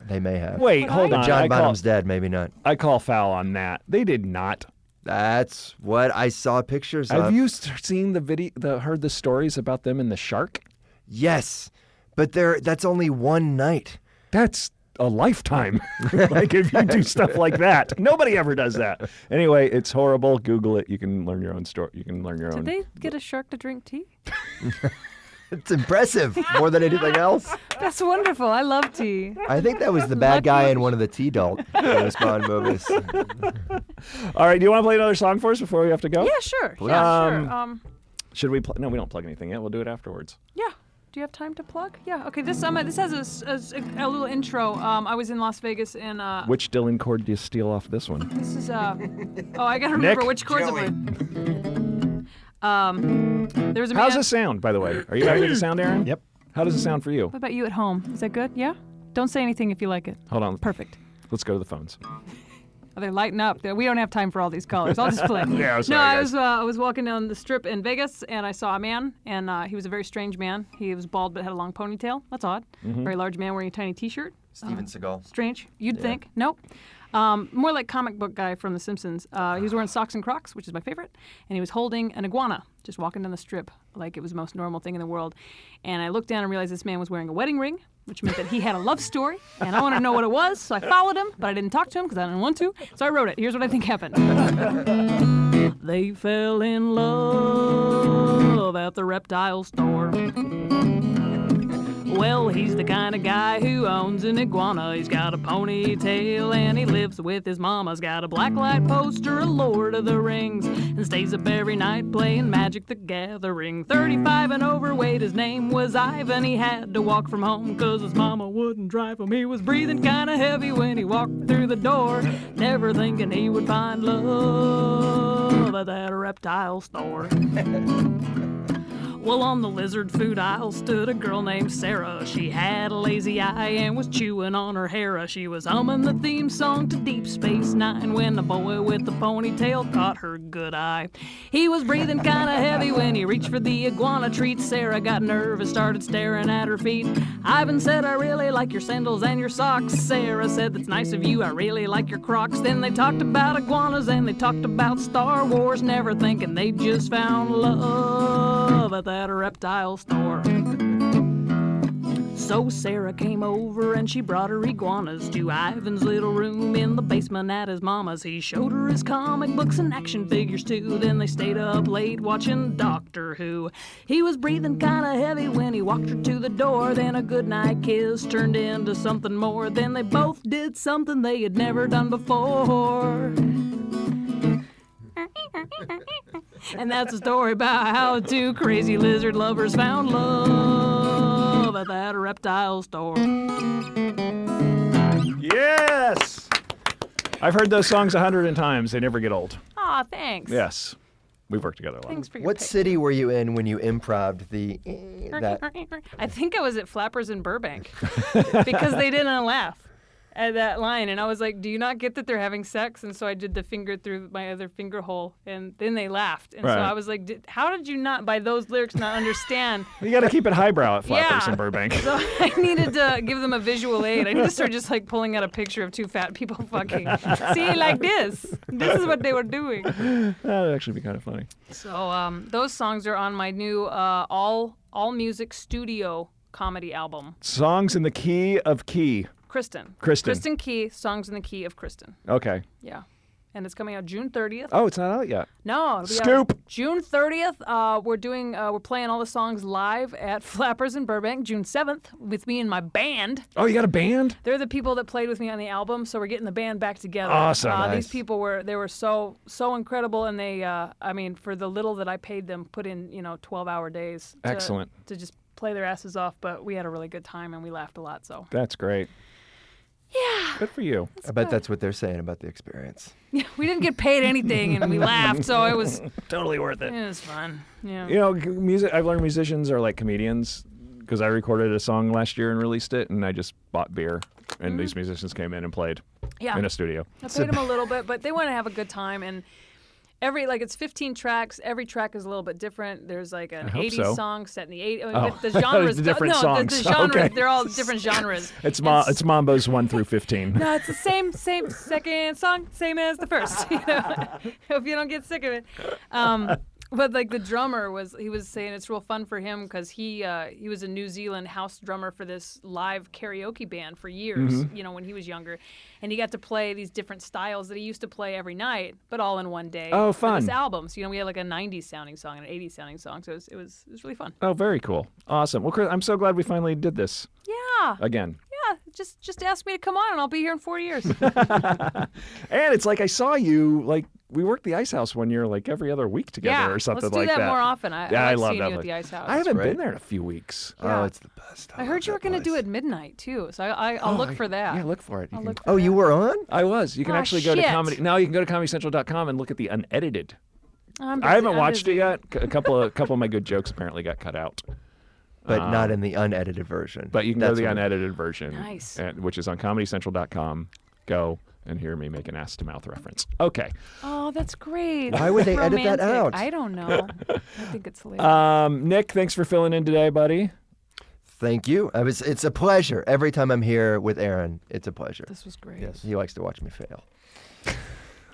Speaker 5: Me. They may have.
Speaker 3: Wait, hold
Speaker 5: But
Speaker 3: on.
Speaker 5: John
Speaker 3: I call,
Speaker 5: Bonham's dead. Maybe not.
Speaker 3: I call foul on that. They did not.
Speaker 5: That's what I saw pictures of.
Speaker 3: Have you s- seen the video? The, heard the stories about them in the shark?
Speaker 5: Yes. But there, that's only one night.
Speaker 3: that's a (laughs) lifetime. like if you do stuff like that, nobody ever does that. Anyway, it's horrible. Google it. You can learn your own story. You can learn your own.
Speaker 4: Did they get a shark to drink tea?
Speaker 5: It's impressive more than anything else.
Speaker 4: That's wonderful. I love tea.
Speaker 5: I think that was the bad guy in one of the T-Dolt James Bond movies.
Speaker 3: All right, do you want to play another song for us before we have to go?
Speaker 4: Yeah, sure. Yeah,
Speaker 3: Um,
Speaker 4: sure. Um,
Speaker 3: Should we? Pl- no, we don't plug anything yet. We'll do it afterwards.
Speaker 4: Yeah. Do you have time to plug? Yeah. Okay. This um, this has a s- a, s- a little intro. Um, I was in Las Vegas and uh,
Speaker 3: Which Dylan chord do you steal off this one?
Speaker 4: this is uh, oh, I gotta remember
Speaker 3: Nick?
Speaker 4: which chords
Speaker 5: Joey.
Speaker 4: I'm Um, there was a
Speaker 3: How's
Speaker 4: man.
Speaker 3: it sound, by the way? Are you happy with the sound, Aaron?
Speaker 1: Yep.
Speaker 3: How does it sound for you?
Speaker 4: What about you at home? Is that good? Yeah. Don't say anything if you like it.
Speaker 3: Hold on.
Speaker 4: Perfect.
Speaker 3: Let's go to the phones.
Speaker 4: Oh, they're lighting up. They- We don't have time for all these callers. I'll just play.
Speaker 3: (laughs) Yeah, sorry,
Speaker 4: no, I
Speaker 3: guys.
Speaker 4: was uh, I was walking down the strip in Vegas and I saw a man, and uh, he was a very strange man. He was bald but had a long ponytail. That's odd.
Speaker 3: Mm-hmm.
Speaker 4: Very large man wearing a tiny T-shirt.
Speaker 5: Steven Seagal.
Speaker 4: Strange. You'd think. Nope. Um, more like comic book guy from The Simpsons. Uh, he was wearing socks and Crocs, which is my favorite, and he was holding an iguana, just walking down the strip like it was the most normal thing in the world. And I looked down and realized this man was wearing a wedding ring, which meant that he had a love story, and I wanted to know what it was, so I followed him, but I didn't talk to him because I didn't want to. So I wrote it. Here's what I think happened. They fell in love at the reptile store. Well, he's the kind of guy who owns an iguana. He's got a ponytail and he lives with his mama. He's got a blacklight poster, a Lord of the Rings, and stays up every night playing Magic the Gathering. 35 and overweight, his name was Ivan. He had to walk from home 'cause his mama wouldn't drive him. He was breathing kind of heavy when he walked through the door, never thinking he would find love at that reptile store. Well, on the lizard food aisle stood a girl named Sarah. She had a lazy eye and was chewing on her hair. She was humming the theme song to Deep Space Nine when the boy with the ponytail caught her good eye. He was breathing kind of heavy when he reached for the iguana treat. Sarah got nervous, started staring at her feet. Ivan said, I really like your sandals and your socks. Sarah said, That's nice of you, I really like your crocs. Then they talked about iguanas and they talked about Star Wars, never thinking they just found love at that reptile store. So Sarah came over and she brought her iguanas to Ivan's little room in the basement at his mama's. He showed her his comic books and action figures too. Then they stayed up late watching Doctor Who. He was breathing kinda heavy when he walked her to the door. Then a goodnight kiss turned into something more. Then they both did something they had never done before. And that's a story about how two crazy lizard lovers found love at that reptile store.
Speaker 3: Yes. I've heard those songs a hundred times. They never get old.
Speaker 4: Aw, thanks.
Speaker 3: Yes. We've worked together a lot.
Speaker 4: Thanks for your
Speaker 5: What
Speaker 4: pick.
Speaker 5: city were you in when you improved the eh, that?
Speaker 4: I think I was at Flappers in Burbank because they didn't laugh at that line. And I was like, do you not get that they're having sex? And so I did the finger through my other finger hole. And then they laughed. And so
Speaker 3: Right.
Speaker 4: I was like, did, how did you not, by those lyrics, not understand? (laughs)
Speaker 3: You got to keep it highbrow at Flappers
Speaker 4: Yeah.
Speaker 3: in Burbank. (laughs)
Speaker 4: So I needed to give them a visual aid. I need to start just like pulling out a picture of two fat people (laughs) fucking. See, like this. This is what they were doing.
Speaker 3: That'd actually be kind of funny.
Speaker 4: So um, those songs are on my new uh, all all music studio comedy album,
Speaker 3: Songs in the key of key.
Speaker 4: Kristen.
Speaker 3: Kristen.
Speaker 4: Kristen Key, songs in the key of Kristen.
Speaker 3: Okay.
Speaker 4: Yeah. And it's coming out June 30th.
Speaker 3: Oh, it's not out yet.
Speaker 4: No, it'll be out
Speaker 3: Scoop.
Speaker 4: June 30th. Uh, we're doing uh, we're playing all the songs live at (laughs) Flappers in Burbank. June 7th with me and my band.
Speaker 3: Oh, you got a band?
Speaker 4: They're the people that played with me on the album, so we're getting the band back together.
Speaker 3: Awesome.
Speaker 4: Uh,
Speaker 5: Nice.
Speaker 4: These people were they were so so incredible, and they uh, I mean for the little that I paid them, put in you know twelve hour days. To,
Speaker 3: Excellent.
Speaker 4: To just play their asses off, but we had a really good time and we laughed a lot. So
Speaker 3: That's great. Yeah. Good for you.
Speaker 5: I bet that's what they're saying about the experience.
Speaker 4: (laughs) we didn't get paid anything,
Speaker 3: (laughs)
Speaker 4: and we laughed, so it was it
Speaker 3: Totally worth it.
Speaker 4: was fun. Yeah.
Speaker 3: You know, g- music. I've learned musicians are like comedians because I recorded a song last year and released it, and I just bought beer, and these musicians came in and played
Speaker 4: Yeah.
Speaker 3: in a studio.
Speaker 4: I paid them a little bit, but they want to have a good time and. Every like it's 15 tracks. Every track is a little bit different. There's like an
Speaker 3: hope
Speaker 4: 80s
Speaker 3: so.
Speaker 4: song set in the 80s.
Speaker 3: Oh, (laughs)
Speaker 4: the
Speaker 3: I thought it
Speaker 4: genres,
Speaker 3: was different
Speaker 4: no, The,
Speaker 3: songs.
Speaker 4: the genres,
Speaker 3: Okay.
Speaker 4: they're all different genres.
Speaker 3: (laughs) It's ma- it's Mambo's one through fifteen.
Speaker 4: No, it's the same, same (laughs) second song, same as the first. You know, hope you don't get sick of it. Um, But like the drummer was, he was saying it's real fun for him because he uh, he was a New Zealand house drummer for this live karaoke band for years.
Speaker 3: Mm-hmm.
Speaker 4: You know, when he was younger, and he got to play these different styles that he used to play every night, but all in one day.
Speaker 3: Oh,
Speaker 4: for this
Speaker 3: fun.
Speaker 4: album. So you know, we had like a '90s sounding song and an '80s sounding song. So it was it was, it was really fun.
Speaker 3: Oh, very cool. Awesome. Well, Chris, I'm so glad we finally did this
Speaker 4: Yeah,
Speaker 3: again.
Speaker 4: yeah. Just just ask me to come on, and I'll be here in 40 years.
Speaker 3: And it's like I saw you, like, we worked the Ice House one year, like every other week together
Speaker 4: yeah,
Speaker 3: or something
Speaker 4: let's do
Speaker 3: like
Speaker 4: that,
Speaker 3: that.
Speaker 4: more often. I,
Speaker 3: Yeah,
Speaker 4: I,
Speaker 3: I
Speaker 4: like
Speaker 3: love
Speaker 4: seeing
Speaker 3: that
Speaker 4: you at
Speaker 3: one.
Speaker 4: the Ice House.
Speaker 3: I haven't
Speaker 5: great.
Speaker 3: been there in a few weeks.
Speaker 5: Oh,
Speaker 4: Yeah.
Speaker 5: it's the best.
Speaker 4: I heard you were
Speaker 5: going
Speaker 4: gonna do it midnight too, so I, I I'll look for that.
Speaker 3: Oh, Yeah, look for it. You
Speaker 4: I'll
Speaker 3: can-
Speaker 4: look for
Speaker 5: Oh,
Speaker 4: that.
Speaker 5: you were on?
Speaker 3: I was. You can
Speaker 4: Ah,
Speaker 3: actually go to
Speaker 4: shit.
Speaker 3: comedy. Now you can go to comedycentral.com and look at the unedited.
Speaker 4: I'm busy,
Speaker 3: I haven't
Speaker 4: I'm
Speaker 3: watched
Speaker 4: busy.
Speaker 3: it yet. C- A couple of a couple of my good jokes apparently got cut out.
Speaker 5: but not in the unedited version.
Speaker 3: Uh-huh. But you can go to
Speaker 5: That's
Speaker 3: the
Speaker 5: what-
Speaker 3: unedited version,
Speaker 4: Nice.
Speaker 3: at- which is on comedycentral.com. Go and hear me make an ass to mouth reference. Okay.
Speaker 4: Oh, that's great.
Speaker 5: Why would
Speaker 4: That's
Speaker 5: they edit that
Speaker 4: romantic.
Speaker 5: out?
Speaker 4: I
Speaker 3: (laughs)
Speaker 4: don't know. I think it's hilarious.
Speaker 3: Um, Nick, thanks for filling in today, buddy.
Speaker 5: Thank you. I was, it's a pleasure. Every time I'm here with Aaron, it's a pleasure.
Speaker 4: this was great.
Speaker 5: Yes, he likes to watch me fail.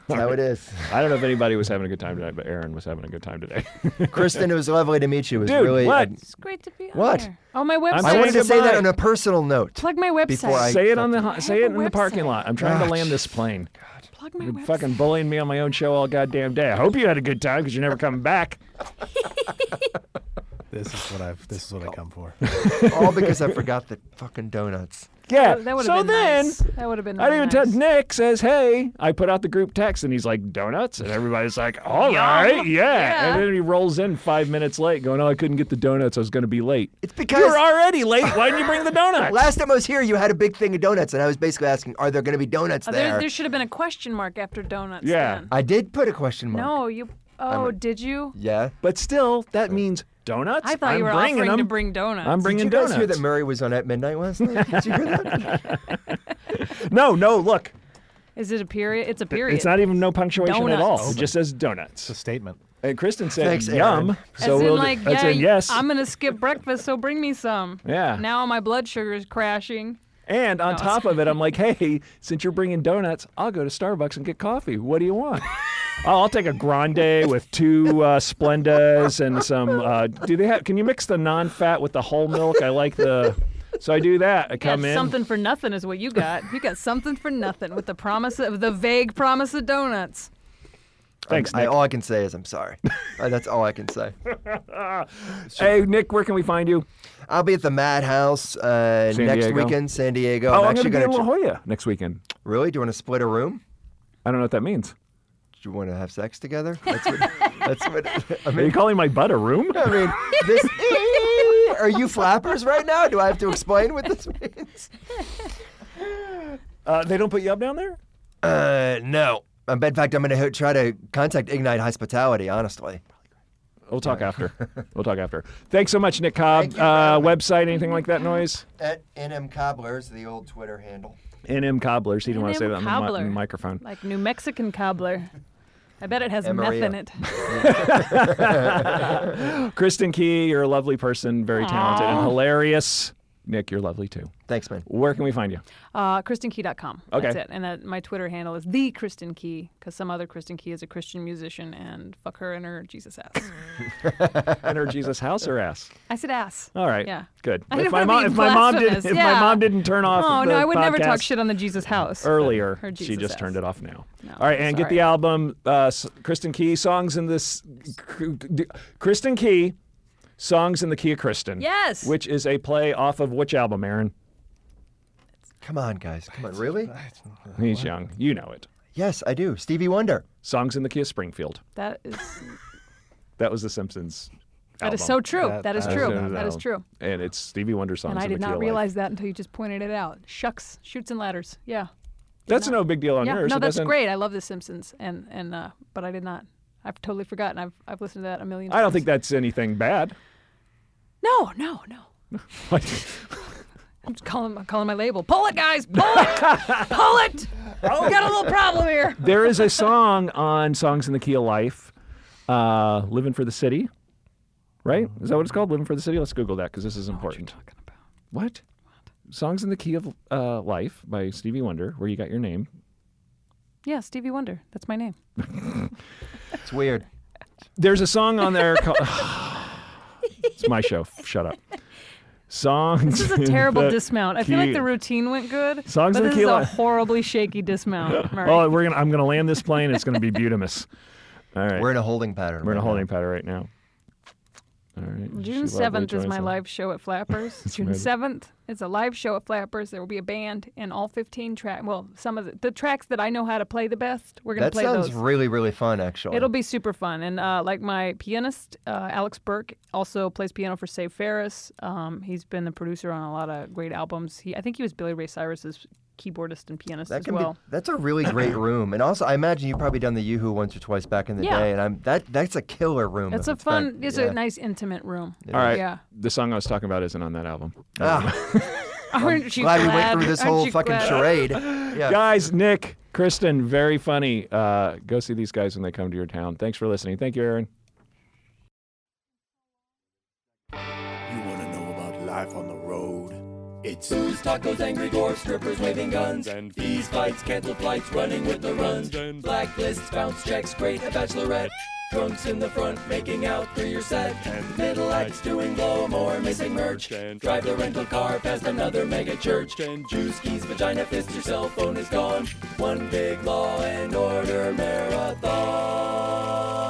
Speaker 5: That's how
Speaker 3: (laughs)
Speaker 5: it is.
Speaker 3: I don't know if anybody was having a good time tonight, but Aaron was having a good time today. (laughs)
Speaker 5: Kristen, it was lovely to meet you. It was
Speaker 3: Dude,
Speaker 5: really.
Speaker 3: what?
Speaker 4: It's great to be on
Speaker 5: What?
Speaker 4: here. Oh, my website.
Speaker 5: I
Speaker 3: Say
Speaker 5: wanted to say that
Speaker 3: goodbye.
Speaker 5: on a personal note.
Speaker 4: Plug my website.
Speaker 5: Before I-
Speaker 3: say it on the ho-
Speaker 4: I
Speaker 3: say it
Speaker 4: have
Speaker 3: in
Speaker 4: a
Speaker 3: the parking
Speaker 4: website.
Speaker 3: lot. I'm trying
Speaker 5: Ah,
Speaker 3: to land this plane.
Speaker 4: Plug my
Speaker 3: You're
Speaker 4: website.
Speaker 3: fucking bullying me on my own show all goddamn day. I hope you had a good time because you're never coming back.
Speaker 1: This is what I've. This is what I come for.
Speaker 5: All (laughs) because I forgot the fucking donuts.
Speaker 3: Yeah.
Speaker 4: That would have
Speaker 3: so
Speaker 4: been
Speaker 3: then.
Speaker 4: nice. That would have been
Speaker 3: I didn't even
Speaker 4: really
Speaker 3: tell
Speaker 4: nice.
Speaker 3: Nick says, hey, I put out the group text and he's like, donuts? And everybody's like, all right, yeah.
Speaker 4: Yeah.
Speaker 3: And then he rolls in five minutes late going, oh, I couldn't get the donuts. I was going to be late.
Speaker 5: It's because
Speaker 3: You're already late. Why didn't you bring the donuts?
Speaker 5: (laughs) last time I was here, you had a big thing of donuts, and I was basically asking, are there going to be donuts
Speaker 4: Oh,
Speaker 5: there?
Speaker 4: there, there should have been a question mark after donuts.
Speaker 3: Yeah.
Speaker 4: then.
Speaker 5: I did put a question mark.
Speaker 4: No, you. Oh, did you?
Speaker 5: Yeah.
Speaker 3: but still, that means donuts?
Speaker 4: I thought
Speaker 3: I'm
Speaker 4: you were
Speaker 3: bringing
Speaker 4: offering to
Speaker 3: them.
Speaker 4: bring donuts.
Speaker 3: I'm bringing
Speaker 5: Did you guys
Speaker 3: donuts.
Speaker 5: hear that Murray was on at midnight last
Speaker 3: (laughs)
Speaker 5: night? Did you hear that?
Speaker 3: no, no, look.
Speaker 4: Is it a period? It's a period.
Speaker 3: It's not even no punctuation at all.
Speaker 4: Donuts.
Speaker 3: It just says
Speaker 1: It's a
Speaker 3: donuts.
Speaker 1: statement.
Speaker 3: And Kristen said,
Speaker 5: Thanks,
Speaker 3: yum.
Speaker 5: Oh Aaron.
Speaker 4: As
Speaker 3: So
Speaker 4: in,
Speaker 3: we'll,
Speaker 4: like,
Speaker 3: that's
Speaker 4: yeah,
Speaker 3: in yes.
Speaker 4: I'm gonna skip breakfast, so bring me some.
Speaker 3: Yeah.
Speaker 4: Now my blood sugar is crashing.
Speaker 3: And on top of it, I'm
Speaker 4: (laughs)
Speaker 3: like, hey, since you're bringing donuts, I'll go to Starbucks and get coffee. What do you want? oh, I'll take a
Speaker 4: (laughs)
Speaker 3: grande with two uh, Splendas and some. Uh, do they have? Can you mix the non-fat with the whole milk? I like the. So I do that. I come
Speaker 4: got
Speaker 3: in.
Speaker 4: something for nothing is what you got. You got something for nothing with the promise of the vague promise of donuts.
Speaker 3: Thanks,
Speaker 5: I,
Speaker 3: Nick.
Speaker 5: all I can say is I'm sorry. Uh, that's all I can say.
Speaker 3: hey, Nick, where can we find you?
Speaker 5: I'll be at the Madhouse uh,
Speaker 3: San
Speaker 5: next
Speaker 3: Diego.
Speaker 5: weekend, San Diego.
Speaker 3: Oh,
Speaker 5: I'm
Speaker 3: I'm going
Speaker 5: actually
Speaker 3: to be
Speaker 5: going
Speaker 3: in
Speaker 5: to.
Speaker 3: La Jolla next weekend.
Speaker 5: really? Do you want to split a room?
Speaker 3: I don't know what that means.
Speaker 5: Do you want to have sex together?
Speaker 3: (laughs)
Speaker 5: That's what. that's what. I
Speaker 3: Are you
Speaker 5: mean,
Speaker 3: calling my butt a room?
Speaker 5: (laughs) I mean, this. Are you flappers right now? Do I have to explain what this (laughs) means?
Speaker 3: (laughs) Uh, they don't put you up down there?
Speaker 5: Uh, no. Um, but in fact, I'm going to try to contact Ignite Hospitality. Honestly,
Speaker 3: We'll talk
Speaker 5: (laughs)
Speaker 3: after. We'll talk after. Thanks so much, Nick Cobb. Uh, website, anything like that noise?
Speaker 5: at NM Cobblers, the old Twitter handle.
Speaker 3: NM Cobblers. He didn't want to say
Speaker 4: NM
Speaker 3: that on the, mi-
Speaker 4: Cobbler.
Speaker 3: microphone.
Speaker 4: Like New Mexican cobbler. I bet it has
Speaker 5: Amarillo.
Speaker 4: meth in it.
Speaker 3: Kristen Key, you're a lovely person, very talented and hilarious. Nick, you're lovely too.
Speaker 5: (laughs) Thanks, man.
Speaker 3: Where can we
Speaker 5: (laughs)
Speaker 3: find you?
Speaker 4: Uh, KristenKey.com. That's
Speaker 3: Okay.
Speaker 4: it. And that, my Twitter handle is the Kristen Key because some other Kristen Key is a Christian musician and fuck her and her Jesus ass.
Speaker 3: And her Jesus house or ass?
Speaker 4: I said ass.
Speaker 3: All right.
Speaker 4: Yeah.
Speaker 3: Good.
Speaker 4: I didn't
Speaker 3: my
Speaker 4: wanna
Speaker 3: mom,
Speaker 4: be
Speaker 3: if my mom didn't,
Speaker 4: blasphemous.
Speaker 3: if my
Speaker 4: Yeah.
Speaker 3: mom didn't turn off.
Speaker 4: Oh
Speaker 3: the
Speaker 4: no, I would never talk
Speaker 3: podcast
Speaker 4: shit on the Jesus house. but
Speaker 3: Earlier,
Speaker 4: Her Jesus
Speaker 3: she just
Speaker 4: ass.
Speaker 3: turned it off now.
Speaker 4: No,
Speaker 3: All right, and get
Speaker 4: sorry.
Speaker 3: the album, uh, S- Kristen Key songs in this, Kristen Key, songs in the key of Kristen.
Speaker 4: Yes.
Speaker 3: Which is a play off of which album, Aaron?
Speaker 5: Come on, guys. Come on. Really?
Speaker 3: He's young. You know it.
Speaker 5: Yes, I do. Stevie Wonder.
Speaker 3: Songs in the key of Springfield.
Speaker 4: That is
Speaker 3: That was The Simpsons.
Speaker 4: that is
Speaker 3: album.
Speaker 4: so true.
Speaker 1: That-
Speaker 4: that is
Speaker 1: that
Speaker 4: true.
Speaker 3: That's
Speaker 4: That is
Speaker 3: album.
Speaker 4: true.
Speaker 3: And it's Stevie Wonder songs.
Speaker 4: And I
Speaker 3: in the
Speaker 4: did
Speaker 3: key
Speaker 4: not
Speaker 3: of life.
Speaker 4: realize that until you just pointed it out. Shucks, shoots and ladders. Yeah.
Speaker 3: That's no big deal on
Speaker 4: Yeah.
Speaker 3: yours.
Speaker 4: No,
Speaker 3: It
Speaker 4: that's
Speaker 3: doesn't-
Speaker 4: great. I love The Simpsons, and and uh, but I did not. I've totally forgotten. I've I've listened to that a million. times.
Speaker 3: I don't think that's anything bad. (laughs)
Speaker 4: No, no, no.
Speaker 3: Like,
Speaker 4: I'm just calling my calling my label. Pull it, guys. Pull it.
Speaker 3: (laughs)
Speaker 4: Pull it.
Speaker 3: Oh.
Speaker 4: We got a little problem here.
Speaker 3: there is a song on Songs in the Key of Life, uh, Living for the City, right? Is that what it's called? Living for the City? Let's Google that because this is important.
Speaker 4: Talking about.
Speaker 3: What? Songs in the Key of uh, Life by Stevie Wonder, where you got your name. (laughs)
Speaker 4: Yeah, Stevie Wonder. That's my name.
Speaker 5: It's weird.
Speaker 3: There's a song on there
Speaker 4: (laughs)
Speaker 3: called. (sighs) it's my show. Shut up. Songs.
Speaker 4: This is a terrible
Speaker 3: that
Speaker 4: dismount. I feel like
Speaker 3: keep-
Speaker 4: the routine went good,
Speaker 3: Songs
Speaker 4: but
Speaker 3: in
Speaker 4: this
Speaker 3: the
Speaker 4: is
Speaker 3: key
Speaker 4: a
Speaker 3: line.
Speaker 4: horribly
Speaker 3: (laughs)
Speaker 4: shaky dismount. Murray.
Speaker 3: Oh, we're gonna. I'm gonna land this plane. It's gonna be beautimous. All right.
Speaker 5: We're in a holding pattern.
Speaker 3: We're in a
Speaker 5: right
Speaker 3: holding pattern right now. All right.
Speaker 4: June
Speaker 3: She lovely
Speaker 4: seventh is
Speaker 3: joins
Speaker 4: my
Speaker 3: us.
Speaker 4: live show at Flappers. June seventh is a live show at Flappers. There will be a band and all fifteen track. Well, some of the, the tracks that I know how to play the best, we're
Speaker 5: now.
Speaker 4: gonna
Speaker 5: That
Speaker 4: play
Speaker 5: sounds
Speaker 4: those.
Speaker 5: really, really fun, actually.
Speaker 4: It'll be super fun. And uh, like my pianist, uh, Alex Burke, also plays piano for Save Ferris. Um, he's been the producer on a lot of great albums. He, I think he was Billy Ray Cyrus's keyboardist and pianist
Speaker 5: that
Speaker 4: as
Speaker 5: can
Speaker 4: well.
Speaker 5: be. That's a really great room, and also I imagine you've probably done the YooHoo once or twice back in the
Speaker 4: Yeah.
Speaker 5: day, and I'm that. That's a killer room.
Speaker 4: it's
Speaker 5: if
Speaker 4: a fun.
Speaker 5: back-
Speaker 4: It's
Speaker 5: yeah.
Speaker 4: a nice intimate room.
Speaker 3: All right.
Speaker 4: Yeah.
Speaker 3: The song I was talking about isn't on that album.
Speaker 5: Ah,
Speaker 4: (laughs) Aren't you
Speaker 5: glad we went
Speaker 4: glad?
Speaker 5: through this
Speaker 4: Aren't
Speaker 5: whole
Speaker 4: you
Speaker 5: fucking
Speaker 4: glad?
Speaker 5: charade.
Speaker 4: (laughs)
Speaker 5: Yeah.
Speaker 3: Guys, Nick, Kristen, very funny. Uh, go see these guys when they come to your town. Thanks for listening. Thank you, Aaron.
Speaker 6: You want to know about life on the road? It's
Speaker 2: Booze, tacos, angry dwarfs, strippers waving guns, and fees, fights, cancel flights, running with the runs, blacklists, bounce checks, great, a bachelorette, trunks in the front, making out through your set, and middle acts doing blow more, missing merch, and drive the rental car past another mega church, and juice keys, vagina fist, your cell phone is gone, one big law and order marathon.